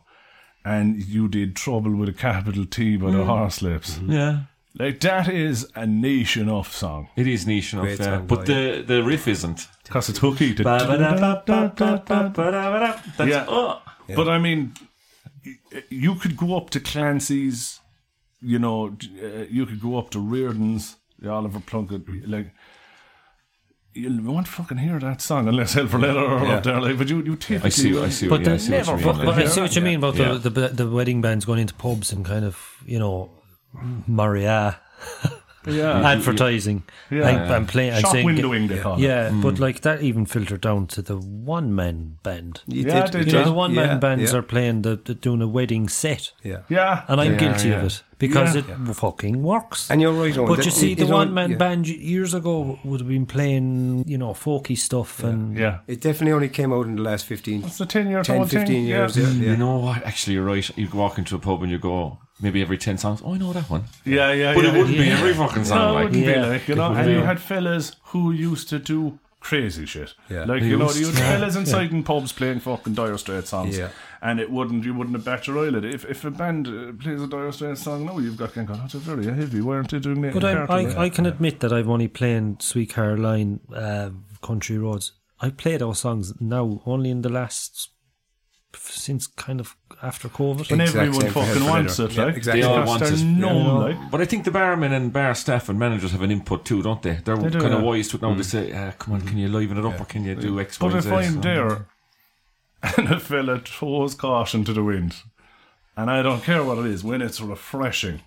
C: and you did "Trouble with a Capital T" by
D: Mm.
C: the Horselips.
D: Mm-hmm.
G: yeah.
C: Like that is a nation off song
G: It is niche enough,
D: Great
G: yeah.
D: song,
G: but
D: though,
G: the the riff isn't.
C: because it's hooky. The-
G: That's
C: Yeah.
G: oh.
C: But I mean, y- you could go up to Clancy's, you know, d- uh, you could go up to Reardon's, the Oliver Plunkett, like. You won't fucking hear that song unless Helfer Leather are up there, like. But you, you typically
G: I see. I see.
B: But
G: yeah, I
B: the-
G: see what you
C: never
G: mean,
B: But,
G: like.
B: but I see what you mean about
G: Yeah.
B: the, the the wedding bands going into pubs and kind of you know Maria
C: yeah,
B: advertising
C: Yeah.
B: and, and playing and
C: shop
B: saying
C: windowing they call it.
B: yeah, but
D: Hmm.
B: like that even filtered down to the one man band. You
D: You
C: Yeah,
D: did-
C: they
D: you
C: did.
B: know,
D: did.
B: the one man
D: Yeah,
B: bands
D: yeah,
B: are playing the, the doing a wedding set,
D: Yeah.
C: yeah.
B: and I'm
G: Yeah,
B: guilty
G: yeah.
B: of it because
C: Yeah.
B: it fucking works.
D: And you're right on.
B: But
D: that-
B: you see,
D: it-
B: the
D: it all-
B: one man
D: yeah.
B: band years ago would have been playing, you know, folky stuff and
C: Yeah.
D: It definitely only came out in the last 15,
C: It's a 10 year
D: 10,
C: old
D: 15
C: thing.
D: years.
C: Yeah.
D: Yeah,
B: Mm,
D: yeah.
G: You know what? Actually, you're right. You walk into a pub and you go maybe every ten songs. Oh, I know that one.
C: Yeah, yeah,
G: But
C: yeah.
G: it wouldn't be every fucking
C: No,
G: song.
C: it
G: like
C: wouldn't
B: Yeah.
C: be like, you know. And you had fellas who used to do crazy shit.
D: Yeah.
C: Like,
D: They
C: you know,
D: used-
C: you had fellas inside in pubs playing fucking Dire Straits songs.
D: Yeah.
C: And it wouldn't, you wouldn't have bat your eyelid. If, if a band uh, plays a Dire Straits song now, you've got going, oh, that's a very heavy. Why aren't they doing that?
B: But
C: in
B: I,
C: Carter?"
B: I, I can admit that I've only played Sweet Caroline, uh, Country Roads. I play those songs now only in the last, since kind of after COVID.
C: And
D: Exact
C: everyone
D: same for
C: fucking
D: Hellfire.
C: wants it,
D: Yeah,
C: like.
D: exactly.
G: They all
C: Because
G: want
C: they're
G: it, yeah.
C: known, like.
G: But I think the barmen and bar staff and managers have an input too, don't they? They're
C: do,
G: kind
C: yeah.
G: of wise to it now. They say, uh, "Come on, can you liven it up, or can you do X,
C: But
G: Y,
C: if
G: Z?"
C: I'm
G: So-
C: there
D: Mm-hmm.
C: and a fella throws caution to the wind, and I don't care what it is, when it's refreshing,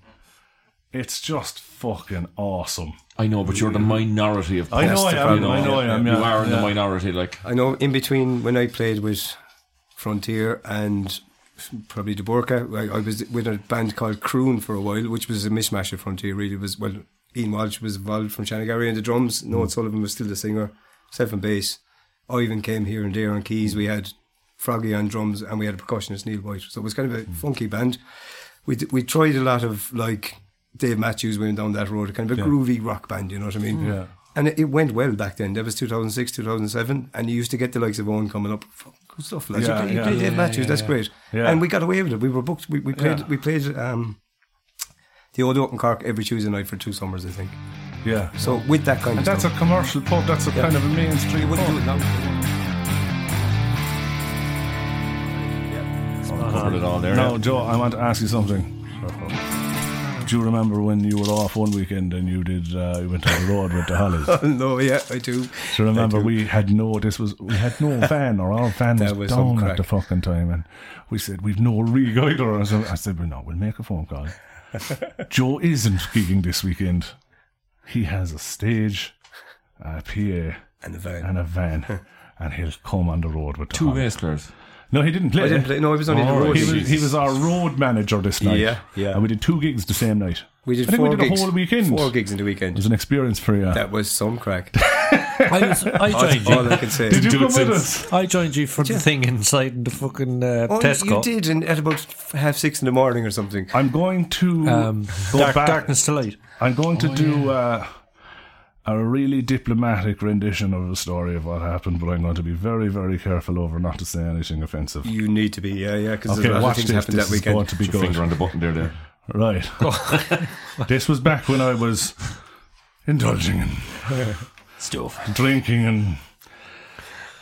C: it's just fucking awesome.
G: I know, but you're the minority of.
C: I know
G: pubs,
C: I am,
G: you
C: I know I am,
G: You
C: yeah,
G: are in the
C: yeah.
G: minority, like.
D: I know in between when I played with Frontier and probably Deborka, I, I was with a band called Croon for a while, which was a mishmash of Frontier. Really it was well, Ian Walsh was involved from Shanagarry and the drums. Noel Sullivan was still the singer, self and bass. I even came here and there on keys. We had Froggy on drums and we had a percussionist Neil White, so it was kind of a funky band. We d- we tried a lot of like Dave Matthews went down that road, kind of a groovy rock band. You know what I mean?
C: Yeah.
D: And it, it went well back then. That was 2006, 2007. And you used to get the likes of Owen coming up. Fuck, good stuff, lads.
C: Yeah,
D: you play,
C: yeah.
D: you play Dave Matthews, that's great.
C: Yeah.
D: And we got away with it. We were booked. We, we played, we played um, the Old Oak in Cork every Tuesday night for two summers, I think.
C: Yeah.
D: So with that kind
C: And
D: of
C: that's a
D: stuff.
C: commercial pub, that's a kind of a mainstream
D: wouldn't do
C: pub.
D: it now.
G: Covered it all Oh, there.
C: Now, Joe, I want to ask you something. Do you remember when you were off one weekend and you did uh, you went on the road with the Hollies? Do
D: no, yeah, I do.
C: you remember
D: I do.
C: we had no this was we had no van or our van was,
D: That was some
C: down at
D: crack.
C: the fucking time and we said we've no rig either or something. I said well no, we'll make a phone call. Joe isn't gigging this weekend. He has a stage, a PA
D: And the van.
C: and a van and he'll come on the road with the
G: Two
C: Hollies.
G: bass players.
C: No, he didn't play.
D: I didn't play. No, I was only the
G: Oh,
D: road.
C: He was,
G: Jesus.
C: he was our road manager this night.
D: Yeah, yeah.
C: And we did two gigs the same night.
D: We did
C: I think
D: four
C: we did
D: gigs.
C: a whole weekend.
D: Four gigs in the
C: It was
D: weekend.
C: an experience for you.
D: That was some crack.
B: I, was, I joined you.
D: All I can say.
C: did you
G: Do
C: come
G: it
C: with
G: since.
C: us?
B: I joined you for the thing inside the fucking uh,
D: Oh,
B: Tesco.
D: you did, and at about f- half six in the morning or something.
C: I'm going to
B: Um,
C: go
B: dark,
C: back.
B: darkness to light.
C: I'm going
D: oh,
C: to do uh, a really diplomatic rendition of the story of what happened, but I'm going to be very, very careful over not to say anything offensive.
D: You need to be, yeah, yeah, because
C: Okay,
D: a lot of
C: watch
D: things
C: this.
D: happened
C: This
D: that
C: is
D: weekend.
C: going to be
G: Your
C: good.
G: finger on the button there, there.
C: Right. this was back when I was indulging in
B: Stuff.
C: drinking and.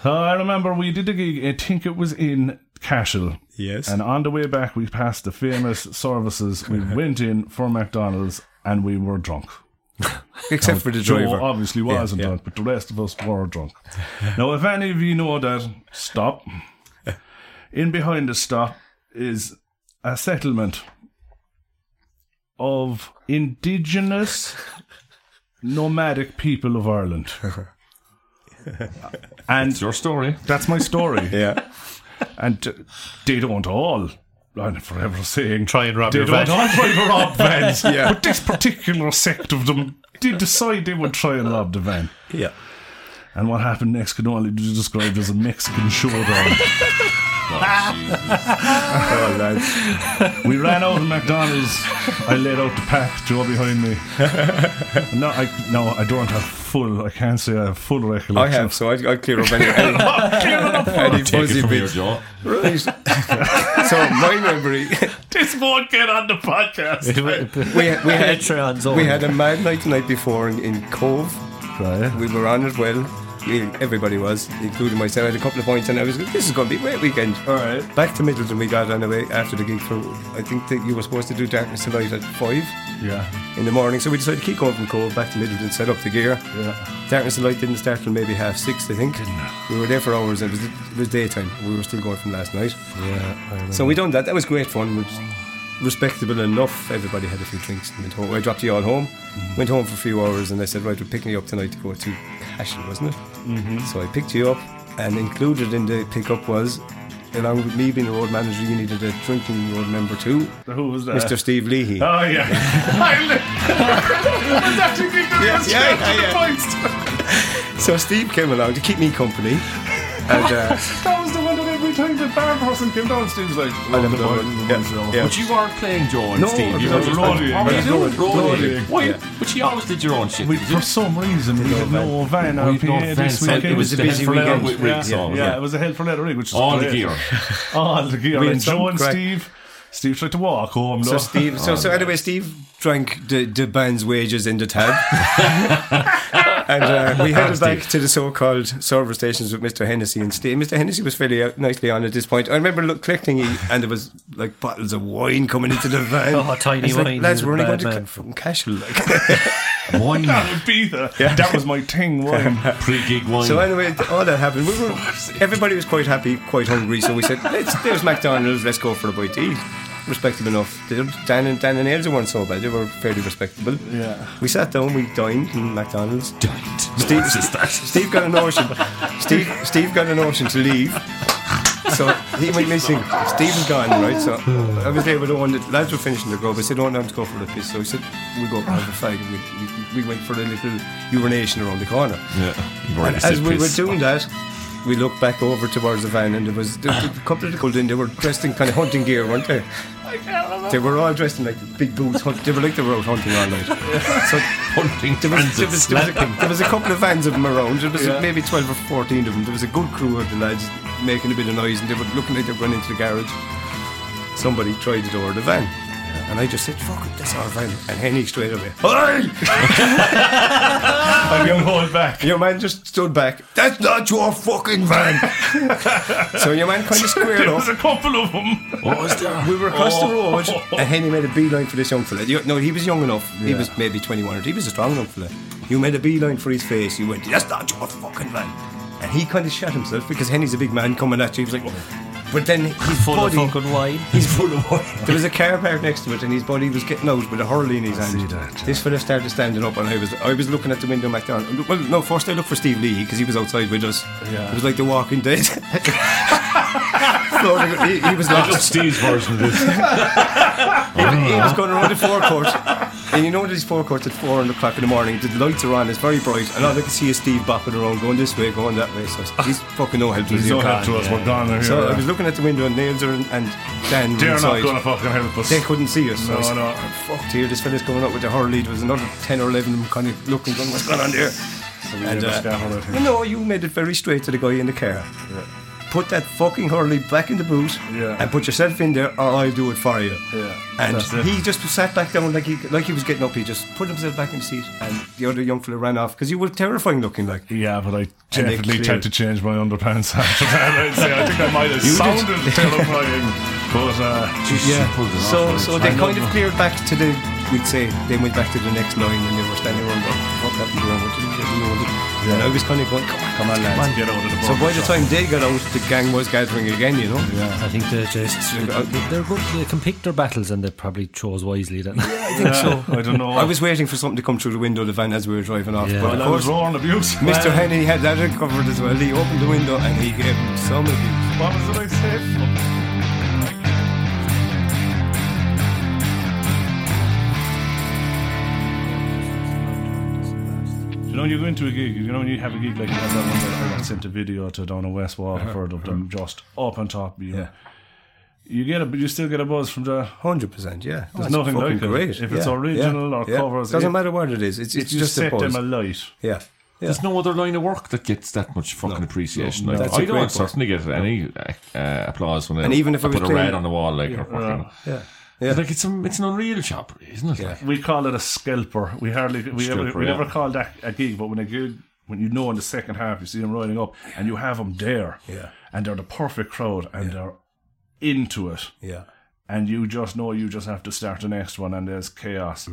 C: So I remember we did a gig. I think it was in Cashel.
D: Yes.
C: And on the way back, we passed the famous services. We went in for McDonald's and we were drunk.
D: Except for the driver.
C: Joe obviously wasn't
D: yeah.
C: drunk, but the rest of us were drunk. now, if any of you know that, stop. In behind the stop is a settlement of indigenous nomadic people of Ireland. and
G: It's your story.
C: that's my story.
D: Yeah.
C: And uh, they don't all. I'm forever saying
H: Try and rob
C: they
H: your
C: don't
H: van.
C: all try to rob vans.
D: Yeah.
C: But this particular sect of them did decide they would try and rob the van.
D: Yeah.
C: And what happened next can only be described as a Mexican showdown.
D: Oh, lads.
C: we ran out of McDonald's. I laid out the pack, Joe behind me. No, I no, I don't have full. I can't say I have full recollection.
D: I have, so I'd, I'd clear up any, any, any
G: Take it
D: fuzzy
G: from here,
D: bits.
G: Joe.
D: Right. so my memory,
C: This won't get on the podcast.
D: we, had- we had
B: Patreon's
D: we
B: on.
D: had a mad night the night before in, in Cove.
C: Right.
D: We were on it well. We, everybody was, including myself. I had a couple of points, and I was this is going to be a great weekend.
C: All right.
D: Back to Middleton, we got on the way after the gig. For I think that you were supposed to do Darkness to Light at five.
C: Yeah.
D: in the morning. So we decided to keep going from Cove back to Middleton, set up the gear.
C: Yeah.
D: Darkness and light didn't start till maybe half six, I think. We were there for hours. It was, it was daytime. We were still going from last night. Yeah. So we done that. That was great fun. It was respectable enough. Everybody had a few drinks and went home. I dropped you all home. Went home for a few hours, and I said, right, we're picking you up tonight to go to Cashel, wasn't it? Mm-hmm. So I picked you up, and included in the pickup was. Along with me being a road manager, you needed a drinking road member too,
C: Who was uh, that?
D: Mr. Steve Leahy.
C: Oh yeah.
D: Yes, yeah, yeah, So Steve came along to keep me company. And uh,
C: That was the one that every time the Barbaros and Kim Dawes teams like. "Oh, I
D: them both. Yeah, yeah.
G: But you weren't playing Joe and
D: No,
G: Steve. You
D: no,
G: were just
C: Roddy.
G: What were you
C: Yeah.
G: doing?
C: Roddy.
G: Roddy.
C: Roddy.
G: Why-
D: Yeah.
G: But you always did your own shit.
C: We,
G: did
C: for
G: you?
C: some reason, we didn't
D: Van.
C: know Van
G: We didn't know
C: RPA this
G: Van.
C: weekend.
G: It was
D: a busy
C: Hell for Leather
D: weekend.
C: Week,
G: Yeah,
C: so,
G: yeah.
C: yeah. it was a hell for leather week, which is
G: All the
C: great.
G: gear.
C: All the gear.
D: We
C: and
D: had some
C: Joe and
D: crack.
C: Steve. Steve tried to walk home.
D: So
C: though.
D: Steve, so,
B: Oh.
D: so anyway, Steve drank the, the band's wages in the tab, and uh, we headed back to the so-called server stations with Mr. Hennessy and Steve. Mr. Hennessy was fairly uh, nicely on at this point. I remember look, collecting, he- and there was like bottles of wine coming into the van.
B: Oh, tiny
D: It's like,
B: wine,
D: lads!
B: he's a
D: We're only
B: bad
D: going
B: man.
D: to ca- from Cashel. Like.
G: Wine.
C: That would be the- That was my thing. Wine.
G: Pre-gig wine.
D: So anyway, th- all that happened. We were, everybody was quite happy, quite hungry. So we said, let's, there's McDonald's. Let's go for a bite to eat. Respectable enough. The- Dan and Dan and Ailsa weren't so bad. They were fairly respectable.
C: Yeah.
D: We sat down. We dined in McDonald's.
G: Steve,
D: Steve, Steve got an ocean. Steve, Steve got an ocean to leave. So he went missing. Steve was gone, right? So I was there with Owen. The lads were finishing their grub. I said, Owen, I'm to go for the piss. So he said, we go have a fag. And we, we went for a little urination around the corner. And as we were doing that, we looked back over towards the van, and there was there was a couple of the children. They were dressed in kind of hunting gear, weren't they? They were all dressed in like big boots. Hunt, they were like they were out hunting all night. So
G: hunting
D: there was, there,
G: transit
D: was, there, was
G: slap.
D: a, there was a couple of vans of them around. There was maybe twelve or fourteen of them. There was a good crew of the lads making a bit of noise, and they were looking like they were going into the garage. Somebody tried the door of the van, and I just said, "Fuck it, that's our van." And Henny straight away, "Hey!"
C: I'm going to hold back.
D: Your man just stood back. That's not your fucking van. so your man kind of squared
C: There was
D: off.
C: a couple of them.
G: What was there?
D: We were across the road, and Henny made a beeline for this young fella. You- No, he was young enough. He was maybe 21 or he was a strong enough fella. You made a beeline for his face. You went, that's not your fucking van. And he kind of shot himself because Henny's a big man coming at you. He was like, but then his
B: Full
D: body,
B: of fucking wine.
D: he's full of wine. There was a car parked next to it, and his body was getting out with a hurley in his hand.
C: see that, yeah.
D: This fella started standing up, and I was I was looking at the window back down. Well, no, first I looked for Steve Lee because he was outside with us.
C: Yeah.
D: It was like The Walking Dead. So, he, he was
G: I love
D: lost.
G: Steve's version of this.
D: He was going around the forecourt. And you know these forecourts at four o'clock in the morning, the lights are on, it's very bright, and all I could see is Steve bopping around, going this way, going that way. So he's fucking no help to us.
C: He's
D: he
C: no
D: can't.
C: help to us. We're gone. Here.
D: So I was looking at the window, and Nails and, and Dan were
C: They're
D: inside.
C: not going to fucking help us.
D: They couldn't see us. So
C: No,
D: I said,
C: no.
D: "Oh, Fucked here. This fella's coming up with the hurley. There was another 10 or 11 of them kind of looking, going, what's going on there?
C: made
D: and,
C: a scatter at him.
D: you know, you made it very straight to the guy in the car. Put that fucking hurley back in the boot
C: Yeah.
D: and put yourself in there, or I'll do it for you.
C: Yeah,
D: And
C: that's it.
D: he just sat back down like he like he was getting up. He just put himself back in the seat, and the other young fella ran off because you were terrifying looking like.
C: Yeah, but I
D: they
C: definitely
D: cleared.
C: tried to change my underpants after that. I'd say. I think I might have sounded terrifying, but uh,
G: Pulled it off,
D: So
C: Oh,
G: like,
D: so they kind of cleared back to the we'd say they went back to the next line and they were standing around going, what happened to them? What did you do? And I was kind of going, come on, come on, lads.
C: get out of the
D: So by
C: box.
D: the time they got out, the gang was gathering again, you know.
B: I think they're just they're good. They can pick their battles, and they probably chose wisely. Then
C: I don't know.
D: I was waiting for something to come through the window of the van as we were driving off.
B: Yeah.
D: But
C: Well,
D: of
C: I was
D: course,
C: roaring abuse.
D: Mr. Henny had that uncovered as well. He opened the window and he gave him some abuse.
C: What was it I said? You know, when you go into a gig, you know, when you have a gig like you have that one that I sent a video to down in West Waterford of them just up on top of you.
D: Uh-huh. Yeah.
C: You get a, you still get a buzz from the.
D: Hundred percent, yeah.
C: There's
D: That's
C: nothing
D: fucking
C: like it.
D: great.
C: If it's original or covers,
D: doesn't
C: it-
D: matter what it is. It's, it's,
C: you
D: just
C: set
D: a buzz.
C: them alight.
D: yeah, yeah.
G: There's no other line of work that gets that much fucking appreciation. Like,
D: That's a
G: I
D: great
G: don't
D: point.
G: certainly get any uh, applause when
D: And
G: I,
D: even if
G: I
D: it was
G: put a red
D: clean-
G: on the wall, like or fucking,
D: yeah.
G: It's like it's, a, it's an unreal job, isn't it? Like,
C: We call it a scalper. We hardly we,
G: Scalper,
C: ever, we
G: yeah.
C: never call that a gig, but when a gig when you know in the second half you see them riding up and you have them there,
D: Yeah.
C: and they're the perfect crowd and they're into it,
D: yeah.
C: and you just know you just have to start the next one and there's chaos.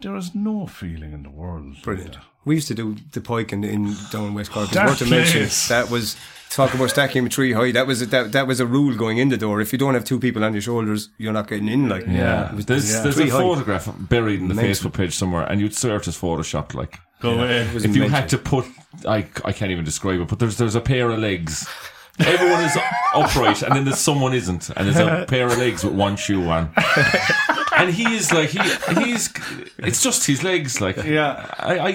C: There is no feeling in the world. like
D: Mm-hmm. Brilliant.
C: that.
D: We used to do the pike in, in down in West Cork. It's
C: That
D: worth a mention.
C: place.
D: That was talk about stacking a tree high. That was a, that, that was a rule going in the door. If you don't have two people on your shoulders, you're not getting in. Like
G: yeah,
D: It was-
G: uh, there's,
C: yeah.
G: there's a
D: Three height.
G: photograph buried in the
D: Amazing.
G: Facebook page somewhere, and you'd search as photoshopped. Like
C: Go away.
D: it was
G: if you
D: amazing.
G: had to put, I, I can't even describe it, but there's there's a pair of legs. Everyone is upright, and then there's someone isn't, and there's a pair of legs with one shoe on. and he is like he he's it's just his legs like
C: Yeah.
G: I, I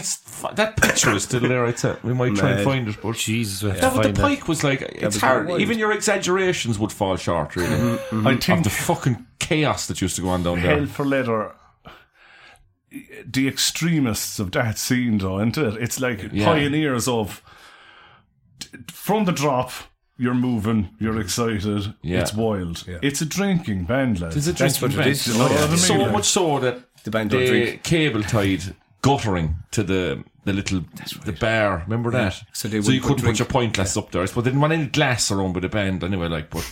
G: that picture is still there I tell we might try and find it but
B: Jesus, we have
G: that
B: to
G: what the
B: find that.
G: pike was like it's
D: was
G: hard
D: wild.
G: even your exaggerations would fall short really
B: Mm-hmm.
C: I
G: of
C: think
G: the fucking chaos that used to go on down there
C: hell for leather. The extremists of that scene, though, isn't it? It's like
G: Yeah.
C: pioneers of from the drop. You're moving. You're excited.
G: Mm-hmm. Yeah.
C: It's wild. It's a drinking band, lads.
G: It's a
D: That's
G: drinking
D: what it
G: band.
D: is.
C: You know
D: Oh, yeah.
C: what I mean?
G: so
C: Like,
G: much so that
D: The band don't
G: they
D: drink.
G: cable tied guttering to the the little the bar. Remember that?
D: So they
G: you
D: wouldn't put
G: couldn't put
D: drink-
G: your pint glass up there. I suppose they didn't want any glass around with the band anyway. Like, but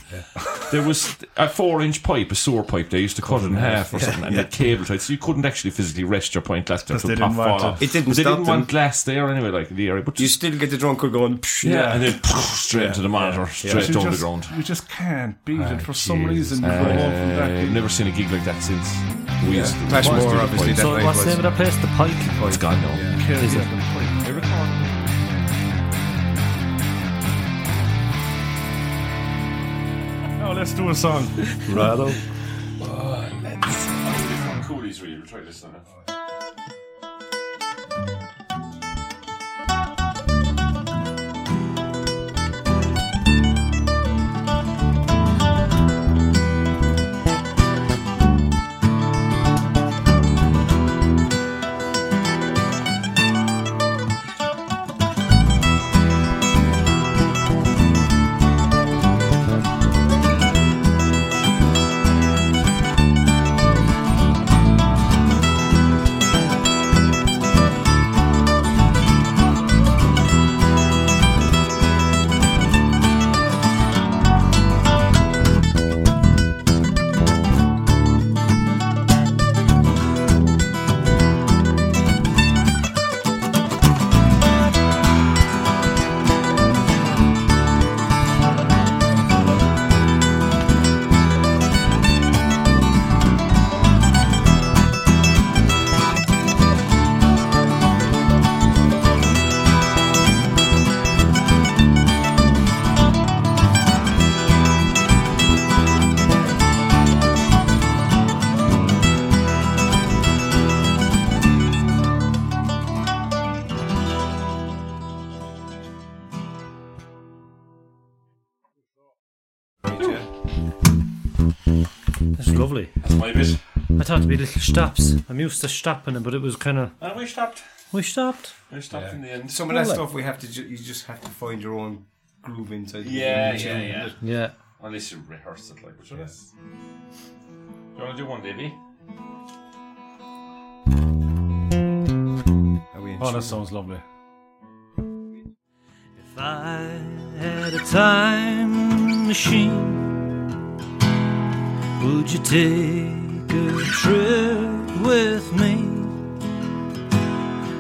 G: there was a four inch pipe, a sewer pipe. They used to cut it in half or something, and they cable tied, so you couldn't actually physically rest your pint glass there.
C: Because
G: till
C: they
G: pop
C: didn't want
G: fall off.
C: to.
D: It didn't
G: But They
D: stop
G: didn't
D: them.
G: want glass there anyway, like in the area. But
D: You
G: just,
D: still get the drunk going, Psh,
G: yeah,
D: yeah.
G: and then straight into the monitor, straight
C: you
G: down
C: just,
G: the ground.
C: You just can't beat it for some reason. You go
G: Ah, Uh,
C: off from that
G: I've never seen a gig like that since. We used to-
D: Clash
G: we used to
D: Moore,
G: do
D: obviously,
G: pipe.
D: that
B: So
D: way
B: what's
D: was.
B: the name of that place? The pike.
G: Oh, it's gone now.
B: Is it?
C: Oh, let's do a song.
D: Rado.
G: Coolies really, we'll try this one.
B: Mm-hmm. That's lovely.
G: That's my bit.
B: I thought it'd be little stops. I'm used to stopping it, but it was kind of
G: And we stopped.
B: we stopped.
G: We stopped in the end.
D: Some of that stuff we have to, ju- you just have to find your own groove inside. the
G: Yeah,
D: groove,
G: yeah,
D: you know?
G: yeah.
B: Yeah.
G: Unless you rehearse it, like, which yeah. is. You want to do one, Davey?
D: Are we in
C: Oh, that sounds lovely.
B: If I had a time machine, would you take a trip with me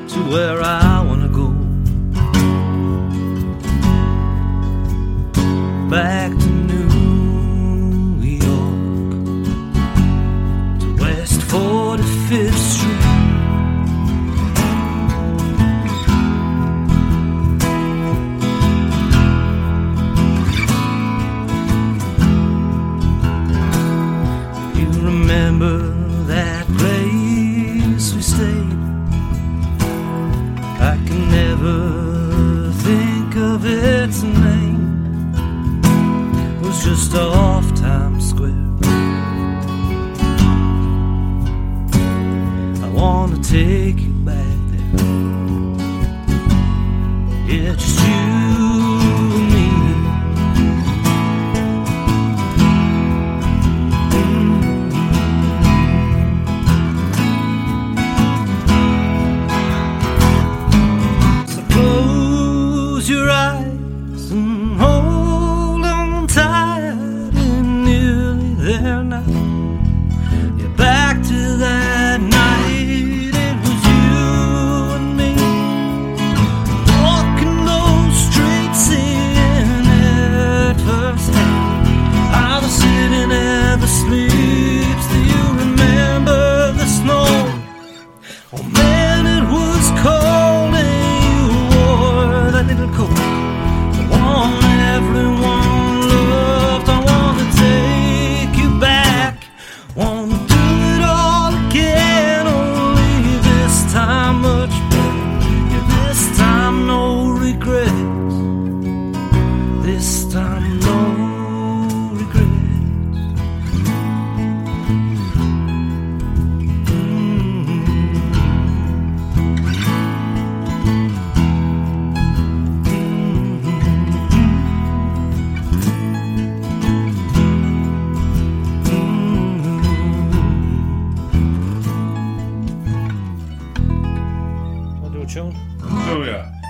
B: to where I want to go? Back to New York, to West 45th Street. You remember that place we stayed? I can never think of its name. It was just off Times Square. I wanna take you back there. Yeah, just you and me. So close your eyes and hold on tight and nearly there now. You're back to that night. It was you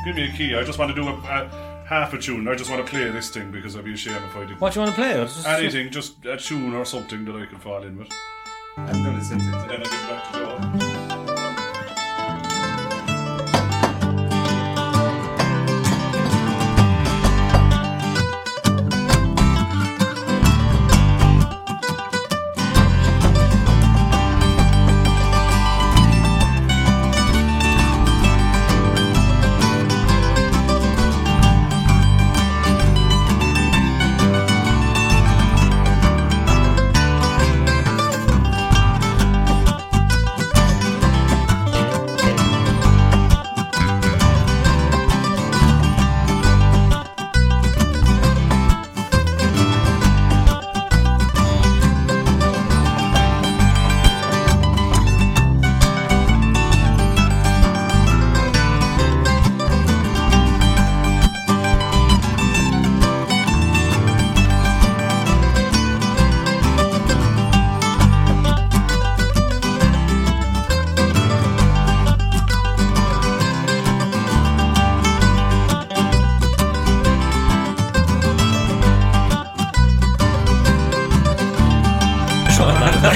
C: Give me a key. I just want to do a, a half a tune. I just want to play this thing because I'd be ashamed if I didn't.
H: What do you want to play? It's just-
C: Anything, just a tune or something that I can fall in with.
D: I've done it since it's-
C: Then I get back to the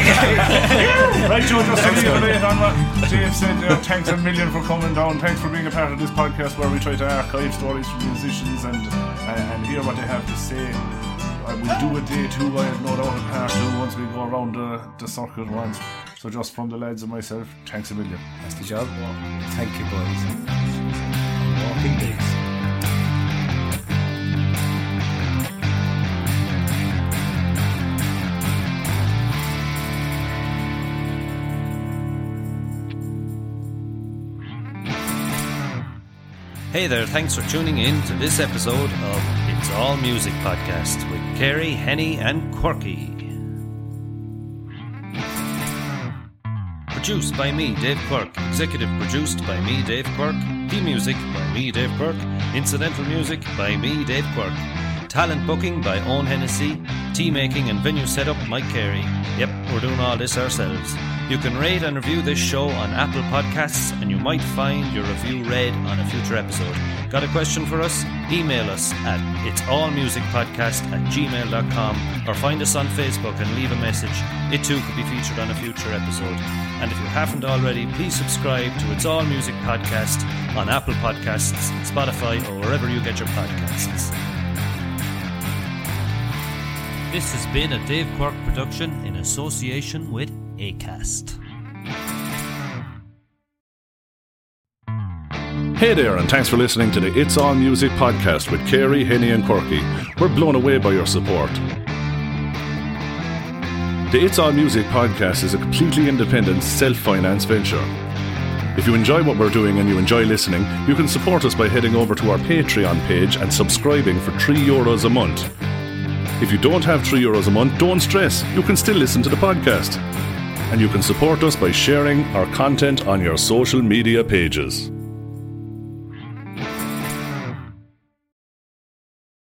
C: Right, Joe, just to reiterate on what Dave said there, thanks a million for coming down. Thanks for being a part of this podcast where we try to archive stories from musicians and uh, and hear what they have to say. I will do a day two, I have no doubt, a part two once we go around the, the circuit once. So, just from the lads and myself, thanks a million.
D: That's the job. Thank you, boys. Walking days.
G: Hey there, thanks for tuning in to this episode of It's All Music Podcast with Carrie, Henny, and Quirky. Produced by me, Dave Quirk. Executive produced by me, Dave Quirk. The music by me, Dave Quirk. Incidental music by me, Dave Quirk. Talent booking by Owen Hennessy. Tea making and venue setup, Mike Carey. Yep, we're doing all this ourselves. You can rate and review this show on Apple Podcasts, and you might find your review read on a future episode. Got a question for us? Email us at itsallmusicpodcast at gmail.com or find us on Facebook and leave a message. It too could be featured on a future episode. And if you haven't already, please subscribe to It's All Music Podcast on Apple Podcasts, Spotify, or wherever you get your podcasts. This has been a Dave Quirk production in association with ACAST.
I: Hey there, and thanks for listening to the It's All Music podcast with Carey, Henny, and Quirky. We're blown away by your support. The It's All Music podcast is a completely independent, self financed venture. If you enjoy what we're doing and you enjoy listening, you can support us by heading over to our Patreon page and subscribing for 3 euros a month. If you don't have 3 euros a month, don't stress, you can still listen to the podcast. And you can support us by sharing our content on your social media pages.